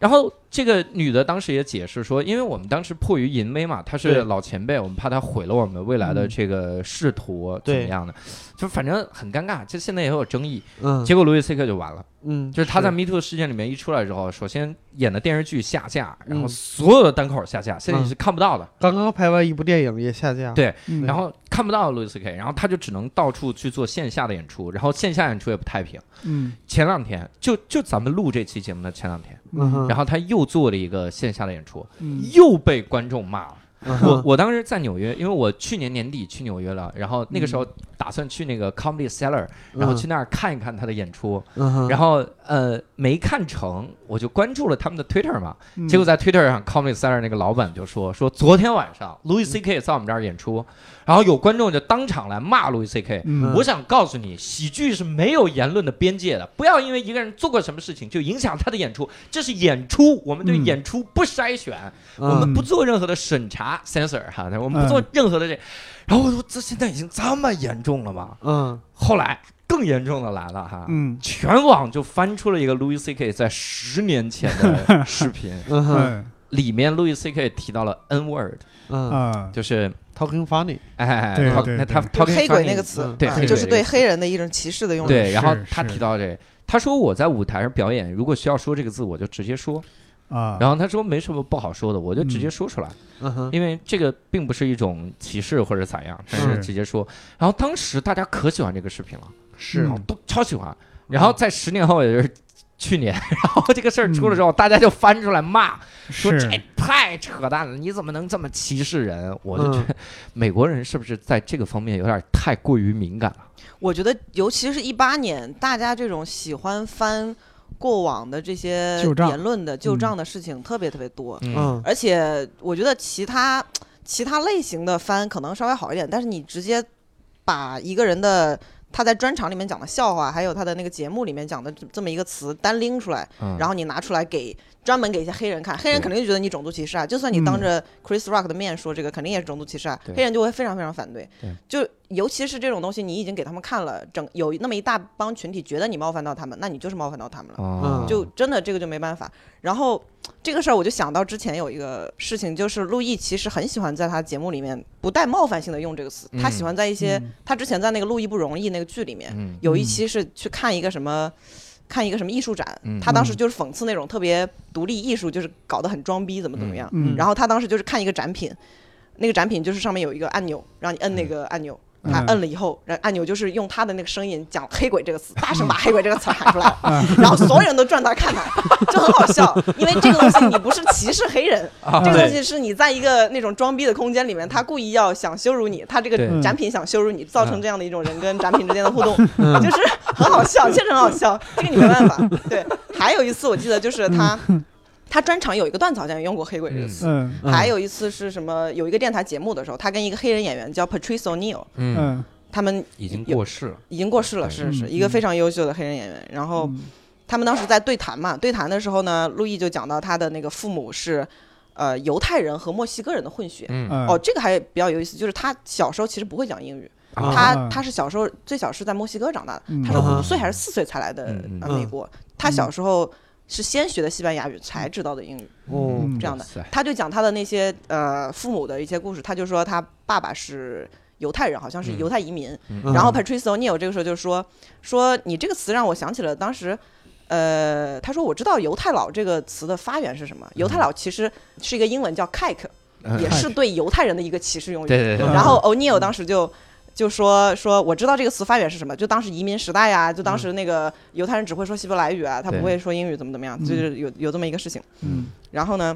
[SPEAKER 1] 然后这个女的当时也解释说，因为我们当时迫于淫威嘛，她是
[SPEAKER 2] 对
[SPEAKER 1] 老前辈，我们怕她毁了我们未来的
[SPEAKER 3] 嗯
[SPEAKER 1] 这个仕途怎
[SPEAKER 2] 对
[SPEAKER 1] 么样的，就反正很尴尬，这现在也有争议。
[SPEAKER 2] 嗯
[SPEAKER 1] 结果路易 C K 就完了，
[SPEAKER 2] 嗯
[SPEAKER 1] 就是他在 Me Too 事件里面一出来之后，首先演的电视剧下架，然后
[SPEAKER 2] 嗯
[SPEAKER 1] 所有的单口下架，现在你是看不到的。
[SPEAKER 2] 刚刚拍完一部电影也下架
[SPEAKER 1] 对
[SPEAKER 3] 嗯
[SPEAKER 1] 然后看不到路易 C K，然后他就只能到处去做线下的演出，然后线下演出也不太平。
[SPEAKER 3] 嗯
[SPEAKER 1] 前两天就就咱们录这期节目的前两天，
[SPEAKER 2] 嗯哼
[SPEAKER 1] 然后他又做了一个线下的演出，
[SPEAKER 3] 嗯
[SPEAKER 1] 又被观众骂了。
[SPEAKER 2] 嗯
[SPEAKER 1] 我
[SPEAKER 2] 哼
[SPEAKER 1] 我当时在纽约，因为我去年年底去纽约了，然后那个时候
[SPEAKER 2] 嗯
[SPEAKER 1] 打算去那个 Comedy Cellar，然后去那儿看一看他的演出，
[SPEAKER 2] 嗯哼
[SPEAKER 1] 然后呃没看成，我就关注了他们的 Twitter 嘛，
[SPEAKER 3] 嗯
[SPEAKER 1] 结果在 Twitter 上 Comedy Cellar 那个老板就说说昨天晚上 Louis C K 在我们这儿演出，然后有观众就当场来骂 Louis C K，
[SPEAKER 3] 嗯
[SPEAKER 1] 我想告诉你，喜剧是没有言论的边界的，不要因为一个人做过什么事情就影响他的演出，这是演出，我们对
[SPEAKER 3] 嗯
[SPEAKER 1] 演出不筛选，
[SPEAKER 2] 嗯
[SPEAKER 1] 我们不做任何的审查 （censor） 哈，我们不
[SPEAKER 3] 嗯
[SPEAKER 1] 做任何的这。然后我说，这现在已经这么严重了吗？
[SPEAKER 2] 嗯
[SPEAKER 1] 后来更严重的来了哈，
[SPEAKER 3] 嗯
[SPEAKER 1] 全网就翻出了一个 Louis C.K. 在十年前的视
[SPEAKER 3] <laughs>
[SPEAKER 1] 频，
[SPEAKER 2] 嗯哼
[SPEAKER 3] 嗯
[SPEAKER 1] 里面 Louis C.K. 提到了 N word，
[SPEAKER 2] 嗯
[SPEAKER 3] 啊
[SPEAKER 1] 就是。
[SPEAKER 2] ，Talking funny，
[SPEAKER 1] 哎，
[SPEAKER 3] 对
[SPEAKER 1] 他
[SPEAKER 3] 对
[SPEAKER 1] 那他
[SPEAKER 3] 对
[SPEAKER 1] 他
[SPEAKER 4] 黑鬼那个词
[SPEAKER 2] 嗯，
[SPEAKER 1] 对
[SPEAKER 4] 啊
[SPEAKER 1] 黑鬼
[SPEAKER 4] 就是
[SPEAKER 1] 那个
[SPEAKER 4] 对
[SPEAKER 1] 词
[SPEAKER 4] 黑人的一种歧视的用语。
[SPEAKER 1] 对，然后
[SPEAKER 3] 是
[SPEAKER 1] 他
[SPEAKER 3] 是
[SPEAKER 1] 提到这个，他说我在舞台上表演，如果需要说这个字，我就直接说。
[SPEAKER 3] 啊，
[SPEAKER 1] 然后他说没什么不好说的，我就直接说出来，
[SPEAKER 2] 嗯哼
[SPEAKER 1] 因为这个并不是一种歧视或者咋样，但
[SPEAKER 3] 是
[SPEAKER 1] 是直接说。然后当时大家可喜欢这个视频了，
[SPEAKER 2] 是
[SPEAKER 1] 然
[SPEAKER 3] 嗯
[SPEAKER 1] 后都超喜欢。然后在十年后，也就是去年， <laughs> 然后这个事儿出了
[SPEAKER 3] 嗯
[SPEAKER 1] 之后，大家就翻出来骂，说
[SPEAKER 3] 是
[SPEAKER 1] 这太扯淡了，你怎么能这么歧视人？我就觉
[SPEAKER 2] 嗯
[SPEAKER 1] 得美国人是不是在这个方面有点太过于敏感了？
[SPEAKER 4] 我觉得，尤其是一八年，大家这种喜欢翻过往的这些
[SPEAKER 3] 旧账
[SPEAKER 4] 言论的
[SPEAKER 1] 嗯
[SPEAKER 4] 旧账的事情特别特别多，
[SPEAKER 1] <laughs>
[SPEAKER 2] 嗯
[SPEAKER 4] 而且我觉得其他其他类型的翻可能稍微好一点，但是你直接把一个人的。他在专场里面讲的笑话，还有他的那个节目里面讲的这这么一个词单拎出来，
[SPEAKER 1] 嗯，
[SPEAKER 4] 然后你拿出来给专门给一些黑人看，黑人
[SPEAKER 1] 对嗯
[SPEAKER 4] 肯定就觉得你种族歧视啊。就算你当着 Chris Rock 的面说这个，肯定也是种族歧视啊。
[SPEAKER 1] 对
[SPEAKER 4] 黑人就会非常非常反对
[SPEAKER 1] 对。
[SPEAKER 4] 就尤其是这种东西，你已经给他们看了，整有那么一大帮群体觉得你冒犯到他们，那你就是冒犯到他们了。
[SPEAKER 1] 哦
[SPEAKER 4] 嗯就真的这个就没办法。然后这个事儿，我就想到之前有一个事情，就是陆毅其实很喜欢在他节目里面不带冒犯性的用这个词，他喜欢在一些
[SPEAKER 3] 嗯
[SPEAKER 4] 他之前在那个《陆毅不容易》那个剧里面，
[SPEAKER 1] 嗯
[SPEAKER 4] 有一期是去看一个什么。看一个什么艺术展，
[SPEAKER 1] 嗯
[SPEAKER 4] 他当时就是讽刺那种特别独立艺术，就是搞得很装逼，怎么怎么样。
[SPEAKER 3] 嗯
[SPEAKER 4] 然后他当时就是看一个展品，那个展品就是上面有一个按钮，让你摁那
[SPEAKER 3] 嗯
[SPEAKER 4] 个按钮，他摁了以后，然后按钮就是用他的那个声音讲“黑鬼”这个词，大声把“
[SPEAKER 3] <laughs>
[SPEAKER 4] 黑鬼”这个词喊出来，然后所有人都转头看他，就很好笑。因为这个东西你不是歧视黑人，
[SPEAKER 1] 啊
[SPEAKER 3] 啊
[SPEAKER 4] 这个东西是你在一个那种装逼的空间里面，他故意要想羞辱你，他这个
[SPEAKER 3] 嗯
[SPEAKER 1] 对
[SPEAKER 4] 展品想羞辱你，造成这样的一种人跟展品之间的互动，
[SPEAKER 3] 嗯
[SPEAKER 4] <laughs> 就是很好笑，确实很好笑，这个你没办法。对，还有一次我记得就是他，他专场有一个段子好像也用过“黑鬼”这个词。
[SPEAKER 3] 嗯
[SPEAKER 2] 嗯
[SPEAKER 4] 还有一次是什么？有一个电台节目的时候，他跟一个黑人演员叫 Patrice O'Neill，
[SPEAKER 1] 嗯，
[SPEAKER 3] 嗯
[SPEAKER 4] 他们
[SPEAKER 1] 已经过世了。
[SPEAKER 4] 已经过世了，是是
[SPEAKER 3] 嗯
[SPEAKER 4] 一个非常优秀的黑人演员。然后
[SPEAKER 3] 嗯
[SPEAKER 4] 他们当时在对谈嘛，对谈的时候呢，陆毅就讲到他的那个父母是。呃犹太人和墨西哥人的混血。
[SPEAKER 1] 嗯
[SPEAKER 3] 嗯
[SPEAKER 4] 哦，这个还比较有意思，就是他小时候其实不会讲英语，
[SPEAKER 1] 啊
[SPEAKER 4] 他他是小时候最小是在墨西哥长大的，
[SPEAKER 3] 嗯
[SPEAKER 4] 他是
[SPEAKER 2] 啊
[SPEAKER 4] 五岁还是四岁才来的
[SPEAKER 1] 嗯嗯
[SPEAKER 4] 呃美国，他小时候是先学的西班牙语才知道的英语，
[SPEAKER 2] 哦
[SPEAKER 3] 嗯
[SPEAKER 4] 这样的
[SPEAKER 1] 哇塞，
[SPEAKER 4] 他就讲他的那些呃父母的一些故事，他就说他爸爸是犹太人，好像是
[SPEAKER 1] 嗯
[SPEAKER 4] 犹太移民，
[SPEAKER 1] 嗯
[SPEAKER 4] 然后 Patrice O'Neill 这个时候就说说你这个词让我想起了当时，呃，他说我知道犹太佬这个词的发源是什么，犹太佬其实是一个英文叫 kike，
[SPEAKER 1] 嗯
[SPEAKER 4] 也是对犹太人的一个歧视用语。
[SPEAKER 1] 对对对，
[SPEAKER 4] 然后 O'Neill 当时就。就说说我知道这个词发源是什么，就当时移民时代呀、就当
[SPEAKER 2] 嗯
[SPEAKER 4] 时那个犹太人只会说希伯来语啊，他
[SPEAKER 1] 对
[SPEAKER 4] 不会说英语，怎么怎么样，
[SPEAKER 2] 嗯
[SPEAKER 4] 就是有有这么一个事情。
[SPEAKER 3] 嗯
[SPEAKER 4] 然后呢，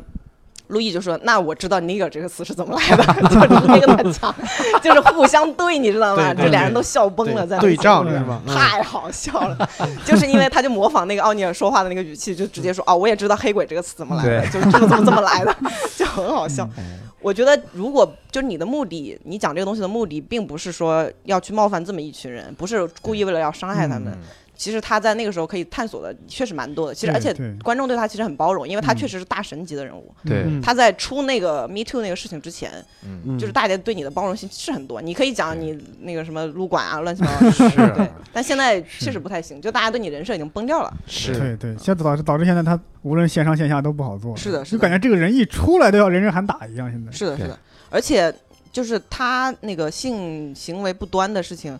[SPEAKER 4] 路易就说：“那我知道 nigger 这个词是怎么来的， <laughs> 就是那个在讲，就是互相对，你知道吗？
[SPEAKER 2] 对对
[SPEAKER 4] 这俩人都笑崩了，在那
[SPEAKER 2] 对
[SPEAKER 4] 讲
[SPEAKER 2] 仗是吧？嗯
[SPEAKER 4] 太好笑了，就是因为他就模仿那个奥尼尔说话的那个语气，就直接说哦，我也知道黑鬼这个词怎么来的，就这个怎么怎么来的，就很
[SPEAKER 3] 嗯
[SPEAKER 4] 好笑。
[SPEAKER 1] 嗯
[SPEAKER 4] 我觉得如果就是你的目的，你讲这个东西的目的，并不是说要去冒犯这么一群人，不是故意为了要伤害他们。
[SPEAKER 1] 嗯
[SPEAKER 4] 其实他在那个时候可以探索的确实蛮多的，其实
[SPEAKER 3] 对
[SPEAKER 4] 而且
[SPEAKER 3] 对
[SPEAKER 4] 观众对他其实很包容，因为他
[SPEAKER 3] 嗯
[SPEAKER 4] 确实是大神级的人物。
[SPEAKER 1] 对
[SPEAKER 2] 嗯
[SPEAKER 4] 他在出那个 Me Too 那个事情之前，
[SPEAKER 1] 嗯，
[SPEAKER 2] 嗯
[SPEAKER 4] 就是大家对你的包容性是很多，你可以讲
[SPEAKER 1] 对
[SPEAKER 4] 你那个什么撸管啊，乱七八糟的事
[SPEAKER 1] 是啊
[SPEAKER 4] 对，但现在确实不太行，就大家对你人设已经崩掉了。
[SPEAKER 1] 是
[SPEAKER 3] 对对，现在导致导致现在他无论线上线下都不好做，
[SPEAKER 4] 是的是
[SPEAKER 3] 就
[SPEAKER 4] 的
[SPEAKER 3] 感觉这个人一出来都要人人喊打一样，现在
[SPEAKER 4] 是的，
[SPEAKER 1] 对
[SPEAKER 4] 是的，而且就是他那个性行为不端的事情，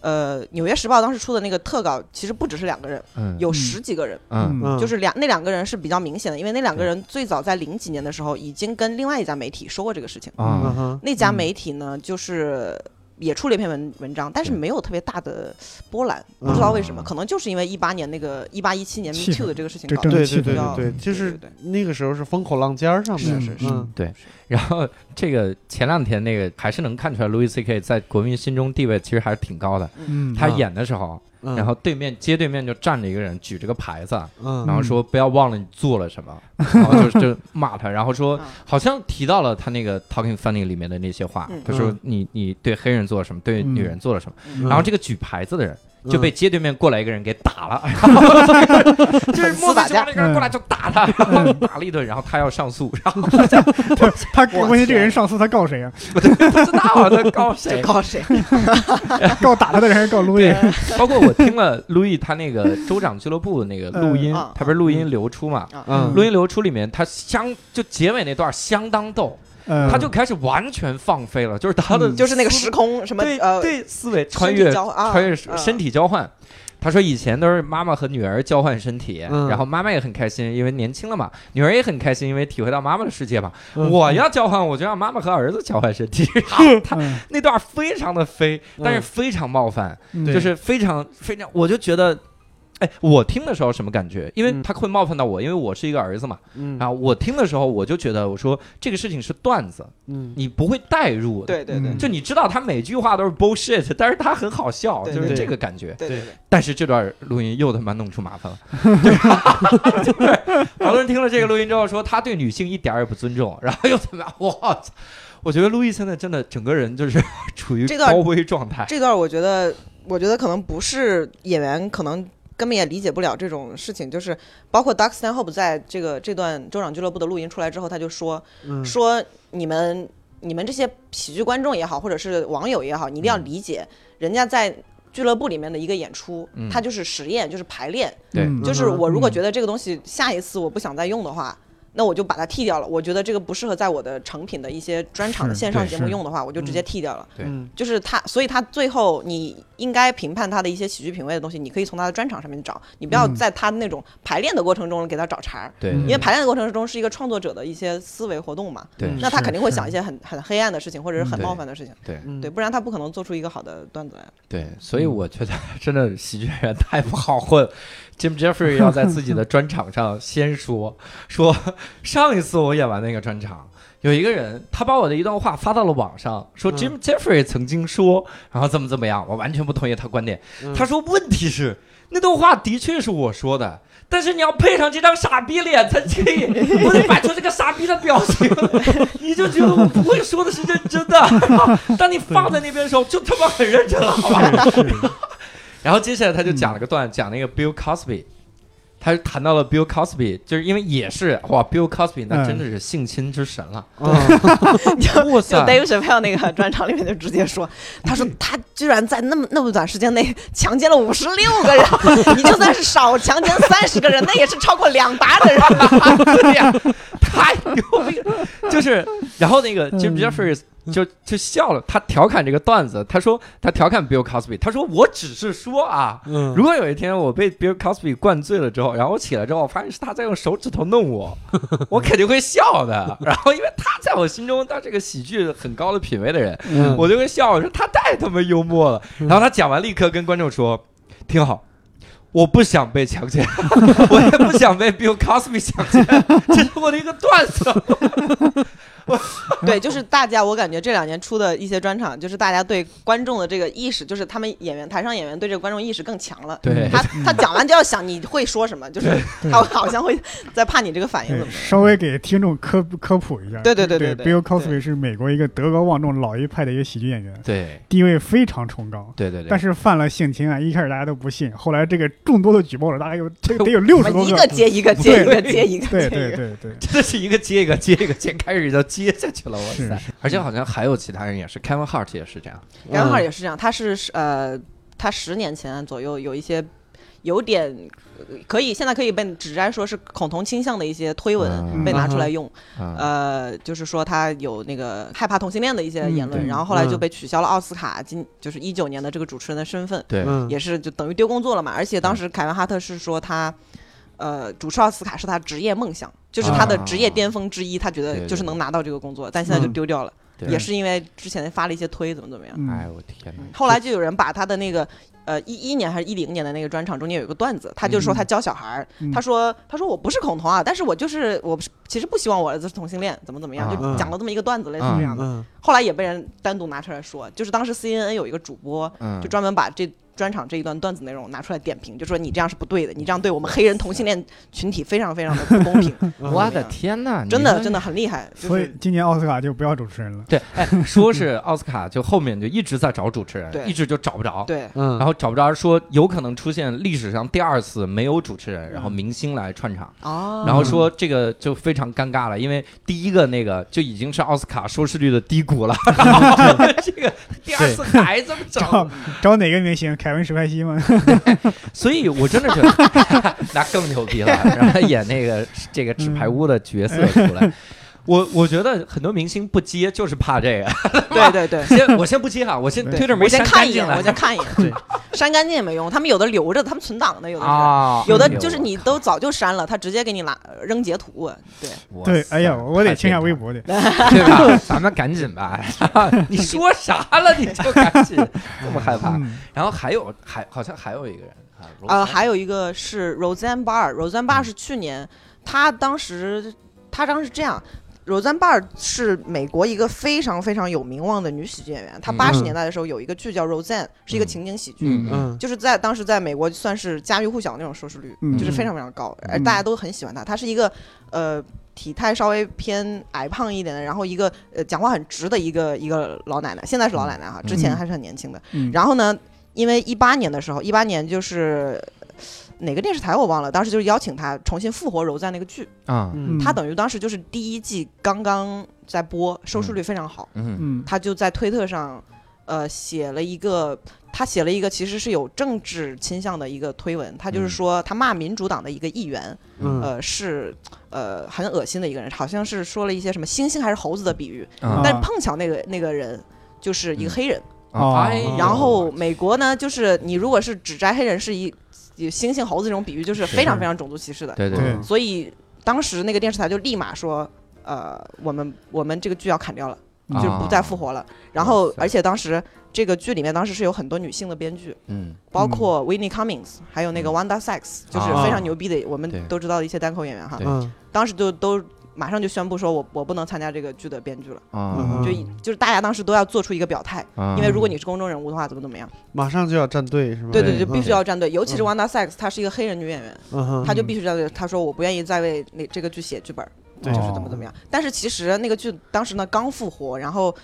[SPEAKER 4] 呃，《纽约时报》当时出的那个特稿，其实不只是两个人，
[SPEAKER 1] 嗯
[SPEAKER 4] 有十几个人，
[SPEAKER 1] 嗯
[SPEAKER 3] 嗯
[SPEAKER 4] 就是两那两个人是比较明显的，因为那两个人最早在零几年的时候已经跟另外一家媒体说过这个事情，
[SPEAKER 1] 啊
[SPEAKER 2] 嗯哼
[SPEAKER 4] 那家媒体呢就是。也出了一篇文文章，但是
[SPEAKER 1] 对
[SPEAKER 4] 没有特别大的波澜，
[SPEAKER 2] 嗯
[SPEAKER 4] 不知道为什么，可能就是因为一八年那个一八一七年 Me
[SPEAKER 3] 气氛
[SPEAKER 4] Too 的这个事情
[SPEAKER 3] 这
[SPEAKER 4] 搞
[SPEAKER 3] 正
[SPEAKER 4] 的，
[SPEAKER 2] 对对
[SPEAKER 3] 气
[SPEAKER 2] 对
[SPEAKER 3] 氛
[SPEAKER 2] 对对，
[SPEAKER 4] 嗯
[SPEAKER 2] 就是
[SPEAKER 4] 对对
[SPEAKER 2] 那个时候是风口浪尖儿上面，
[SPEAKER 3] 是是是
[SPEAKER 2] 嗯
[SPEAKER 1] 然后这个前两天那个还是能看出来，Louis C.K. 在国民心中地位其实还是挺高的。
[SPEAKER 3] 嗯，
[SPEAKER 4] 啊
[SPEAKER 1] 他
[SPEAKER 2] 嗯
[SPEAKER 1] 演的时候，
[SPEAKER 2] 嗯，
[SPEAKER 1] 然后对面街对面就站着一个人，举着个牌子，啊
[SPEAKER 2] 嗯
[SPEAKER 1] 然后说不要忘了你做了什么，然后就就骂他，然后说
[SPEAKER 4] 啊
[SPEAKER 1] 好像提到了他那个 Talking Funny 里面的那些话
[SPEAKER 4] 嗯，
[SPEAKER 1] 他说
[SPEAKER 2] 嗯
[SPEAKER 1] 你你对黑人做了什么，对
[SPEAKER 3] 嗯
[SPEAKER 1] 女人做了什么，
[SPEAKER 4] 嗯
[SPEAKER 1] 然后这个举牌子的人
[SPEAKER 2] 嗯
[SPEAKER 1] 就被街对面过来一个人给打了， <laughs> 就是
[SPEAKER 4] 粉丝
[SPEAKER 1] 莫名
[SPEAKER 4] 打
[SPEAKER 1] 其
[SPEAKER 4] 架
[SPEAKER 1] 妙那个人过来就打他，然后打了一顿，然后他要上诉， <laughs> 然后
[SPEAKER 3] 他
[SPEAKER 4] 我
[SPEAKER 3] 关键这个人
[SPEAKER 4] 天
[SPEAKER 3] 上诉，他告谁啊？
[SPEAKER 1] 不知道他告
[SPEAKER 4] 就 <laughs>
[SPEAKER 1] 谁，
[SPEAKER 4] 告谁？
[SPEAKER 3] 告打他的人还是告路易啊
[SPEAKER 1] 对？，包括我听了路易他那个州长俱乐部的那个录音
[SPEAKER 4] 嗯啊，
[SPEAKER 1] 他不是录音流出嘛？
[SPEAKER 4] 啊
[SPEAKER 2] 嗯
[SPEAKER 1] 录音流出里面，他相就结尾那段相当逗，
[SPEAKER 3] 嗯
[SPEAKER 1] 他就开始完全放飞了，就是他的
[SPEAKER 3] 嗯
[SPEAKER 4] 就是那个
[SPEAKER 1] 思
[SPEAKER 4] 时空什么
[SPEAKER 1] 对
[SPEAKER 4] 呃
[SPEAKER 1] 对思维
[SPEAKER 4] 身
[SPEAKER 1] 穿
[SPEAKER 4] 体
[SPEAKER 1] 越
[SPEAKER 4] 交啊
[SPEAKER 1] 穿越
[SPEAKER 4] 嗯
[SPEAKER 1] 身体交换。他说以前都是妈妈和女儿交换身体，
[SPEAKER 2] 嗯
[SPEAKER 1] 然后妈妈也很开心，因为年轻了嘛；女儿也很开心，因为体会到妈妈的世界嘛。
[SPEAKER 2] 嗯
[SPEAKER 4] 嗯
[SPEAKER 1] 我要交换，我就让妈妈和儿子交换身体。然后他
[SPEAKER 3] 嗯
[SPEAKER 1] 那段非常的飞，但是
[SPEAKER 2] 嗯
[SPEAKER 1] 非常冒犯，
[SPEAKER 3] 嗯
[SPEAKER 1] 就。是非常非常，我就觉得。哎，我听的时候什么感觉？因为
[SPEAKER 2] 嗯
[SPEAKER 1] 他会冒犯到我，因为我是一个儿子嘛。
[SPEAKER 2] 嗯
[SPEAKER 1] 啊，我听的时候我就觉得，我说这个事情是段子，
[SPEAKER 2] 嗯
[SPEAKER 1] 你不会代入的。
[SPEAKER 4] 对对对
[SPEAKER 3] 嗯
[SPEAKER 1] 就你知道他每句话都是 bullshit，但 <laughs> 是他很好笑，
[SPEAKER 4] 对
[SPEAKER 1] 就是
[SPEAKER 2] 对
[SPEAKER 1] 这个感觉。
[SPEAKER 4] 对对
[SPEAKER 2] 对
[SPEAKER 4] 对。
[SPEAKER 1] 但是这段录音又他妈弄出麻烦了，就是好多人听了这个录音之后说他对女性一点儿也不尊重，然后又怎么样？我操！我觉得路易现在真的整个人就是 <laughs> 处于
[SPEAKER 4] 这段
[SPEAKER 1] 高危状态。
[SPEAKER 4] 这段我觉得，我觉得可能不是演员，可能根本也理解不了这种事情。就是包括 Doug Stanhope 在这个这段州长俱乐部的录音出来之后，他就说
[SPEAKER 2] 嗯
[SPEAKER 4] 说你们你们这些喜剧观众也好，或者是网友也好，你一定
[SPEAKER 1] 嗯
[SPEAKER 4] 要理解人家在。俱乐部里面的一个演出，
[SPEAKER 1] 嗯
[SPEAKER 4] 它就是实验，就是排练，
[SPEAKER 1] 对
[SPEAKER 3] 嗯
[SPEAKER 4] 就是我如果
[SPEAKER 3] 嗯
[SPEAKER 4] 觉得这个东西下一次我不想再用的话，那我就把它剃掉了。我觉得这个不适合在我的成品的一些专场的
[SPEAKER 3] 是
[SPEAKER 4] 线上
[SPEAKER 1] 对
[SPEAKER 4] 节目
[SPEAKER 3] 是
[SPEAKER 4] 用的话，我就直接剃掉了。
[SPEAKER 1] 对
[SPEAKER 2] 嗯
[SPEAKER 4] 就是他，所以他最后你应该评判他的一些喜剧品味的东西，你可以从他的专场上面找，你不要
[SPEAKER 3] 嗯
[SPEAKER 4] 在他那种排练的过程中给他找茬儿，
[SPEAKER 1] 对，
[SPEAKER 3] 嗯
[SPEAKER 4] 因为排练的过程中是一个创作者的一些思维活动嘛，
[SPEAKER 1] 对
[SPEAKER 2] 嗯
[SPEAKER 4] 那他
[SPEAKER 3] 是
[SPEAKER 4] 肯定会想
[SPEAKER 3] 是
[SPEAKER 4] 一些很很黑暗的事情或者是很
[SPEAKER 1] 嗯
[SPEAKER 4] 冒
[SPEAKER 1] 对
[SPEAKER 4] 犯的事情，
[SPEAKER 1] 对
[SPEAKER 2] 嗯
[SPEAKER 4] 对，不然他不可能做出一个好的段
[SPEAKER 3] <laughs>
[SPEAKER 4] 子来。
[SPEAKER 1] 对，所以我觉得真的喜剧演员太不好混。Jim Jeffrey 要在自己的专场上先说说，上一次我演完那个专场，有一个人他把我的一段话发到了网上，说
[SPEAKER 2] 嗯
[SPEAKER 1] Jim Jeffrey 曾经说，然后怎么怎么样，我完全不同意他观点。
[SPEAKER 2] 嗯
[SPEAKER 1] 他说问题是那段话的确是我说的，但是你要配上这张傻逼脸才可
[SPEAKER 2] <laughs>
[SPEAKER 1] 以，我得摆出这个傻逼的表情，你就觉得我不会说的是认真
[SPEAKER 2] <laughs>
[SPEAKER 1] 的。然后当你放在那边的时候，就他妈很认 <laughs>
[SPEAKER 2] 嗯
[SPEAKER 1] 真了，好吧？然后接下来他就讲了个段，讲那个 Bill Cosby。他谈到了 Bill Cosby，就是因为也是哇，Bill Cosby 那
[SPEAKER 3] 嗯
[SPEAKER 1] 真的是性侵之神了，
[SPEAKER 4] 嗯就
[SPEAKER 1] 哇
[SPEAKER 4] 就
[SPEAKER 1] 塞！
[SPEAKER 4] Dave Chappelle 那个专场里面就直接说，他说他居然在那么那么短时间内强奸了五十六个人，你就算是少强奸三十个人，那也是超过两达的人。
[SPEAKER 1] <laughs> 对呀，太牛逼了！就是，然后那个 Jim
[SPEAKER 3] 嗯
[SPEAKER 1] Jeffries 就就笑了，他调侃这个段子，他说他调侃 Bill Cosby，他说我只是说啊，
[SPEAKER 2] 嗯 <laughs>
[SPEAKER 1] 如果有一天我被 Bill Cosby 灌醉了之后，然后我起来之后，我发现是他在用手指头弄我，我肯定会笑的。 <laughs> 然后因为他在我心中，他是个喜剧很高的品味的人，
[SPEAKER 2] 嗯
[SPEAKER 1] 我就会笑，我说他太他妈幽默了。然后他讲完，立刻跟观众说：“听好。”我不想被强奸， <laughs> 我也不想被 Bill Cosby 强奸，这是我的一个段子。
[SPEAKER 4] 对，就是大家，我感觉这两年出的一些专场，就是大家对观众的这个意识，就是他们演员台上演员对这个观众意识更强了。
[SPEAKER 1] 对
[SPEAKER 4] 他他讲完就要想你会说什么，就是
[SPEAKER 3] 对
[SPEAKER 4] 他好像会在怕你这个反应
[SPEAKER 3] 对
[SPEAKER 4] 哎怎，么样。
[SPEAKER 3] 稍微给听众科科普一下。
[SPEAKER 4] 对对对
[SPEAKER 3] 对
[SPEAKER 4] 对对
[SPEAKER 3] Bill Cosby 是美国一个德高望重老一派的一个喜剧演员，
[SPEAKER 1] 对
[SPEAKER 3] 地位非常崇高。
[SPEAKER 1] 对对对
[SPEAKER 3] 但是犯了性侵案，一开始大家都不信，后来这个众多的举报者大概有这得有六
[SPEAKER 4] <laughs> 我
[SPEAKER 3] 十多
[SPEAKER 4] 们一个接一个接一个接一个接一个
[SPEAKER 3] 对对。对对，
[SPEAKER 1] 真的是一个接一个接一个接，开始就接下去了，哇
[SPEAKER 3] 是
[SPEAKER 1] 塞！而且好像还有其他人也是，Kevin Hart 也是这样。
[SPEAKER 4] 然
[SPEAKER 1] 嗯
[SPEAKER 4] 后也是这样，他是呃，他十年前左右有一些有点呃可以现在可以被指摘说是恐同倾向的一些推文
[SPEAKER 1] 嗯
[SPEAKER 4] 被拿出来用，
[SPEAKER 1] 嗯
[SPEAKER 4] 呃，就是说他有那个害怕同性恋的一些言
[SPEAKER 3] 嗯
[SPEAKER 4] 论，
[SPEAKER 3] 对
[SPEAKER 4] 然后后来就被取消了奥斯卡今就是一九年的这个主持人的身份，
[SPEAKER 1] 对，
[SPEAKER 2] 嗯
[SPEAKER 4] 也是就等于丢工作了嘛。而且
[SPEAKER 1] 嗯
[SPEAKER 4] 当时凯文哈特是说他。呃，主持奥斯卡是他职业梦想，就是他的职业巅峰之一。他觉
[SPEAKER 1] 啊对
[SPEAKER 4] 得
[SPEAKER 1] 对
[SPEAKER 4] 就是能拿到这个工作，但现在就
[SPEAKER 2] 嗯
[SPEAKER 4] 丢掉了，
[SPEAKER 1] 对
[SPEAKER 4] 也。是因为之前发了一些推，怎么怎么样。
[SPEAKER 1] 哎，
[SPEAKER 3] 嗯，
[SPEAKER 1] 我天哪！
[SPEAKER 4] 后来就有人把他的那个呃一一年还是一零年的那个专场中间有一个段子，他就说他教小孩儿，
[SPEAKER 3] 嗯
[SPEAKER 4] 他说他说我不是恐同啊，但是我就是我不是其实不希望我儿子是同性恋，怎么怎么样，
[SPEAKER 1] 啊
[SPEAKER 4] 就讲了这么一个段子，类似这
[SPEAKER 3] 啊
[SPEAKER 4] 样的。
[SPEAKER 2] 嗯
[SPEAKER 4] 后来也被人单独拿出来说，就是当时 CNN 有一个主
[SPEAKER 3] 啊
[SPEAKER 4] 播
[SPEAKER 1] 嗯
[SPEAKER 4] 就专门把这。专场这一段段子内容拿出来点评，就说你这样是不对的，你这样对我们黑人同性恋群体非常非常的不公
[SPEAKER 3] <laughs>
[SPEAKER 4] 平，
[SPEAKER 1] 我的天呐，
[SPEAKER 4] 真的真
[SPEAKER 1] 的。
[SPEAKER 4] 的很厉害。就是
[SPEAKER 3] 嗯所以今年奥斯卡就不要主持人
[SPEAKER 4] <laughs>
[SPEAKER 3] 了。
[SPEAKER 1] 对，哎，说是奥斯卡，就后面就一直在找主持人，
[SPEAKER 4] 对
[SPEAKER 1] 一直就找不着。
[SPEAKER 4] 对
[SPEAKER 2] 嗯
[SPEAKER 1] 然后找不着，说有可能出现历史上第二次没有主持人，然后明星来串场，
[SPEAKER 4] 哦，
[SPEAKER 1] 然后说这个就非常尴尬了，因为第一个那个就已经是奥斯卡收视率的低谷了，然后这个第二次还这么整
[SPEAKER 3] 找，找哪个明星？凯文·史派西吗？
[SPEAKER 1] 所以我真的觉得那更牛 <laughs> 逼了，然后演那个这个纸牌屋的角色出 <laughs> 来。我我觉得很多明星不接就是怕这个，
[SPEAKER 4] 对对对，
[SPEAKER 1] 先我先不接哈，我先
[SPEAKER 3] 对
[SPEAKER 1] 推着
[SPEAKER 4] 我
[SPEAKER 1] 没
[SPEAKER 4] 先
[SPEAKER 1] 删
[SPEAKER 4] 看
[SPEAKER 1] 干
[SPEAKER 4] 一
[SPEAKER 1] 净
[SPEAKER 4] 眼，
[SPEAKER 1] 了
[SPEAKER 4] 我先看一眼，
[SPEAKER 1] <laughs> 对
[SPEAKER 4] 删干净也没用，他们有的留着，他们存档的，有的是。
[SPEAKER 1] 啊，
[SPEAKER 4] 有的就是你都早就删了，他直接给你拿呃扔截图，啊对，
[SPEAKER 1] 哇塞，
[SPEAKER 3] 对，哎呀，我得
[SPEAKER 1] 太
[SPEAKER 3] 清下
[SPEAKER 1] 变态了
[SPEAKER 3] 微博去。
[SPEAKER 1] <laughs> 对吧？咱们赶紧吧！ <laughs> 你说啥了？你就赶 <laughs> 紧，这么害怕。
[SPEAKER 3] 嗯，
[SPEAKER 1] 然后还有，还好像还有一个人啊，罗嗯
[SPEAKER 4] 呃，
[SPEAKER 1] 斯
[SPEAKER 4] 还有一个是 Roseanne Barr，Roseanne Barr 是去年，他当时他当时这样，Roseanne Barr 是美国一个非常非常有名望的女喜剧演员，她
[SPEAKER 1] 嗯
[SPEAKER 4] 八十年代的时候有一个剧叫 Roseanne，是一个
[SPEAKER 1] 嗯
[SPEAKER 4] 情景喜剧，
[SPEAKER 1] 嗯
[SPEAKER 2] 嗯
[SPEAKER 4] 就是在当时在美国算是家喻户晓那种收视率，
[SPEAKER 3] 嗯
[SPEAKER 4] 就是非常非常高，
[SPEAKER 1] 嗯
[SPEAKER 4] 而大家都很喜欢他。他是一个呃体态稍微偏矮胖一点的，然后一个呃讲话很直的一个一个老奶奶，现在是老奶奶哈，
[SPEAKER 1] 嗯
[SPEAKER 4] 之前还是很年轻的。
[SPEAKER 3] 嗯
[SPEAKER 4] 然后呢，因为一八年的时候，一八年就是。呃哪个电视台我忘了，当时就是邀请他重新复活柔赞那个剧，
[SPEAKER 1] 啊，
[SPEAKER 2] 嗯
[SPEAKER 4] 他等于当时就是第一季刚刚在播，收视率非常好，
[SPEAKER 1] 嗯
[SPEAKER 3] 嗯
[SPEAKER 4] 他就在推特上，呃，写了一个，他写了一个其实是有政治倾向的一个推文，他就是
[SPEAKER 1] 嗯
[SPEAKER 4] 说他骂民主党的一个议员，
[SPEAKER 2] 嗯
[SPEAKER 4] 呃，是呃很恶心的一个人，好像是说了一些什么猩猩还是猴子的比喻，
[SPEAKER 1] 啊
[SPEAKER 4] 但是碰巧那个那个人就是一个
[SPEAKER 1] 嗯
[SPEAKER 4] 黑人，
[SPEAKER 1] 啊哎呦
[SPEAKER 4] 然后美国呢，就是你如果是指摘黑人是一以猩猩猴子这种比喻，就是非常
[SPEAKER 1] 是
[SPEAKER 4] 非常种族歧视的，
[SPEAKER 1] 对对
[SPEAKER 3] 对
[SPEAKER 1] 对
[SPEAKER 4] 所以当时那个电视台就立马说，呃，我们我们这个剧要砍掉了。
[SPEAKER 1] 啊
[SPEAKER 4] 就是不再复活了。然后
[SPEAKER 1] 哇，塞
[SPEAKER 4] 而且当时这个剧里面当时是有很多女性的编剧，
[SPEAKER 1] 嗯啊
[SPEAKER 4] 包括 Winnie Cummings，还有那个 Wanda Sykes，就是非常牛逼的，我
[SPEAKER 1] 对
[SPEAKER 4] 们都知道的一些单口演员哈
[SPEAKER 1] 对。
[SPEAKER 2] 嗯
[SPEAKER 4] 当时就都马上就宣布说我我不能参加这个剧的编剧了，
[SPEAKER 3] 嗯
[SPEAKER 1] 啊，
[SPEAKER 4] 就就是大家当时都要做出一个表态，
[SPEAKER 1] 啊
[SPEAKER 4] 嗯因为如果你是公众人物的话，怎么怎么样？
[SPEAKER 2] 马上就要站队是吗？
[SPEAKER 4] 对对，就
[SPEAKER 1] 对
[SPEAKER 4] 必须要站队，尤其是
[SPEAKER 2] 嗯
[SPEAKER 4] Wanda Sykes，她是一个黑人女演员，
[SPEAKER 2] 嗯哼
[SPEAKER 4] 她就必须站队。她说我不愿意再为那这个剧写剧本。
[SPEAKER 2] 对
[SPEAKER 4] 就是怎么怎么样。但是其实那个剧当时呢刚复活，然后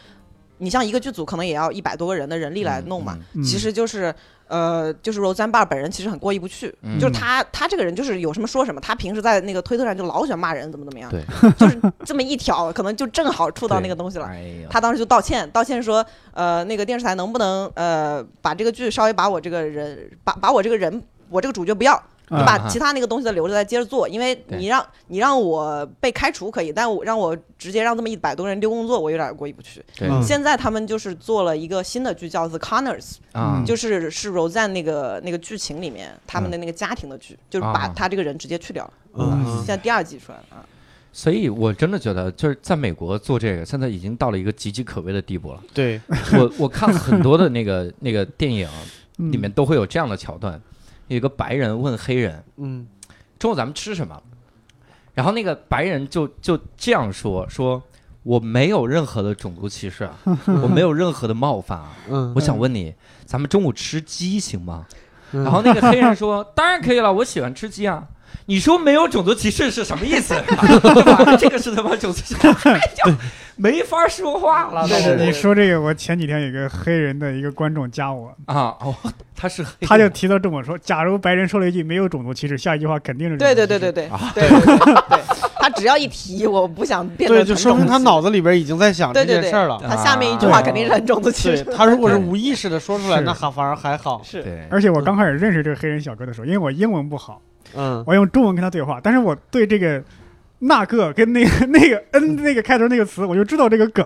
[SPEAKER 4] 你像一个剧组可能也要一百多个人的人力来弄嘛，
[SPEAKER 3] 嗯
[SPEAKER 4] 其实就是呃，就是 Roseanne Barr 本人其实很过意不去，
[SPEAKER 1] 嗯
[SPEAKER 4] 就是他他这个人就是有什么说什么，他平时在那个推特上就老喜欢骂人，怎么怎么样，
[SPEAKER 1] 对，
[SPEAKER 4] 就是这么一条，可能就正好触到那个东西了。
[SPEAKER 1] 哎呀，
[SPEAKER 4] 他当时就道歉，道歉说，呃，那个电视台能不能呃把这个剧稍微把我这个人把把我这个人我这个主角不要，你
[SPEAKER 3] 嗯
[SPEAKER 1] 啊
[SPEAKER 4] 把
[SPEAKER 1] 啊
[SPEAKER 4] 其他那个东西再留着再接着做，因为
[SPEAKER 1] 对
[SPEAKER 4] 你让你让我被开除可以，但我让我直接让这么一百多人丢工作，我有点过意不去。
[SPEAKER 1] 对
[SPEAKER 2] 嗯
[SPEAKER 4] 现在他们就是做了一个新的剧，叫《The Connors》，
[SPEAKER 1] 啊
[SPEAKER 3] 嗯，
[SPEAKER 4] 就是是 Roseanne 那个那个剧情里面他们的那个家庭的剧，就是把
[SPEAKER 1] 啊
[SPEAKER 4] 他这个人直接去掉了。
[SPEAKER 2] 嗯
[SPEAKER 4] 现在第二季出来了啊，
[SPEAKER 1] 所以我真的觉得就是在美国做这个，现在已经到了一个岌岌可危的地步 <laughs> 了。
[SPEAKER 2] 对，
[SPEAKER 4] 嗯
[SPEAKER 1] 我我看很多的那个那个电影
[SPEAKER 3] 嗯
[SPEAKER 1] 里面都会有这样的桥段，有一个白人问黑人
[SPEAKER 2] 嗯，
[SPEAKER 1] 中午咱们吃什么，然后那个白人就就这样说说。我没有任何的种族歧视
[SPEAKER 3] <laughs>
[SPEAKER 1] 啊，我没有任何的冒犯啊。
[SPEAKER 2] 嗯，
[SPEAKER 1] 我想问你，咱们中午吃鸡行吗？
[SPEAKER 2] 嗯
[SPEAKER 1] 然后那个黑人说：“当然可以了，我喜欢吃鸡啊。”你说没有种族歧视是什么意思？ <laughs> 对吧？这个是他妈种族歧视，就没法说话了。
[SPEAKER 2] 对对对
[SPEAKER 3] 你说这个，我前几天有一个黑人的一个观众加我，
[SPEAKER 1] 啊，哦，他是黑人
[SPEAKER 3] 他就提到这么说：假如白人说了一句没有种族歧视，下一句话肯定是
[SPEAKER 4] 对对对
[SPEAKER 3] 种族
[SPEAKER 4] 对
[SPEAKER 3] 歧视
[SPEAKER 4] 对对对对对，他只要一提，我不想变
[SPEAKER 2] 对，
[SPEAKER 4] 得
[SPEAKER 2] 就
[SPEAKER 4] 很
[SPEAKER 2] 说明
[SPEAKER 4] 种
[SPEAKER 2] 他
[SPEAKER 4] 族
[SPEAKER 2] 脑子里边已经在想这
[SPEAKER 4] 对对
[SPEAKER 2] 件
[SPEAKER 4] 对
[SPEAKER 2] 事
[SPEAKER 4] <laughs>
[SPEAKER 2] 儿了。
[SPEAKER 4] 他下面一句话
[SPEAKER 2] 对
[SPEAKER 4] 肯定是很种族歧
[SPEAKER 2] 对
[SPEAKER 4] 视。
[SPEAKER 2] 他如果是
[SPEAKER 1] 对
[SPEAKER 2] 无意识的说出来，
[SPEAKER 3] 是
[SPEAKER 2] 那还反而还好。
[SPEAKER 4] 是
[SPEAKER 1] 对，
[SPEAKER 3] 而且我刚开始认识这个黑人小哥的时候，因为我英文不好，
[SPEAKER 2] 嗯，
[SPEAKER 3] 我用中文跟他对话，但是我对这个那个跟那个 <laughs> 那个
[SPEAKER 4] <laughs>
[SPEAKER 3] 嗯那个开头那个词，我就知道这个梗，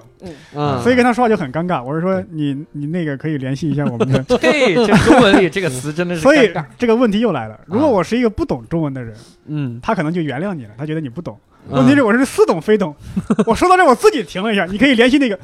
[SPEAKER 2] 嗯，
[SPEAKER 3] 所以跟他说话就很尴尬。我是说你你那个可以联系一下我们
[SPEAKER 4] <laughs>
[SPEAKER 3] 的，
[SPEAKER 1] 对，这中文里这个词真的是
[SPEAKER 3] 所以
[SPEAKER 1] 尴尬。
[SPEAKER 3] 这个问题又来了。如果我是一个不懂中文的人，
[SPEAKER 2] 嗯，
[SPEAKER 3] 他可能就原谅你了，他觉得你不懂。
[SPEAKER 2] 嗯
[SPEAKER 3] 问题是我是似懂非懂，我说到这儿我自己停了一下，你可以联
[SPEAKER 4] <laughs>
[SPEAKER 3] 系那个。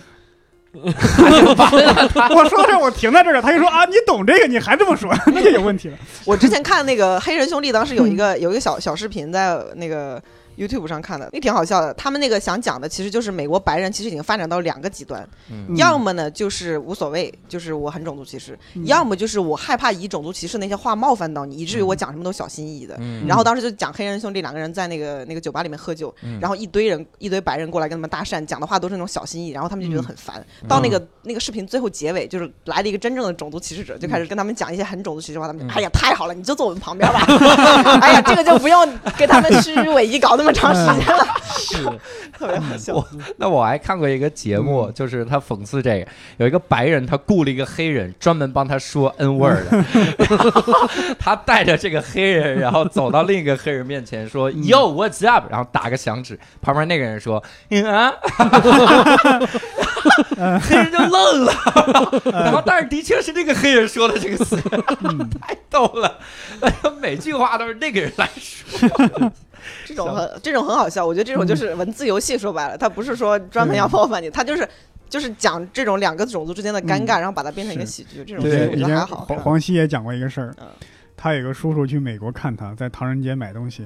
[SPEAKER 3] 我说到这儿我停在这儿了，他就说啊，你懂这个，你还这么说，那就有问题了。
[SPEAKER 4] <laughs> 我之前看那个《黑人兄弟》，当时有一个
[SPEAKER 1] 嗯
[SPEAKER 4] 有一个小小视频在那个 YouTube 上看的，那挺好笑的。他们那个想讲的其实就是美国白人其实已经发展到两个极端，
[SPEAKER 1] 嗯
[SPEAKER 4] 要么呢就是无所谓，就是我很种族歧视；
[SPEAKER 3] 嗯
[SPEAKER 4] 要么就是我害怕以种族歧视那些话冒犯到你，以至于我讲什么都小心翼翼的。
[SPEAKER 1] 嗯
[SPEAKER 4] 然后当时就讲黑人兄弟两个人在那个那个酒吧里面喝酒，
[SPEAKER 1] 嗯
[SPEAKER 4] 然后一堆人一堆白人过来跟他们搭讪，讲的话都是那种小心翼翼，然后他们
[SPEAKER 2] 嗯
[SPEAKER 4] 就觉得很烦。到那个那个视频最后结尾，就是来了一个真正的种族歧视者，就
[SPEAKER 2] 嗯
[SPEAKER 4] 开始跟他们讲一些很种族歧视话，他们
[SPEAKER 1] 嗯
[SPEAKER 4] 就哎呀太好了，你就坐我们旁边吧， <laughs> 哎呀这个就不用跟他们虚与委蛇搞那么长时间
[SPEAKER 2] 嗯
[SPEAKER 4] 了， <laughs> 特别好笑。嗯
[SPEAKER 1] 我那我还看过一个节目，就是他讽刺这个，有一个白人他雇了一个黑人专门帮他说 N word，的 <laughs> 然后他带着这个黑人，然后走到另一个黑人面前说
[SPEAKER 4] 嗯
[SPEAKER 1] Yo what's up，然后打个响指，旁边那个人说嗯
[SPEAKER 4] <laughs>
[SPEAKER 1] 啊，黑人就愣了，
[SPEAKER 4] 嗯
[SPEAKER 1] 然后但是的确是那个黑人说的这个词， <laughs> 太逗了，每句话都是那个人来说，
[SPEAKER 4] 这种很这种很好笑，我觉得这
[SPEAKER 2] 嗯
[SPEAKER 4] 种就是文字游戏，说白了，他不是说专门要冒犯你，他就是。就是讲这种两个种族之间的尴
[SPEAKER 2] 嗯
[SPEAKER 4] 尬，然后把它变成一个喜剧，这种
[SPEAKER 1] 对
[SPEAKER 4] 事我
[SPEAKER 3] 以
[SPEAKER 4] 觉得
[SPEAKER 3] 前
[SPEAKER 4] 还好。
[SPEAKER 3] 黄黄西也讲过一个事儿
[SPEAKER 4] 嗯，
[SPEAKER 3] 他有个叔叔去美国看他，在唐人街买东西，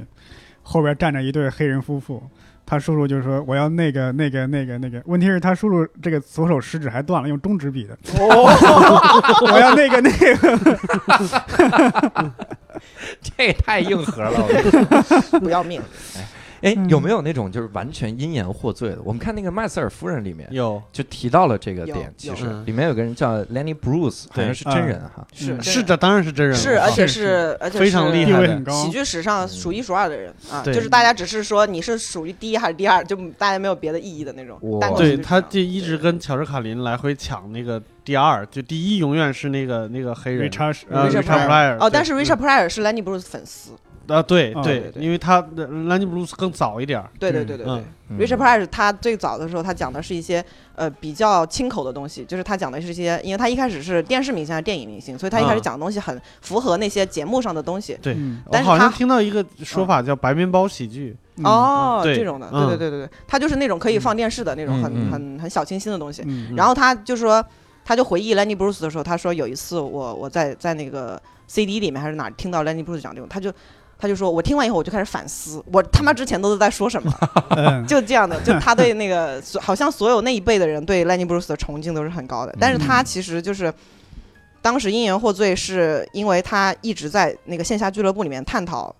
[SPEAKER 3] 后边站着一对黑人夫妇，他叔叔就说我要那个那个那个那个，问题是他叔叔这个左手食指还断了，用中指比的，
[SPEAKER 4] 哦
[SPEAKER 3] <laughs> 我要那个那个，
[SPEAKER 1] 这也太硬核了，我觉得。
[SPEAKER 4] 不要命，
[SPEAKER 1] 哎，
[SPEAKER 3] 嗯
[SPEAKER 1] 有没有那种就是完全因言获罪的？我们看那个《麦瑟尔夫人》里面
[SPEAKER 2] 有
[SPEAKER 1] 就提到了这个
[SPEAKER 4] 有
[SPEAKER 1] 点，其
[SPEAKER 4] 有啊
[SPEAKER 1] 实
[SPEAKER 2] 嗯
[SPEAKER 1] 里面有个人叫 Lenny Bruce，好
[SPEAKER 2] 对
[SPEAKER 1] 像是真人啊哈。
[SPEAKER 4] 是
[SPEAKER 2] 嗯是这当然是真人了，啊
[SPEAKER 4] 是，而且
[SPEAKER 3] 是
[SPEAKER 4] 是而且
[SPEAKER 2] 非常
[SPEAKER 4] 是
[SPEAKER 2] 厉
[SPEAKER 3] 地
[SPEAKER 2] 害
[SPEAKER 3] 位
[SPEAKER 2] 的
[SPEAKER 3] 很高，
[SPEAKER 4] 喜剧史上数一数二的人啊，
[SPEAKER 2] 嗯对
[SPEAKER 4] 就是大家只是说你是属于第一还是第二，就大家没有别的意义的那种
[SPEAKER 1] 哇。
[SPEAKER 4] 单口
[SPEAKER 2] 对，
[SPEAKER 4] 喜剧
[SPEAKER 2] 他
[SPEAKER 4] 史上
[SPEAKER 2] 就一直跟乔治卡林来回抢那个第二，就第一永远是那个那个黑人
[SPEAKER 3] Richard
[SPEAKER 2] 呃
[SPEAKER 4] Richard
[SPEAKER 2] Richard Pryor
[SPEAKER 4] 哦，但是
[SPEAKER 2] 对嗯
[SPEAKER 4] Richard Pryor 是 Lenny Bruce 粉丝，
[SPEAKER 2] 啊，对
[SPEAKER 3] 嗯
[SPEAKER 2] 对
[SPEAKER 4] 对，对
[SPEAKER 2] 因为他的 Lenny Bruce 更早一点儿，
[SPEAKER 4] 对对
[SPEAKER 3] 嗯
[SPEAKER 4] 对对
[SPEAKER 2] 嗯
[SPEAKER 4] 对。
[SPEAKER 1] 嗯
[SPEAKER 4] Richard Pryor 他最早的时候，他讲的是一些呃比较清口的东西，就是他讲的是一些，因为他一开始是电视明星还是电影明星，所以他一开始
[SPEAKER 2] 嗯
[SPEAKER 4] 讲的东西很符合那些节目上的东西。
[SPEAKER 2] 对
[SPEAKER 3] 嗯
[SPEAKER 2] 我
[SPEAKER 4] 但是
[SPEAKER 2] 好像
[SPEAKER 4] 他嗯
[SPEAKER 2] 听到一个说法叫白面包喜剧，
[SPEAKER 3] 嗯
[SPEAKER 4] 哦，
[SPEAKER 2] 对
[SPEAKER 4] 这种的，
[SPEAKER 2] 嗯
[SPEAKER 4] 对对对对对，他就是那种可以放电视的那种
[SPEAKER 1] 嗯
[SPEAKER 4] 很
[SPEAKER 1] 嗯
[SPEAKER 4] 很很小清新的东西。
[SPEAKER 3] 嗯
[SPEAKER 4] 然后他就说，他就回忆 Lenny Bruce 的时候，他说有一次我我在在那个 CD 里面还是哪儿听到 Lenny Bruce 讲这种，他就他就说我听完以后我就开始反思，我他妈之前都是在说什么，
[SPEAKER 3] 嗯
[SPEAKER 4] 就这样
[SPEAKER 3] <laughs>
[SPEAKER 4] 的，就他对那个所好像所有那一辈的人对 Lenny Bruce 的崇敬都是很
[SPEAKER 3] 嗯
[SPEAKER 4] 高的，但是他其实就是。当时因言获罪，是因为他一直在那个线下俱乐部里面探讨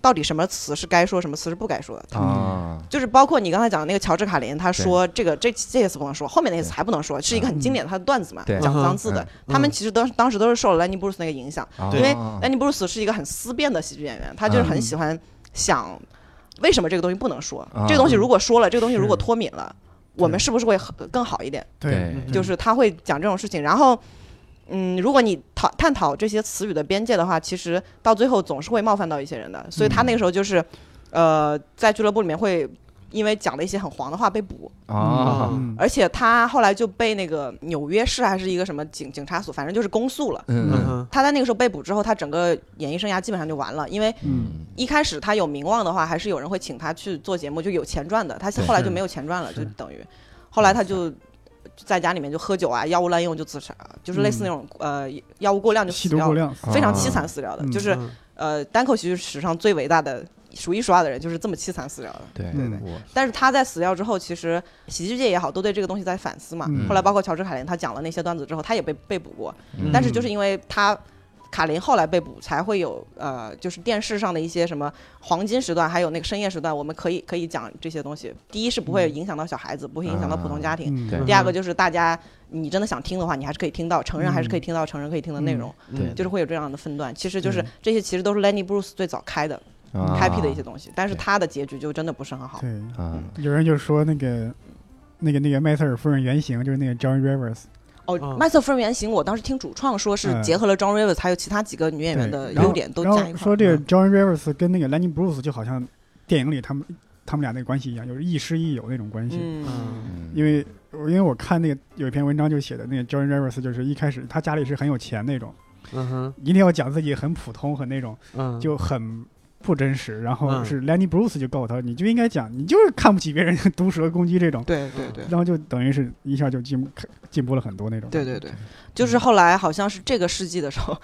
[SPEAKER 4] 到底什么词是该说，什么词是不该说的。
[SPEAKER 1] 啊，
[SPEAKER 4] 就是包括你刚才讲的那个乔治卡林，他说这个这这些词不能说，后面那些词还不能说，是一个很经典的他的段子嘛，
[SPEAKER 1] 嗯对
[SPEAKER 4] 讲脏字的
[SPEAKER 1] 嗯。
[SPEAKER 4] 他们其实都当时都是受了兰尼布鲁斯那个影响，
[SPEAKER 1] 啊
[SPEAKER 4] 因为
[SPEAKER 1] 啊
[SPEAKER 4] 兰尼布鲁斯是一个很思辨的喜剧演员，他就是很
[SPEAKER 1] 嗯
[SPEAKER 4] 喜欢想为什么这个东西不能说
[SPEAKER 1] 啊，
[SPEAKER 4] 这个东西如果说了，这个东西如果
[SPEAKER 3] 是
[SPEAKER 4] 脱敏了，我们是不是会很更好一点？
[SPEAKER 1] 对
[SPEAKER 2] 嗯
[SPEAKER 4] 就是他会讲这种事情。然后，嗯，如果你讨探讨这些词语的边界的话，其实到最后总是会冒犯到一些人的。所以他那个时候就是，呃，在俱乐部里面会因为讲了一些很黄的话被捕，
[SPEAKER 1] 啊，
[SPEAKER 3] 嗯
[SPEAKER 4] 而且他后来就被那个纽约市还是一个什么警警察所，反正就是公诉了。
[SPEAKER 1] 嗯嗯
[SPEAKER 2] 嗯
[SPEAKER 4] 他在那个时候被捕之后，他整个演艺生涯基本上就完了，因为
[SPEAKER 3] 嗯
[SPEAKER 4] 一开始他有名望的话，还是有人会请他去做节目，就有钱赚的。他
[SPEAKER 1] 对
[SPEAKER 4] 后来
[SPEAKER 2] 是
[SPEAKER 4] 就没有钱赚了，就是等于后来他就就在家里面就喝酒啊，药物滥用就自杀，就是类似那种、呃药物过量就
[SPEAKER 3] 嗯吸
[SPEAKER 4] 死
[SPEAKER 3] 毒
[SPEAKER 4] 掉
[SPEAKER 3] 过
[SPEAKER 4] 了，
[SPEAKER 3] 量，
[SPEAKER 1] 量
[SPEAKER 4] 非常
[SPEAKER 1] 啊
[SPEAKER 4] 凄惨死掉的。
[SPEAKER 3] 嗯
[SPEAKER 4] 就是呃单口喜剧史上最伟大的数一数二的人，就是这么凄惨死掉的。
[SPEAKER 1] 对
[SPEAKER 3] 对对
[SPEAKER 1] 我
[SPEAKER 4] 但是他在死掉之后，其实喜剧界也好，都对这个东西在反思嘛。
[SPEAKER 3] 嗯
[SPEAKER 4] 后来包括乔治卡林，他讲了那些段子之后，他也被被捕过，
[SPEAKER 1] 嗯
[SPEAKER 4] 但是就是因为他。卡林后来被捕，才会有呃，就是电视上的一些什么黄金时段，还有那个深夜时段，我们可以可以讲这些东西。第一是不会影响到小孩子，不会影响到普通家庭；
[SPEAKER 3] 嗯
[SPEAKER 1] 对
[SPEAKER 4] 第二个就是大家你真的想听的话，你还是可以听到，成人还是
[SPEAKER 3] 嗯
[SPEAKER 4] 可以听到成人可以听的内容，
[SPEAKER 1] 对
[SPEAKER 4] 就是会有这样的分段。其实就是
[SPEAKER 2] 嗯
[SPEAKER 4] 这些，其实都是 Lenny Bruce 最早开的、
[SPEAKER 1] 啊
[SPEAKER 4] happy 的一些东嗯西，但是
[SPEAKER 1] 对
[SPEAKER 4] 他的结局就真的不是很好。
[SPEAKER 3] 嗯
[SPEAKER 4] 哦
[SPEAKER 1] 啊，
[SPEAKER 3] 对，有人就说那个那个那个麦瑟尔夫人原型就是那个 John Rivers，
[SPEAKER 4] 哦，
[SPEAKER 2] 嗯
[SPEAKER 4] 麦瑟夫人原型，我当时听主创说是
[SPEAKER 3] 嗯
[SPEAKER 4] 结合了 John Rivers 还有其他几个女演员
[SPEAKER 3] 对
[SPEAKER 4] 的
[SPEAKER 3] 然后
[SPEAKER 4] 优点都
[SPEAKER 3] 然
[SPEAKER 4] 加一
[SPEAKER 3] 后
[SPEAKER 4] 块儿。
[SPEAKER 3] 说这个
[SPEAKER 4] 嗯
[SPEAKER 3] John Rivers 跟那个 Lenny Bruce 就好像电影里他们他们俩那个关系一样，就是亦师亦友那种关系。
[SPEAKER 4] 嗯，
[SPEAKER 1] 嗯
[SPEAKER 3] 因为我因为我看那个有一篇文章就写的那个 John Rivers 就是一开始他家里是很有钱那种，
[SPEAKER 2] 嗯哼
[SPEAKER 3] 一定要讲自己很普通很那种，
[SPEAKER 2] 嗯
[SPEAKER 3] 就很不真实。然后
[SPEAKER 2] 嗯
[SPEAKER 3] 是 Lenny Bruce 就告诉他，你就应该讲，你就是看不起别人毒舌攻击这种， <laughs>
[SPEAKER 4] 对对对。
[SPEAKER 1] 嗯
[SPEAKER 3] 然后就等于是一下就进进步了很多那种。
[SPEAKER 4] 对对对，就是后来好像是这个世纪的时候，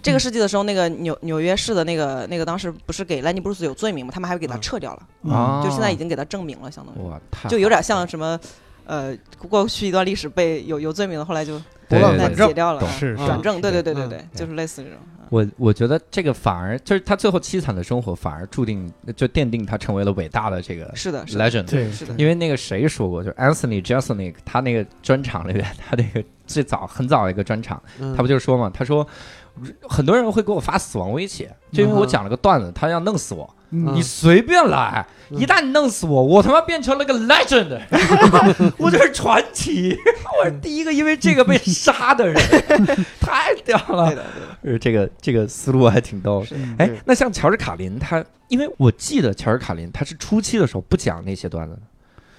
[SPEAKER 4] 这个世纪的时候，那个纽纽约市的那个那个当时不是给兰尼布鲁斯有罪名嘛，他们还给他
[SPEAKER 2] 嗯
[SPEAKER 4] 撤掉了，
[SPEAKER 1] 啊，
[SPEAKER 4] 就现在已经给他证明了，相当于
[SPEAKER 1] 哇，太
[SPEAKER 4] 就有
[SPEAKER 1] 好
[SPEAKER 4] 点
[SPEAKER 1] 了
[SPEAKER 4] 像什么。呃，过去一段历史被有有罪名的，后来就
[SPEAKER 1] 对
[SPEAKER 2] 拨乱
[SPEAKER 1] 对
[SPEAKER 2] 反
[SPEAKER 4] 再
[SPEAKER 1] 对
[SPEAKER 2] 正
[SPEAKER 4] 解掉了
[SPEAKER 1] 懂，
[SPEAKER 3] 是
[SPEAKER 4] 转正，对对对对
[SPEAKER 2] 嗯
[SPEAKER 4] 对，就是类似这种。嗯
[SPEAKER 1] 我我觉得这个反而就是他最后凄惨的生活，反而注定就奠定他成为了伟大的这个
[SPEAKER 4] 是的，是的，
[SPEAKER 1] legend。
[SPEAKER 3] 对
[SPEAKER 4] 是的，
[SPEAKER 1] 因为那个谁说过，就是 Anthony j e s e l n i k 他那个专场里边，他那个最早很早的一个专场，
[SPEAKER 2] 嗯
[SPEAKER 1] 他不就说嘛，他说很多人会给我发死亡威胁，就因为我
[SPEAKER 2] 嗯哼
[SPEAKER 1] 讲了个段子，他要弄死我，
[SPEAKER 3] 嗯
[SPEAKER 1] 你随便来，
[SPEAKER 2] 嗯
[SPEAKER 1] 一旦你弄死我，我他妈变成了个 <laughs> legend，我就是传奇， <laughs> 我是第一个因为这个被杀的人， <laughs> 太屌
[SPEAKER 4] 对的，
[SPEAKER 1] 了。
[SPEAKER 4] 对的，
[SPEAKER 1] 呃，这个这个思路还挺逗。
[SPEAKER 4] 是
[SPEAKER 3] 嗯
[SPEAKER 4] 的。
[SPEAKER 1] 哎
[SPEAKER 2] 对，
[SPEAKER 1] 那像乔治卡林他，因为我记得乔治卡林他是初期的时候不讲那些段子的，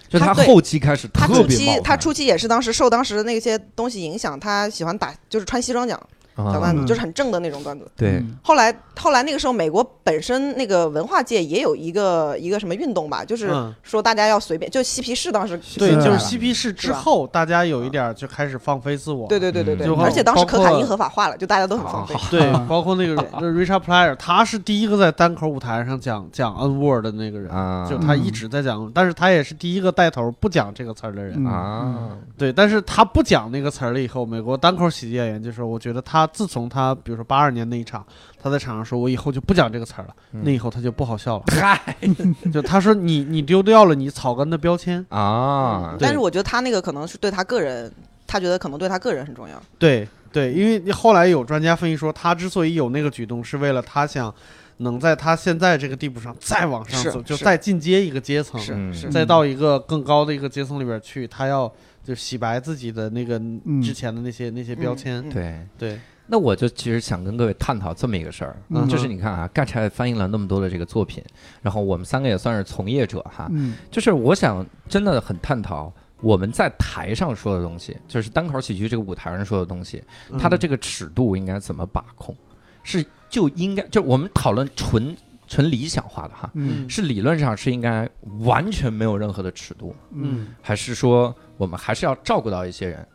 [SPEAKER 1] 就
[SPEAKER 4] 他对
[SPEAKER 1] 后期开始
[SPEAKER 4] 他
[SPEAKER 1] 特
[SPEAKER 4] 初
[SPEAKER 1] 别冒
[SPEAKER 4] 期
[SPEAKER 1] 犯
[SPEAKER 4] 他初期也是当时受当时的那些东西影响，他喜欢打就是穿西装讲讲
[SPEAKER 1] 啊
[SPEAKER 4] 段
[SPEAKER 3] 完
[SPEAKER 4] 子，
[SPEAKER 3] 嗯
[SPEAKER 4] 就是很正的那种段子。
[SPEAKER 1] 对
[SPEAKER 3] 嗯
[SPEAKER 4] 后来后来那个时候，美国本身那个文化界也有一个一个什么运动吧，就是
[SPEAKER 2] 嗯
[SPEAKER 4] 说大家要随便，就嬉皮士当时
[SPEAKER 2] 对，
[SPEAKER 3] 是
[SPEAKER 2] 就
[SPEAKER 3] 吧
[SPEAKER 2] 是嬉皮士之后，大家有一点儿就开始放飞自我，
[SPEAKER 4] 对对对对
[SPEAKER 1] 嗯
[SPEAKER 4] 对，
[SPEAKER 2] 就
[SPEAKER 4] 而且当时
[SPEAKER 2] 包
[SPEAKER 4] 可
[SPEAKER 2] 括
[SPEAKER 4] 卡因合法化了，就大家都很放飞
[SPEAKER 1] 好。
[SPEAKER 2] 对
[SPEAKER 3] 啊，
[SPEAKER 2] 包括那个
[SPEAKER 4] 对
[SPEAKER 2] Richard Pryor，他是第一个在单口舞台上讲讲 N word 的那个
[SPEAKER 4] 嗯
[SPEAKER 2] 人，
[SPEAKER 1] 啊
[SPEAKER 2] 就他一直在讲，但是他也是第一个带头不讲这个词儿的人。
[SPEAKER 3] 嗯
[SPEAKER 1] 啊
[SPEAKER 2] 对，但是他不讲那个词儿了以后，美国单口喜剧演员就说，我觉得他自从他比如说八二年那一场，他在场上说我以后就不讲这个词儿了，
[SPEAKER 1] 嗯
[SPEAKER 2] 那以后他就不好笑了。
[SPEAKER 1] 嗨
[SPEAKER 2] <laughs> 就他说你你丢掉了你草根的
[SPEAKER 1] <laughs>
[SPEAKER 2] 标签，
[SPEAKER 1] 啊
[SPEAKER 2] 对
[SPEAKER 4] 但是我觉得他那个可能是对他个人，他觉得可能对他个人很重要。
[SPEAKER 2] 对对，因为后来有专家分析说，他之所以有那个举动，是为了他想能在他现在这个地步上再往上
[SPEAKER 4] 是
[SPEAKER 2] 走，就是再进阶一个阶层，
[SPEAKER 4] 是
[SPEAKER 1] 嗯
[SPEAKER 4] 是，
[SPEAKER 2] 再到一个更高的一个阶层里边去，他要就洗白自己的那个
[SPEAKER 1] 嗯
[SPEAKER 2] 之前的那些、那些标签。
[SPEAKER 4] 嗯嗯
[SPEAKER 1] 对。
[SPEAKER 2] 对，
[SPEAKER 1] 那我就其实想跟各位探讨这么一个事儿，
[SPEAKER 2] 嗯
[SPEAKER 1] 就是你看啊，尬柴翻译了那么多的这个作品，然后我们三个也算是从业者哈，
[SPEAKER 3] 嗯
[SPEAKER 1] 就是我想真的很探讨我们在台上说的东西，就是单口喜剧这个舞台上说的东西，它嗯
[SPEAKER 3] 嗯
[SPEAKER 1] 的这个尺度应该怎么把控？是就应该就我们讨论纯纯理想化的哈，
[SPEAKER 3] 嗯
[SPEAKER 1] 是理论上是应该完全没有任何的尺度，
[SPEAKER 3] 嗯
[SPEAKER 1] 还是说我们还是要照顾到一些人？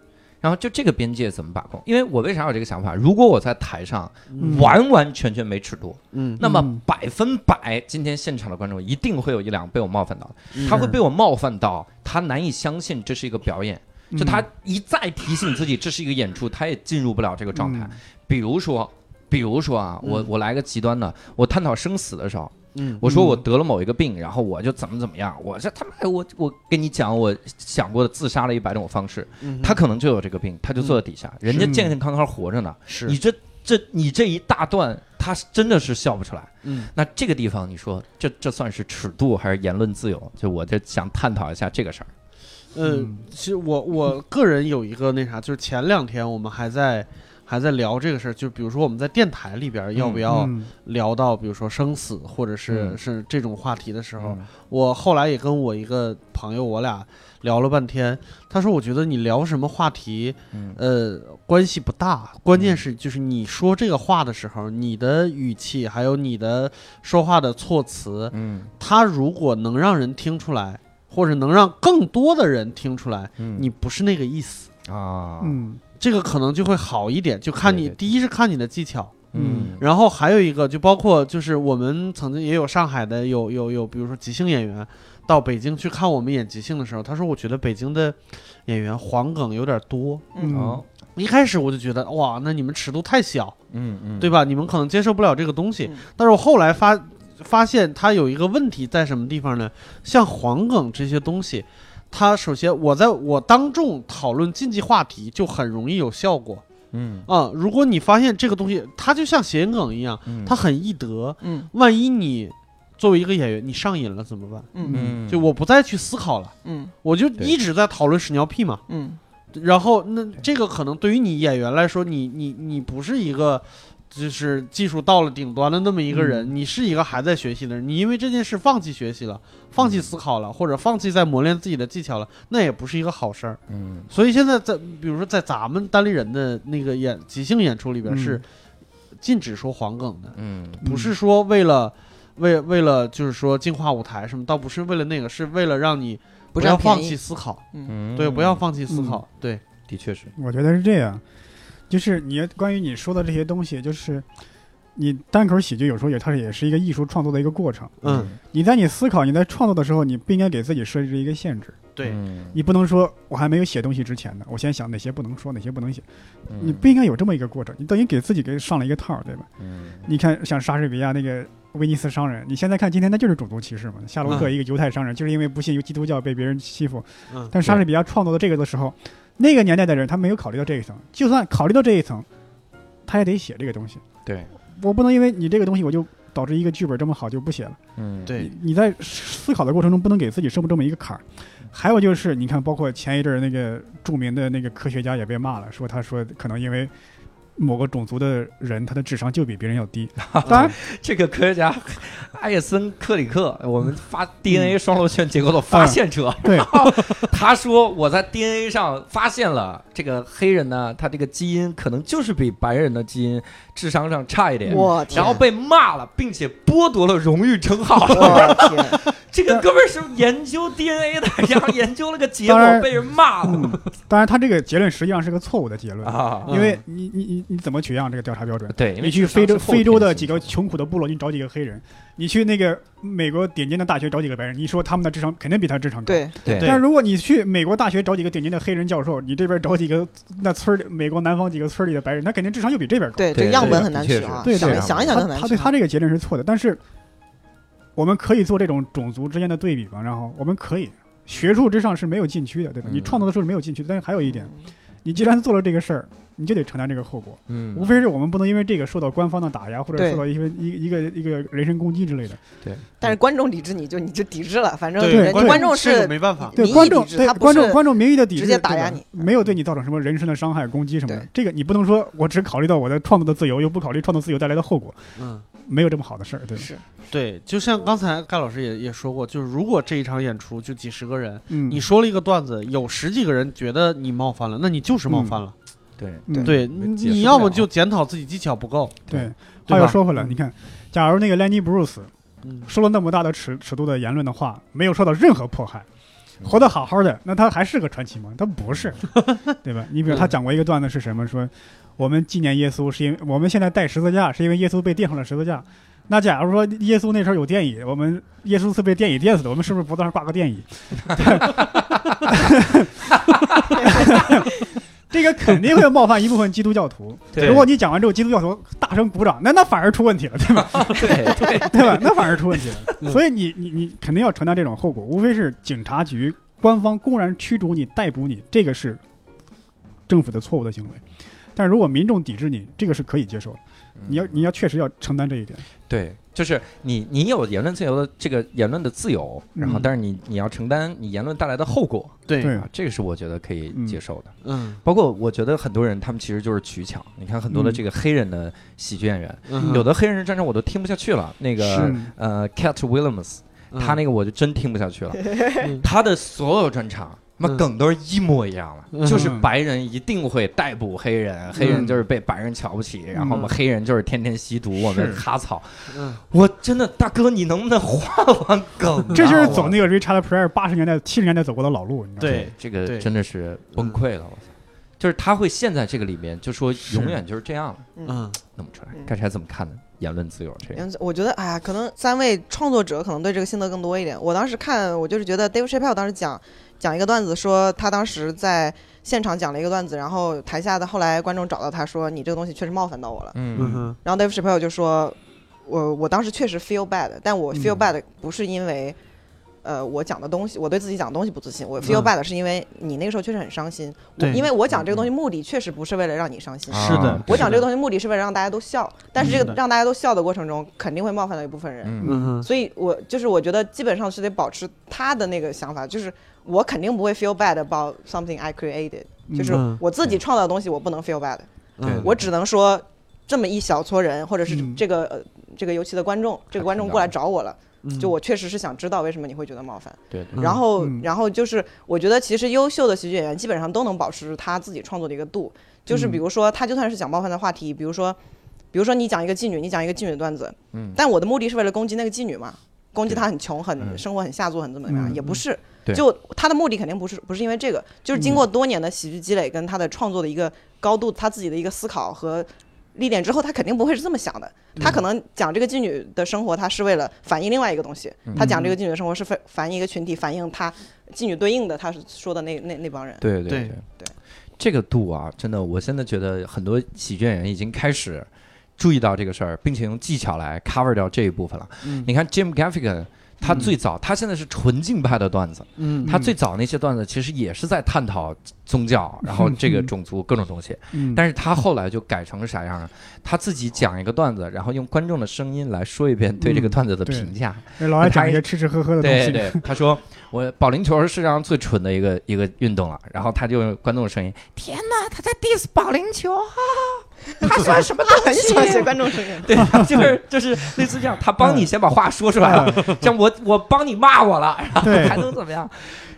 [SPEAKER 1] 然后就这个边界怎么把控？因为我为啥有这个想法？如果我在台上
[SPEAKER 3] 嗯
[SPEAKER 1] 完完全全没尺度，
[SPEAKER 2] 嗯
[SPEAKER 1] 那么
[SPEAKER 3] 嗯
[SPEAKER 1] 百分百今天现场的观众一定会有一两被我冒犯到的，
[SPEAKER 2] 嗯
[SPEAKER 1] 他会被我冒犯到，他难以相信这是一个表演，
[SPEAKER 3] 嗯
[SPEAKER 1] 就他一再提醒自己这是一个演出，他也进入不了这
[SPEAKER 3] 嗯
[SPEAKER 1] 个状态。比如说，比如说啊，我
[SPEAKER 2] 嗯
[SPEAKER 1] 我来个极端的，我探讨生死的时候，嗯，我说我得了某一个病，然后我就怎么怎么样，我这他妈我我跟你讲，我想过的自杀了一百种方式，
[SPEAKER 2] 嗯
[SPEAKER 1] 他可能就有这个病，他就坐在底下，人家健健康康活着呢，
[SPEAKER 2] 是
[SPEAKER 1] 你这这你这一大段，他真的是笑不出来。
[SPEAKER 2] 嗯，
[SPEAKER 1] 那这个地方，你说这这算是尺度还是言论自由？就我这想探讨一下这个事儿。
[SPEAKER 2] 呃，
[SPEAKER 1] 嗯
[SPEAKER 2] 其实我我个人有一个那啥，就是前两天我们还在还在聊这个事儿，就比如说我们在电台里边儿要不要
[SPEAKER 3] 嗯
[SPEAKER 2] 聊到，比如说生死或者是、
[SPEAKER 1] 嗯
[SPEAKER 2] 是这种话题的时候，
[SPEAKER 1] 嗯
[SPEAKER 2] 我后来也跟我一个朋友，我俩聊了半天，他说我觉得你聊什么话题，
[SPEAKER 1] 嗯
[SPEAKER 2] 呃，关系不大，关键
[SPEAKER 1] 嗯
[SPEAKER 2] 是就是你说这个话的时候，你的语气还有你的说话的措辞，
[SPEAKER 1] 嗯
[SPEAKER 2] 它如果能让人听出来，或者能让更多的人听出来，
[SPEAKER 1] 嗯
[SPEAKER 2] 你不是那个意思，
[SPEAKER 1] 啊
[SPEAKER 3] 嗯
[SPEAKER 2] 这个可能就会好一点。就看你
[SPEAKER 1] 对对对
[SPEAKER 2] 第一是看你的技巧，
[SPEAKER 1] 嗯
[SPEAKER 2] 然后还有一个就包括就是我们曾经也有上海的有有有，比如说即兴演员到北京去看我们演即兴的时候，他说我觉得北京的演员黄梗有点多。
[SPEAKER 4] 嗯
[SPEAKER 1] 哦
[SPEAKER 2] 一开始我就觉得哇，那你们尺度太小，
[SPEAKER 1] 嗯嗯
[SPEAKER 2] 对吧？你们可能接受不了这个东西
[SPEAKER 4] 嗯。
[SPEAKER 2] 但是我后来发发现，它有一个问题在什么地方呢？像黄梗这些东西，它首先我在我当众讨论禁忌话题就很容易有效果
[SPEAKER 1] 嗯
[SPEAKER 2] 啊、如果你发现这个东西，它就像谐音梗一样，
[SPEAKER 1] 嗯
[SPEAKER 2] 它很易得。
[SPEAKER 4] 嗯
[SPEAKER 2] 万一你作为一个演员，你上瘾了怎么办？
[SPEAKER 4] 嗯
[SPEAKER 2] 就我不再去思考了，
[SPEAKER 4] 嗯
[SPEAKER 2] 我就
[SPEAKER 1] 对
[SPEAKER 2] 一直在讨论屎尿屁嘛。
[SPEAKER 4] 嗯
[SPEAKER 2] 然后那这个可能对于你演员来说，你你你不是一个就是技术到了顶端的那么一个人，你是一个还在学习的人。你因为这件事放弃学习了，放弃思考了，或者放弃在磨练自己的技巧了，那也不是一个好事儿。
[SPEAKER 1] 嗯
[SPEAKER 2] 所以现在在比如说在咱们单立人的那个演即兴演出里边
[SPEAKER 3] 嗯
[SPEAKER 2] 是禁止说黄梗的，
[SPEAKER 1] 嗯
[SPEAKER 2] 不是说为了。为为了就是说净化舞台什么，倒不是为了那个，是为了让你
[SPEAKER 4] 不
[SPEAKER 2] 不要
[SPEAKER 4] 占便
[SPEAKER 2] 放
[SPEAKER 4] 宜
[SPEAKER 2] 弃思考，
[SPEAKER 1] 嗯
[SPEAKER 2] 对，不要，放弃思考，对，
[SPEAKER 1] 的确是，
[SPEAKER 3] 我觉得是这样，就是你关于你说的这些东西，就是你单口喜剧有时候也它也是一个艺术创作的一个过程。
[SPEAKER 2] 嗯，
[SPEAKER 3] 你在你思考、你在创作的时候，你不应该给自己设置一个限制。
[SPEAKER 2] 对，
[SPEAKER 1] 嗯
[SPEAKER 3] 你不能说我还没有写东西之前呢，我先想哪些不能说，哪些不能写。
[SPEAKER 2] 嗯
[SPEAKER 3] 你不
[SPEAKER 1] 必
[SPEAKER 3] 应该有这么一个过程，你等于给自己给上了一个套儿，对吧？
[SPEAKER 1] 嗯
[SPEAKER 3] 你看，像莎士比亚那个威尼斯商人，你现在看今天他就是种族歧视嘛。夏洛克
[SPEAKER 2] 嗯
[SPEAKER 3] 一个犹太商人，就是因为不信由基督教被别人欺负。
[SPEAKER 2] 嗯
[SPEAKER 3] 但是莎士比亚创作的这个的时候，那个年代的人他没有考虑到这一层，就算考虑到这一层，他也得写这个东西。
[SPEAKER 1] 对，
[SPEAKER 3] 我不能因为你这个东西我就。导致一个剧本这么好就不写了。
[SPEAKER 1] 嗯
[SPEAKER 2] 对
[SPEAKER 3] 你，你在思考的过程中不能给自己设不这么一个坎儿。还有就是，你看，包括前一阵儿那个著名的那个科学家也被骂了，说他说可能因为某个种族的人他的智商就比别人要
[SPEAKER 1] <laughs>
[SPEAKER 3] 低。当然，
[SPEAKER 1] 这个科学家 <laughs> 艾森克里克，我们发 DNA 双螺旋结构的发现者， <laughs>
[SPEAKER 3] 对，
[SPEAKER 1] 他说我在 DNA 上发现了这个黑人呢，他这个基因可能就是比白人的基因智商上差一点，
[SPEAKER 4] 我天，
[SPEAKER 1] 然后被骂了，并且剥夺了荣誉称
[SPEAKER 4] <laughs>
[SPEAKER 1] 号。
[SPEAKER 4] 我天，
[SPEAKER 1] 这个哥们儿是研究 DNA 的，然后研究了个结果
[SPEAKER 3] 当然
[SPEAKER 1] 被人骂了
[SPEAKER 3] 嗯，当然，他这个结论实际上是个错误的结论，
[SPEAKER 1] 啊！
[SPEAKER 3] 因为你你你你怎么取样这个调查标准？
[SPEAKER 1] 对，因为
[SPEAKER 3] 你去
[SPEAKER 1] 智商
[SPEAKER 3] 非洲
[SPEAKER 1] 是后天
[SPEAKER 3] 非洲的
[SPEAKER 1] 性
[SPEAKER 3] 几个穷苦的部落，你找几个黑人；你去那个美国顶尖的大学找几个白人，你说他们的智商肯定比他智商高。。
[SPEAKER 4] 对，
[SPEAKER 1] 对
[SPEAKER 3] 但如果你去美国大学找几个顶尖的黑人教授，你这边找几个那村儿里美国南方几个村儿里的白人，那肯定智商就比这边高。
[SPEAKER 4] 对，
[SPEAKER 1] 对
[SPEAKER 4] 这样
[SPEAKER 1] 对
[SPEAKER 4] 本
[SPEAKER 1] 的
[SPEAKER 4] 很难
[SPEAKER 1] 确
[SPEAKER 4] 取
[SPEAKER 1] 是
[SPEAKER 4] 啊，
[SPEAKER 3] 对
[SPEAKER 4] 想
[SPEAKER 3] 对
[SPEAKER 4] 想一想就很
[SPEAKER 3] 他
[SPEAKER 4] 难
[SPEAKER 3] 他
[SPEAKER 4] 取
[SPEAKER 3] 对
[SPEAKER 4] 啊
[SPEAKER 3] 他。这个结论是错的，但是我们可以做这种种族之间的对比嘛？然后我们可以学术之上是没有禁区的，对吧？你
[SPEAKER 1] 嗯
[SPEAKER 3] 创作的时候是没有禁区的，但是还有一点，
[SPEAKER 4] 嗯
[SPEAKER 3] 你既然做了这个事儿，你就得承担这个后果。
[SPEAKER 1] 嗯
[SPEAKER 3] 无非是我们不能因为这个受到官方的打压，或者
[SPEAKER 4] 对
[SPEAKER 3] 受到一个一个一个一个人身攻击之类的。
[SPEAKER 4] 但是观众抵制你就你就抵制了，反正
[SPEAKER 2] 对
[SPEAKER 4] 人
[SPEAKER 3] 观
[SPEAKER 4] 观众
[SPEAKER 2] 这个
[SPEAKER 4] 是
[SPEAKER 2] 没办法，
[SPEAKER 3] 对
[SPEAKER 4] 民意
[SPEAKER 3] 观众，
[SPEAKER 4] 抵制
[SPEAKER 3] 对
[SPEAKER 4] 他不
[SPEAKER 3] 观众，
[SPEAKER 4] 是
[SPEAKER 3] 观众民意的抵制，
[SPEAKER 4] 直接打压
[SPEAKER 3] 对吧
[SPEAKER 4] 你
[SPEAKER 3] 没有对你造成什么人身的伤害、攻击什么的
[SPEAKER 4] 对。
[SPEAKER 3] 这个你不能说我只考虑到我的创作的自由，又不考虑创作自由带来的后果，
[SPEAKER 2] 嗯，
[SPEAKER 3] 没有这么好的事儿，对吧？
[SPEAKER 4] 是
[SPEAKER 2] 对，就像刚才盖老师也也说过，就是如果这一场演出就几十个人，
[SPEAKER 3] 嗯，
[SPEAKER 2] 你说了一个段子，有十几个人觉得你冒犯了，那你就是冒犯了。
[SPEAKER 1] 对
[SPEAKER 3] 嗯
[SPEAKER 2] 对，
[SPEAKER 1] 嗯
[SPEAKER 2] 你
[SPEAKER 1] 解释
[SPEAKER 2] 你
[SPEAKER 1] 不
[SPEAKER 2] 要么
[SPEAKER 1] 了
[SPEAKER 3] <laughs>
[SPEAKER 2] 就检讨自己技巧不够，
[SPEAKER 3] 对。
[SPEAKER 2] 对
[SPEAKER 3] 话又
[SPEAKER 2] 吧
[SPEAKER 3] 说回
[SPEAKER 4] 嗯
[SPEAKER 3] 来，你看，假如那个 Lenny Bruce
[SPEAKER 2] 嗯，
[SPEAKER 3] 说了那么大的尺尺度的言论的话，没有受到任何迫害，活得好好的，那他还是个传奇吗？他不是，对吧？你比如他讲过一个段子是什么？说我们纪念耶稣是因为我们现在带十字架是因为耶稣被钉上了十字架。那假如说耶稣那时候有电椅，我们耶稣是被电椅电死的，我们是不是脖子上 <laughs> 挂个电椅？这个肯定会冒犯一部分基督教徒。
[SPEAKER 1] 对
[SPEAKER 3] 如果你讲完之后基督教徒大声鼓掌，那那反而出问题了，对吧？
[SPEAKER 1] 对对，
[SPEAKER 3] <laughs> 对吧？那反而出问题
[SPEAKER 1] <laughs>
[SPEAKER 3] 了。
[SPEAKER 2] 嗯
[SPEAKER 3] 所以你你你肯定要承担这种后果，无非是警察局官方公然驱逐你、逮捕你，这个是政府的错误的行为。但如果民众抵制你，这个是可以接受的。
[SPEAKER 1] 嗯
[SPEAKER 3] 你要你要确实要承担这一点。
[SPEAKER 1] 对，就是你你有言论自由的这个言论的自由，然后
[SPEAKER 3] 嗯
[SPEAKER 1] 但是你你要承担你言论带来的后果
[SPEAKER 2] 对
[SPEAKER 3] 对
[SPEAKER 1] 啊，这个是我觉得可以
[SPEAKER 3] 嗯
[SPEAKER 1] 接受的。
[SPEAKER 2] 嗯
[SPEAKER 1] 包括我觉得很多人他们其实就是取巧，你看很多的
[SPEAKER 3] 嗯
[SPEAKER 1] 这个黑人的喜剧演员，
[SPEAKER 2] 嗯，
[SPEAKER 1] 有的黑人战争我都听不下去了，那个
[SPEAKER 3] 是
[SPEAKER 1] 呃 Cat Williams。
[SPEAKER 2] 嗯
[SPEAKER 1] 他那个我就真听不下去了。
[SPEAKER 2] 嗯
[SPEAKER 1] 他的所有专场，妈
[SPEAKER 2] 嗯
[SPEAKER 1] 梗都是一模一样
[SPEAKER 2] 嗯
[SPEAKER 1] 的，就是白人一定会逮捕黑人，黑人就是被白人瞧不起，然后我们黑人就是天天吸毒，我们
[SPEAKER 3] 是
[SPEAKER 1] 哈草。
[SPEAKER 2] 嗯
[SPEAKER 1] 我真的大哥，你能不能换换梗啊？
[SPEAKER 3] 这就是走
[SPEAKER 1] 我
[SPEAKER 3] 那个 Richard Pryor 八十年代、七十年代走过的老路，你知道吗？
[SPEAKER 2] 对
[SPEAKER 1] 这个
[SPEAKER 2] 对嗯
[SPEAKER 1] 真的是崩溃了，我操！就是他会陷在这个里面，就说永远就是这样了，
[SPEAKER 4] 嗯，
[SPEAKER 2] 嗯
[SPEAKER 1] 弄不出来
[SPEAKER 4] 嗯。
[SPEAKER 1] 刚才怎么看的？言论自由这个，
[SPEAKER 4] 原则我觉得，哎呀，可能三位创作者可能对这个心得更多一点。我当时看，我就是觉得 Dave Chappelle 当时讲讲一个段子，说他当时在现场讲了一个段子，然后台下的后来观众找到他说：“你这个东西确实冒犯到我了。
[SPEAKER 2] 嗯
[SPEAKER 1] 嗯
[SPEAKER 2] 哼”
[SPEAKER 4] 然后 Dave Chappelle 就说：“我我当时确实 feel bad，但我 feel
[SPEAKER 3] 嗯
[SPEAKER 4] bad 不是因为。”呃，我讲的东西，我对自己讲的东西不自信，我 feel
[SPEAKER 2] 嗯
[SPEAKER 4] bad 是因为你那个时候确实很伤心，我
[SPEAKER 2] 对
[SPEAKER 4] 因为我讲这个东西目的确实不是为了让你伤心，
[SPEAKER 1] 啊
[SPEAKER 2] 是的
[SPEAKER 1] 对，
[SPEAKER 4] 我讲这个
[SPEAKER 2] 西，
[SPEAKER 4] 东西目的是为了让大家都笑，但是这
[SPEAKER 2] 是的
[SPEAKER 4] 个让大家都笑的过程中，肯定会冒犯到一部分人，
[SPEAKER 1] 嗯
[SPEAKER 2] 嗯哼，
[SPEAKER 4] 所以我就是我觉得基本上是得保持他的那个想法，就是我肯定不会 feel bad about something I created，
[SPEAKER 3] 嗯
[SPEAKER 4] 就是
[SPEAKER 2] 嗯
[SPEAKER 4] 我自己创造的东西我不能 feel bad，
[SPEAKER 1] 对
[SPEAKER 4] 我只能说这么一小撮人，或者是
[SPEAKER 3] 嗯
[SPEAKER 4] 这个呃这个尤其的观众，这个观众过来找我了，就我确实是想知道为什么你会觉得冒犯。
[SPEAKER 1] 对对
[SPEAKER 2] 嗯
[SPEAKER 4] 然后
[SPEAKER 3] 嗯，
[SPEAKER 4] 然后就是，我觉得其实优秀的喜剧演员基本上都能保持他自己创作的一个度，就是比如说他就算是想冒犯的话题，比如说，比如说你讲一个妓女，你讲一个妓女的段子，
[SPEAKER 1] 嗯
[SPEAKER 4] 但我的目的是为了攻击那个妓女嘛，攻击
[SPEAKER 1] 对
[SPEAKER 4] 她很穷，
[SPEAKER 1] 嗯
[SPEAKER 4] 很生活很下作，很怎么怎么样，
[SPEAKER 3] 嗯
[SPEAKER 4] 也不是
[SPEAKER 1] 对，
[SPEAKER 4] 就他的目的肯定不是不是因为这个，就是经过多年的喜剧积累跟他的创作的一个高度，他自己的一个思考和。历练之后，他肯定不会是这么想的。他可能讲这个妓女的生活，他是为了反映另外一个东西。他讲这
[SPEAKER 1] 嗯
[SPEAKER 4] 个妓女的生活是反反映一个群体，反映他妓女对应的他是说的那那那
[SPEAKER 1] <laughs>
[SPEAKER 4] 帮人。
[SPEAKER 1] 对对
[SPEAKER 2] 对
[SPEAKER 4] 对
[SPEAKER 1] 这个度啊，真的，我现在觉得很多喜剧演员已经开始注意到这个事儿，并且用技巧来 cover 掉这一部分了。
[SPEAKER 2] 嗯
[SPEAKER 1] 你看 Jim Gaffigan，他
[SPEAKER 3] 嗯
[SPEAKER 1] 最早，他现在是纯净派的段子，
[SPEAKER 2] 嗯
[SPEAKER 1] 他最早那些段子其实也是在探讨宗教，然后这个种族各种东西。
[SPEAKER 3] 嗯，
[SPEAKER 1] 但是他后来就改成了啥样呢？他自己讲一个段子，然后用观众的声音来说一遍对这个段子的
[SPEAKER 3] 嗯对
[SPEAKER 1] 评价。
[SPEAKER 3] 是老爱讲一些吃吃喝喝的东
[SPEAKER 1] 对
[SPEAKER 3] 西。
[SPEAKER 1] 对，他说我保龄球是世界上最蠢的一个一个运动了，然后他就用观众的声音，天哪，他在 diss 保龄球啊，他算什么东
[SPEAKER 4] 很喜欢学
[SPEAKER 1] 西？
[SPEAKER 4] 观众 <laughs> 声音。
[SPEAKER 1] 对，就是就是类似这样，他帮你先把话说出来了，这样我我帮你骂我了，然后
[SPEAKER 3] 嗯
[SPEAKER 1] <laughs>
[SPEAKER 3] 对
[SPEAKER 1] 还能怎么样？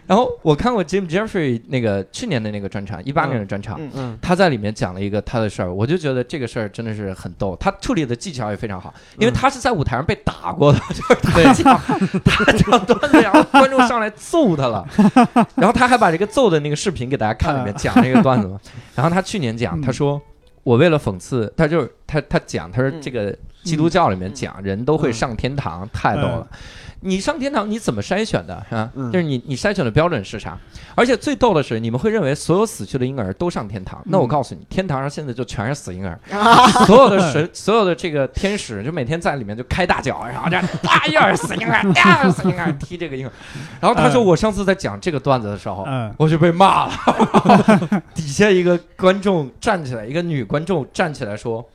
[SPEAKER 1] 然后我看过 Jim Jeffrey 那个去年的那个专场，一八年的专场，
[SPEAKER 4] 嗯
[SPEAKER 2] 嗯
[SPEAKER 1] 他在里面讲了一个他的事儿，我就觉得这个事儿真的是很逗，他处理的技巧也非常好，因为他是在舞台上被打过的，就是他讲 <laughs> 他讲段子，然后观众上来揍他了，然后他还把这个揍的那个视频给大家看，里面讲这个段子嘛，然后他去年讲，
[SPEAKER 3] 嗯
[SPEAKER 1] 他说。我为了讽刺，他就是他，他讲，他说
[SPEAKER 4] 嗯
[SPEAKER 1] 这个基督教里面讲人都会上天堂，太逗了。你上天堂你怎么筛选的啊？
[SPEAKER 2] 嗯
[SPEAKER 1] 就是你你筛选的标准是啥？而且最逗的是，你们会认为所有死去的婴儿都上天堂。那我告诉你，天堂上现在就全是死婴儿， <laughs> 所有的神， <laughs> 所有的这个天使就每天在里面就开大脚，然后这样啊又是死婴儿， <laughs> 啊又是死婴儿，踢这个婴儿。然后他说，
[SPEAKER 3] 嗯
[SPEAKER 1] 我上次在讲这个段子的时候，
[SPEAKER 3] 嗯
[SPEAKER 1] 我就被骂了。 <laughs> 底下一个观众站起来，一个女观众站起来说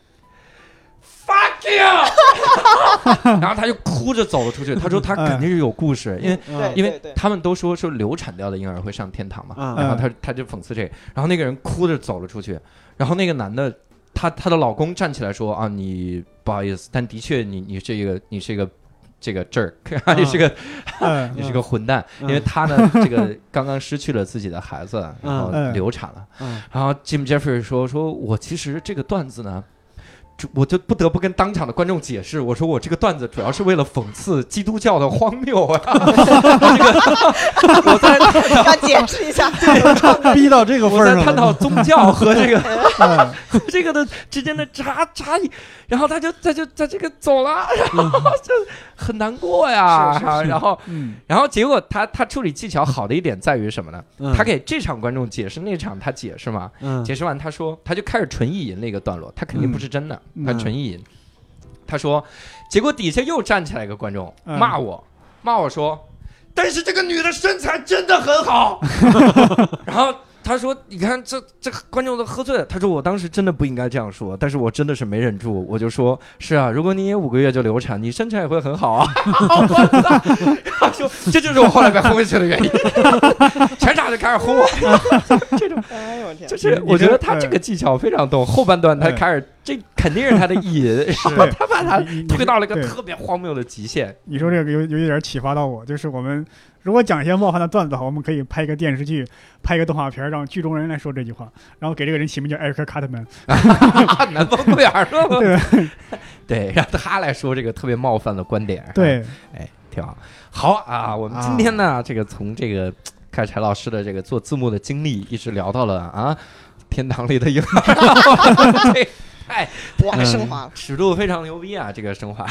[SPEAKER 1] ：“fuck you”，然后 <laughs> 他就哭着走了出去。他说他肯定是有故事，
[SPEAKER 2] 嗯
[SPEAKER 1] 因为
[SPEAKER 4] 对，
[SPEAKER 1] 因
[SPEAKER 4] 对
[SPEAKER 1] 为
[SPEAKER 4] 对
[SPEAKER 1] 他们都说说流产掉的婴儿会上天堂嘛，
[SPEAKER 2] 哎嗯
[SPEAKER 1] 然后
[SPEAKER 3] 嗯
[SPEAKER 1] 他他就讽刺这个，然后那个人哭着走了出去，然后那个男的。她她的老公站起来说啊，你不好意思，但的确你你是一个你是一个这个 jerk，你 <laughs> 是个
[SPEAKER 3] 嗯
[SPEAKER 1] 你是个混蛋，因
[SPEAKER 2] 嗯
[SPEAKER 1] 为他呢，这个刚刚失去了自己的孩子，然后
[SPEAKER 3] 嗯
[SPEAKER 1] 流产了。
[SPEAKER 2] 嗯
[SPEAKER 1] 然后 Jim Jeffrey 说：“说我其实这个段子呢，这我就不得不跟当场的观众解释，我说我这个段子主要是为了讽刺基督教的荒谬啊。这个我在
[SPEAKER 4] 要解释一下，
[SPEAKER 2] 逼到这个份
[SPEAKER 1] 我
[SPEAKER 2] 儿
[SPEAKER 1] 在
[SPEAKER 2] 上
[SPEAKER 1] 探
[SPEAKER 2] 了。
[SPEAKER 1] 讨宗教和这
[SPEAKER 2] <laughs>
[SPEAKER 1] 个 <laughs>
[SPEAKER 2] 嗯
[SPEAKER 1] 和这个的之间的差差异，然后他就他就他这个走了，
[SPEAKER 2] 嗯
[SPEAKER 1] 然后就很难过呀。
[SPEAKER 4] 是
[SPEAKER 1] 然后然后 <laughs>
[SPEAKER 3] 嗯，
[SPEAKER 1] 然后结果他他处理技巧好的一点在于什么呢？
[SPEAKER 2] 嗯
[SPEAKER 1] 他给这场观众解释那场他解释嘛，
[SPEAKER 2] 嗯
[SPEAKER 1] 解释完他说他就开始纯意淫那个段落，他肯定不是真的，
[SPEAKER 3] 嗯
[SPEAKER 1] 他纯意淫。他说，结果底下又站起来一个观众
[SPEAKER 3] 嗯
[SPEAKER 1] 骂我，骂我说，但是这个女的身材真的很
[SPEAKER 3] <laughs>
[SPEAKER 1] 好。然后他说，你看这这观众都喝醉了。他说我当时真的不应该这样说，但是我真的是没忍住，我就说，是啊，如果你也五个月就流产，你身材也会很好
[SPEAKER 3] <laughs>
[SPEAKER 1] 啊。 <laughs> 我操！他说这就是我后来被轰回去的原因， <laughs> 全场就开始轰我。
[SPEAKER 4] <laughs> 哎呦我天
[SPEAKER 1] 就，是
[SPEAKER 3] 你嗯
[SPEAKER 1] 我觉
[SPEAKER 3] 这
[SPEAKER 1] 得他这个技巧非
[SPEAKER 3] <laughs>
[SPEAKER 1] 常懂，后半段他开始，这肯定是他的意淫，然后他把他
[SPEAKER 3] 你你
[SPEAKER 1] 推到了一个
[SPEAKER 3] 对
[SPEAKER 1] 特别荒谬的极限。 <laughs>
[SPEAKER 3] 你说这个有有一点启发到我，就是我们如果讲一些冒犯的段子的话，我们可以拍一个电视剧，拍一个动画片儿，让剧中人来说这句话，然后给这个人起名叫艾瑞克·卡特曼。
[SPEAKER 1] 南方贵眼儿
[SPEAKER 3] <laughs>
[SPEAKER 1] 吗？对，让他来说这个特别冒犯的观点，， <laughs>
[SPEAKER 3] 对，
[SPEAKER 1] 挺好。好啊，我们今天呢，这个从这个开柴老师的这个做字幕的经历，一直聊到了啊，天堂里的
[SPEAKER 4] <laughs>
[SPEAKER 1] 婴儿。对
[SPEAKER 4] 哇，升华了，
[SPEAKER 1] 尺度非常牛逼啊，这个升华、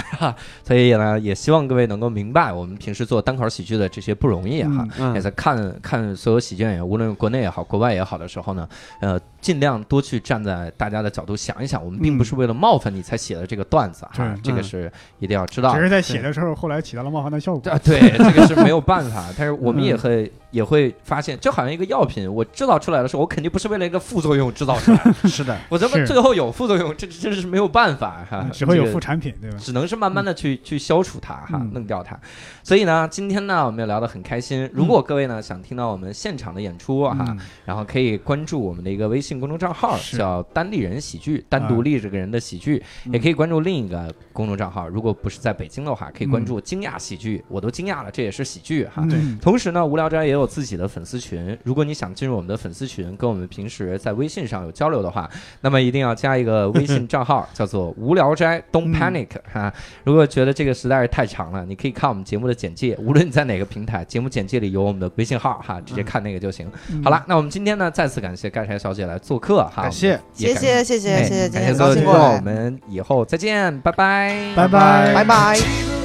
[SPEAKER 1] 所以呢，也希望各位能够明白我们平时做单口喜剧的这些不容易啊。
[SPEAKER 3] 嗯
[SPEAKER 1] 也
[SPEAKER 2] 嗯
[SPEAKER 1] 在看看所有喜剧演员，无论国内也好，国外也好的时候呢，呃，尽量多去站在大家的角度想一想，我们并不
[SPEAKER 3] 嗯
[SPEAKER 1] 是为了冒犯你才写的这个段子哈，
[SPEAKER 3] 对
[SPEAKER 1] 这个
[SPEAKER 2] 嗯
[SPEAKER 1] 是一定要知道
[SPEAKER 3] 只。是在写的时候，后来起到了冒犯的效果。
[SPEAKER 1] 啊，对，啊这个是没有办法，但是我们
[SPEAKER 3] 嗯
[SPEAKER 1] 也会、也会发现，就好像一个药品，我制造出来的时候，我肯定不是为了一个副作用制造出来的，
[SPEAKER 2] 是的，
[SPEAKER 1] 我他妈
[SPEAKER 3] <laughs> 是
[SPEAKER 1] 最后有副作用，这这是没有办法哈、
[SPEAKER 3] 嗯只会有
[SPEAKER 1] 这个
[SPEAKER 3] 副产品，对吧？
[SPEAKER 1] 只能是慢慢的去、去消除它哈，
[SPEAKER 3] 嗯
[SPEAKER 1] 弄掉它。所以呢，今天呢，我们也聊得很开心。如果各位呢、想听到我们现场的演出哈，
[SPEAKER 3] 嗯
[SPEAKER 1] 然后可以关注我们的一个微信公众账号，
[SPEAKER 3] 是
[SPEAKER 1] 叫“单立人喜剧”，单独立这个人的喜剧，
[SPEAKER 2] 嗯
[SPEAKER 1] 也可以关注另一个公众账号。如果不是在北京的话，可以关注“惊讶喜剧”，我都惊讶了，这也是喜剧哈。
[SPEAKER 2] 对
[SPEAKER 3] 嗯
[SPEAKER 1] 同时呢，无聊斋也有自己的粉丝群。如果你想进入我们的粉丝群，跟我们平时在微信上有交流的话，那么一定要加一个微信账号，叫做“无聊斋 Don't Panic”、哈。如果觉得这个实在是太长了，你可以看我们节目的简介，无论你在哪个平台，节目简介里有我们的微信号哈，直接看那个就行。
[SPEAKER 3] 嗯
[SPEAKER 1] 好了，那我们今天呢，再次感谢盖柴小姐来做客哈，
[SPEAKER 2] 感谢，
[SPEAKER 1] 也
[SPEAKER 4] 谢谢
[SPEAKER 1] 感
[SPEAKER 4] 谢谢
[SPEAKER 1] 哎
[SPEAKER 4] 谢谢，今
[SPEAKER 1] 感
[SPEAKER 4] 天
[SPEAKER 1] 谢所
[SPEAKER 4] 高
[SPEAKER 1] 有
[SPEAKER 4] 兴
[SPEAKER 1] 听
[SPEAKER 4] 过
[SPEAKER 1] 众，我
[SPEAKER 4] 来，
[SPEAKER 1] 们以后再见，拜拜，
[SPEAKER 3] 拜拜
[SPEAKER 4] 拜拜。
[SPEAKER 5] Keep